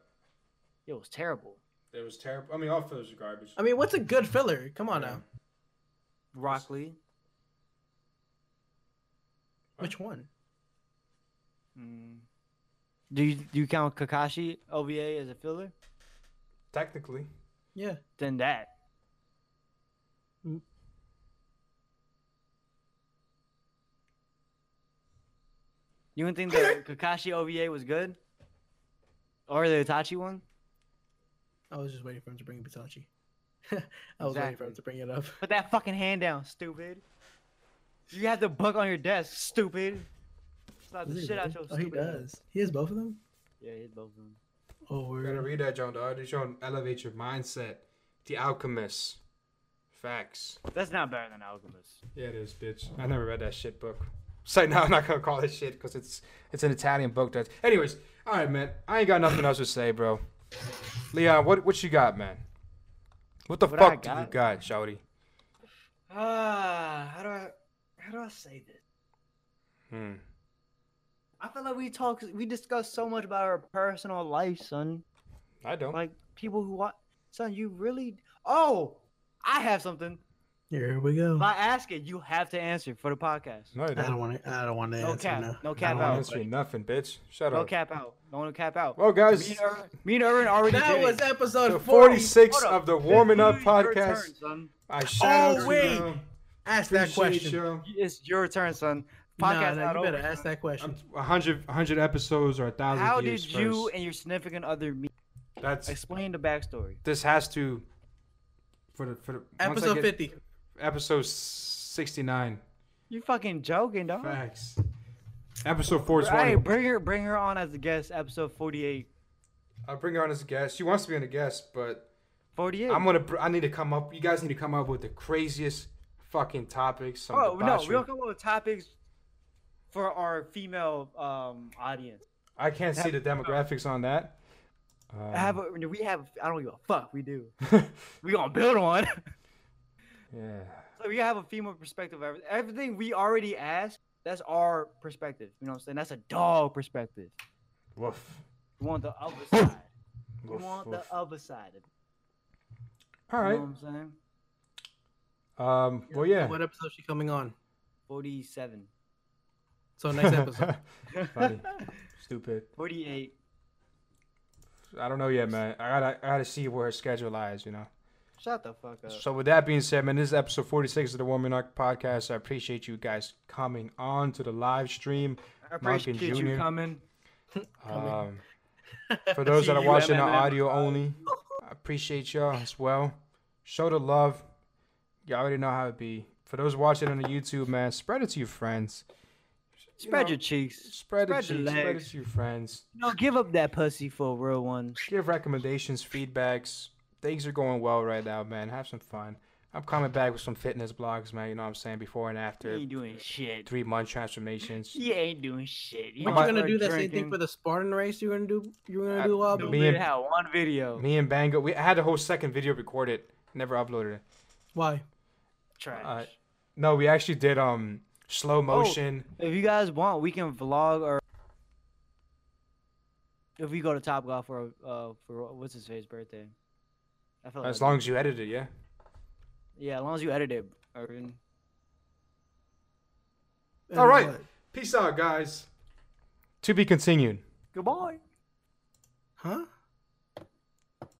[SPEAKER 1] It was terrible.
[SPEAKER 3] It was terrible. I mean, all fillers are garbage.
[SPEAKER 2] I mean, what's a good filler? Come on now.
[SPEAKER 1] Rock Lee.
[SPEAKER 2] Which one?
[SPEAKER 1] Mm. Do you do you count Kakashi OVA as a filler?
[SPEAKER 3] Technically.
[SPEAKER 2] Yeah.
[SPEAKER 1] Then that. You wouldn't think the Kakashi OVA was good? Or the Itachi one?
[SPEAKER 2] I was just waiting for him to bring Bitachi. *laughs* I was waiting for him
[SPEAKER 1] Exactly.
[SPEAKER 2] to bring it up.
[SPEAKER 1] Put that fucking hand down, stupid. You have the book on your desk, stupid. Slap
[SPEAKER 2] Does
[SPEAKER 1] the
[SPEAKER 2] he
[SPEAKER 1] shit out
[SPEAKER 2] really?
[SPEAKER 1] your
[SPEAKER 2] oh,
[SPEAKER 1] stupid
[SPEAKER 2] he
[SPEAKER 1] ass.
[SPEAKER 2] does. He has both of them.
[SPEAKER 1] Yeah, it's both of them.
[SPEAKER 2] Oh,
[SPEAKER 3] You gotta
[SPEAKER 2] we're
[SPEAKER 3] read that, John. Dog. It's showing elevate your mindset. The Alchemist. Facts.
[SPEAKER 1] That's not better than Alchemist.
[SPEAKER 3] Yeah, it is, bitch. I never read that shit book. *laughs* So now I'm not gonna call it shit because it's it's an Italian book. That's anyways. All right, man. I ain't got nothing else to say, bro. Leon, what what you got, man? What the
[SPEAKER 1] What I
[SPEAKER 3] fuck do you
[SPEAKER 1] got?
[SPEAKER 3] got, Shouty?
[SPEAKER 1] Ah, how do I how do I say this?
[SPEAKER 3] Hmm.
[SPEAKER 1] I feel like we talk we discuss so much about our personal life, son.
[SPEAKER 3] I don't.
[SPEAKER 1] like people who want son you really oh i have something
[SPEAKER 2] here we go.
[SPEAKER 3] Mm.
[SPEAKER 1] if i ask it you have to answer for the podcast
[SPEAKER 3] no, you
[SPEAKER 2] I
[SPEAKER 3] don't.
[SPEAKER 2] don't want to. I don't want to
[SPEAKER 1] no
[SPEAKER 2] answer
[SPEAKER 1] cap
[SPEAKER 2] now.
[SPEAKER 1] no
[SPEAKER 3] I
[SPEAKER 1] cap
[SPEAKER 3] don't want
[SPEAKER 1] out
[SPEAKER 3] answer nothing, bitch. Shut
[SPEAKER 1] no
[SPEAKER 3] up.
[SPEAKER 1] cap out no one to cap out
[SPEAKER 3] Well,
[SPEAKER 1] me
[SPEAKER 3] guys,
[SPEAKER 1] and Aaron, me and Aaron already
[SPEAKER 2] That
[SPEAKER 1] did
[SPEAKER 2] was
[SPEAKER 1] it.
[SPEAKER 2] episode
[SPEAKER 3] the
[SPEAKER 2] 46.
[SPEAKER 3] 46
[SPEAKER 1] Hold up.
[SPEAKER 3] of the Warming Up
[SPEAKER 1] It's your turn,
[SPEAKER 3] podcast.
[SPEAKER 1] son.
[SPEAKER 3] I shout
[SPEAKER 2] Oh,
[SPEAKER 3] out
[SPEAKER 2] wait.
[SPEAKER 3] you.
[SPEAKER 2] Ask that question.
[SPEAKER 1] it's your turn son
[SPEAKER 2] Nah,
[SPEAKER 1] podcast
[SPEAKER 2] nah,
[SPEAKER 1] not
[SPEAKER 2] you better
[SPEAKER 1] over.
[SPEAKER 2] ask that question.
[SPEAKER 3] 100, 100 episodes or a thousand.
[SPEAKER 1] how
[SPEAKER 3] views
[SPEAKER 1] did you
[SPEAKER 3] first.
[SPEAKER 1] and your significant other meet
[SPEAKER 3] That's
[SPEAKER 1] explain the backstory
[SPEAKER 3] this has to for the for the once I
[SPEAKER 2] Episode
[SPEAKER 3] get-
[SPEAKER 2] 50.
[SPEAKER 3] episode sixty nine.
[SPEAKER 1] you fucking joking dog
[SPEAKER 3] Facts. Episode four
[SPEAKER 1] hey
[SPEAKER 3] twenty.
[SPEAKER 1] bring her bring her on as a guest episode 48
[SPEAKER 3] I'll bring her on as a guest. She wants to be on a guest, but
[SPEAKER 1] 48
[SPEAKER 3] I'm gonna. br- I need to come up. You guys need to come up with the craziest fucking topics. Some
[SPEAKER 1] Oh no, we
[SPEAKER 3] debauchery.
[SPEAKER 1] don't come up with topics for our female um audience.
[SPEAKER 3] I can't see the demographics on that. Um,
[SPEAKER 1] I uh, have a, we have I don't give a fuck. We do. we gonna build one.
[SPEAKER 3] *laughs*
[SPEAKER 1] *laughs*
[SPEAKER 3] Yeah.
[SPEAKER 1] so we have a female perspective. of everyth- Everything we already asked, that's our perspective. You know what I'm saying? That's a dog perspective.
[SPEAKER 3] Woof.
[SPEAKER 1] We want the other side. We
[SPEAKER 3] Woof,
[SPEAKER 1] want
[SPEAKER 3] woof.
[SPEAKER 1] the other side. Of it,
[SPEAKER 3] All
[SPEAKER 1] you
[SPEAKER 3] right.
[SPEAKER 1] know what I'm saying?
[SPEAKER 3] Um. Well, yeah.
[SPEAKER 2] What episode is she coming on?
[SPEAKER 1] Forty-seven.
[SPEAKER 2] So
[SPEAKER 3] *laughs*
[SPEAKER 2] next episode.
[SPEAKER 3] Funny. Stupid.
[SPEAKER 1] *laughs* Forty-eight.
[SPEAKER 3] I don't know yet, man. I gotta. I gotta see where her schedule lies. You know.
[SPEAKER 1] Shut the fuck up.
[SPEAKER 3] So with that being said, man, this is episode 46 of the Woman Arc Podcast. I appreciate you guys coming on to the live stream.
[SPEAKER 1] I
[SPEAKER 3] Monk and
[SPEAKER 1] appreciate you
[SPEAKER 3] Junior.
[SPEAKER 1] coming.
[SPEAKER 3] Um, for
[SPEAKER 2] *laughs*
[SPEAKER 3] those that are watching the audio only, I appreciate y'all as well. Show the love. You already know how it be. For those watching on the YouTube, man, spread it to your friends. You
[SPEAKER 1] Spread
[SPEAKER 3] know,
[SPEAKER 1] your cheeks.
[SPEAKER 3] spread it
[SPEAKER 1] spread
[SPEAKER 3] to
[SPEAKER 1] your
[SPEAKER 3] spread it
[SPEAKER 1] legs.
[SPEAKER 3] to your friends.
[SPEAKER 1] No, give up that pussy for a real one.
[SPEAKER 3] Give recommendations, feedbacks. Things are going well right now, man. Have some fun. I'm coming back with some fitness blogs, man. You know what I'm saying? Before and
[SPEAKER 1] He
[SPEAKER 3] after.
[SPEAKER 1] ain't doing shit.
[SPEAKER 3] three month transformations.
[SPEAKER 1] He ain't doing shit. He
[SPEAKER 2] You're
[SPEAKER 3] But Am I-
[SPEAKER 1] gonna
[SPEAKER 2] gonna do that same thing for the Spartan race. You're gonna do. You're gonna
[SPEAKER 3] I-
[SPEAKER 2] do a while
[SPEAKER 3] the
[SPEAKER 2] back?
[SPEAKER 3] me
[SPEAKER 1] Me
[SPEAKER 3] and-
[SPEAKER 1] had one video.
[SPEAKER 3] Me and Bango, we I had a whole second video recorded, never uploaded it.
[SPEAKER 2] Why?
[SPEAKER 1] Trash.
[SPEAKER 3] uh, No, we actually did um slow
[SPEAKER 1] Oh.
[SPEAKER 3] motion.
[SPEAKER 1] if you guys want, we can vlog or if we go to Top Golf for uh for what's his face birthday. I feel
[SPEAKER 3] As long as you edit it, yeah.
[SPEAKER 1] yeah, as long as you edit it, Irvin.
[SPEAKER 3] All right,
[SPEAKER 2] What?
[SPEAKER 3] peace out, guys. To be continued.
[SPEAKER 1] Goodbye.
[SPEAKER 2] Huh?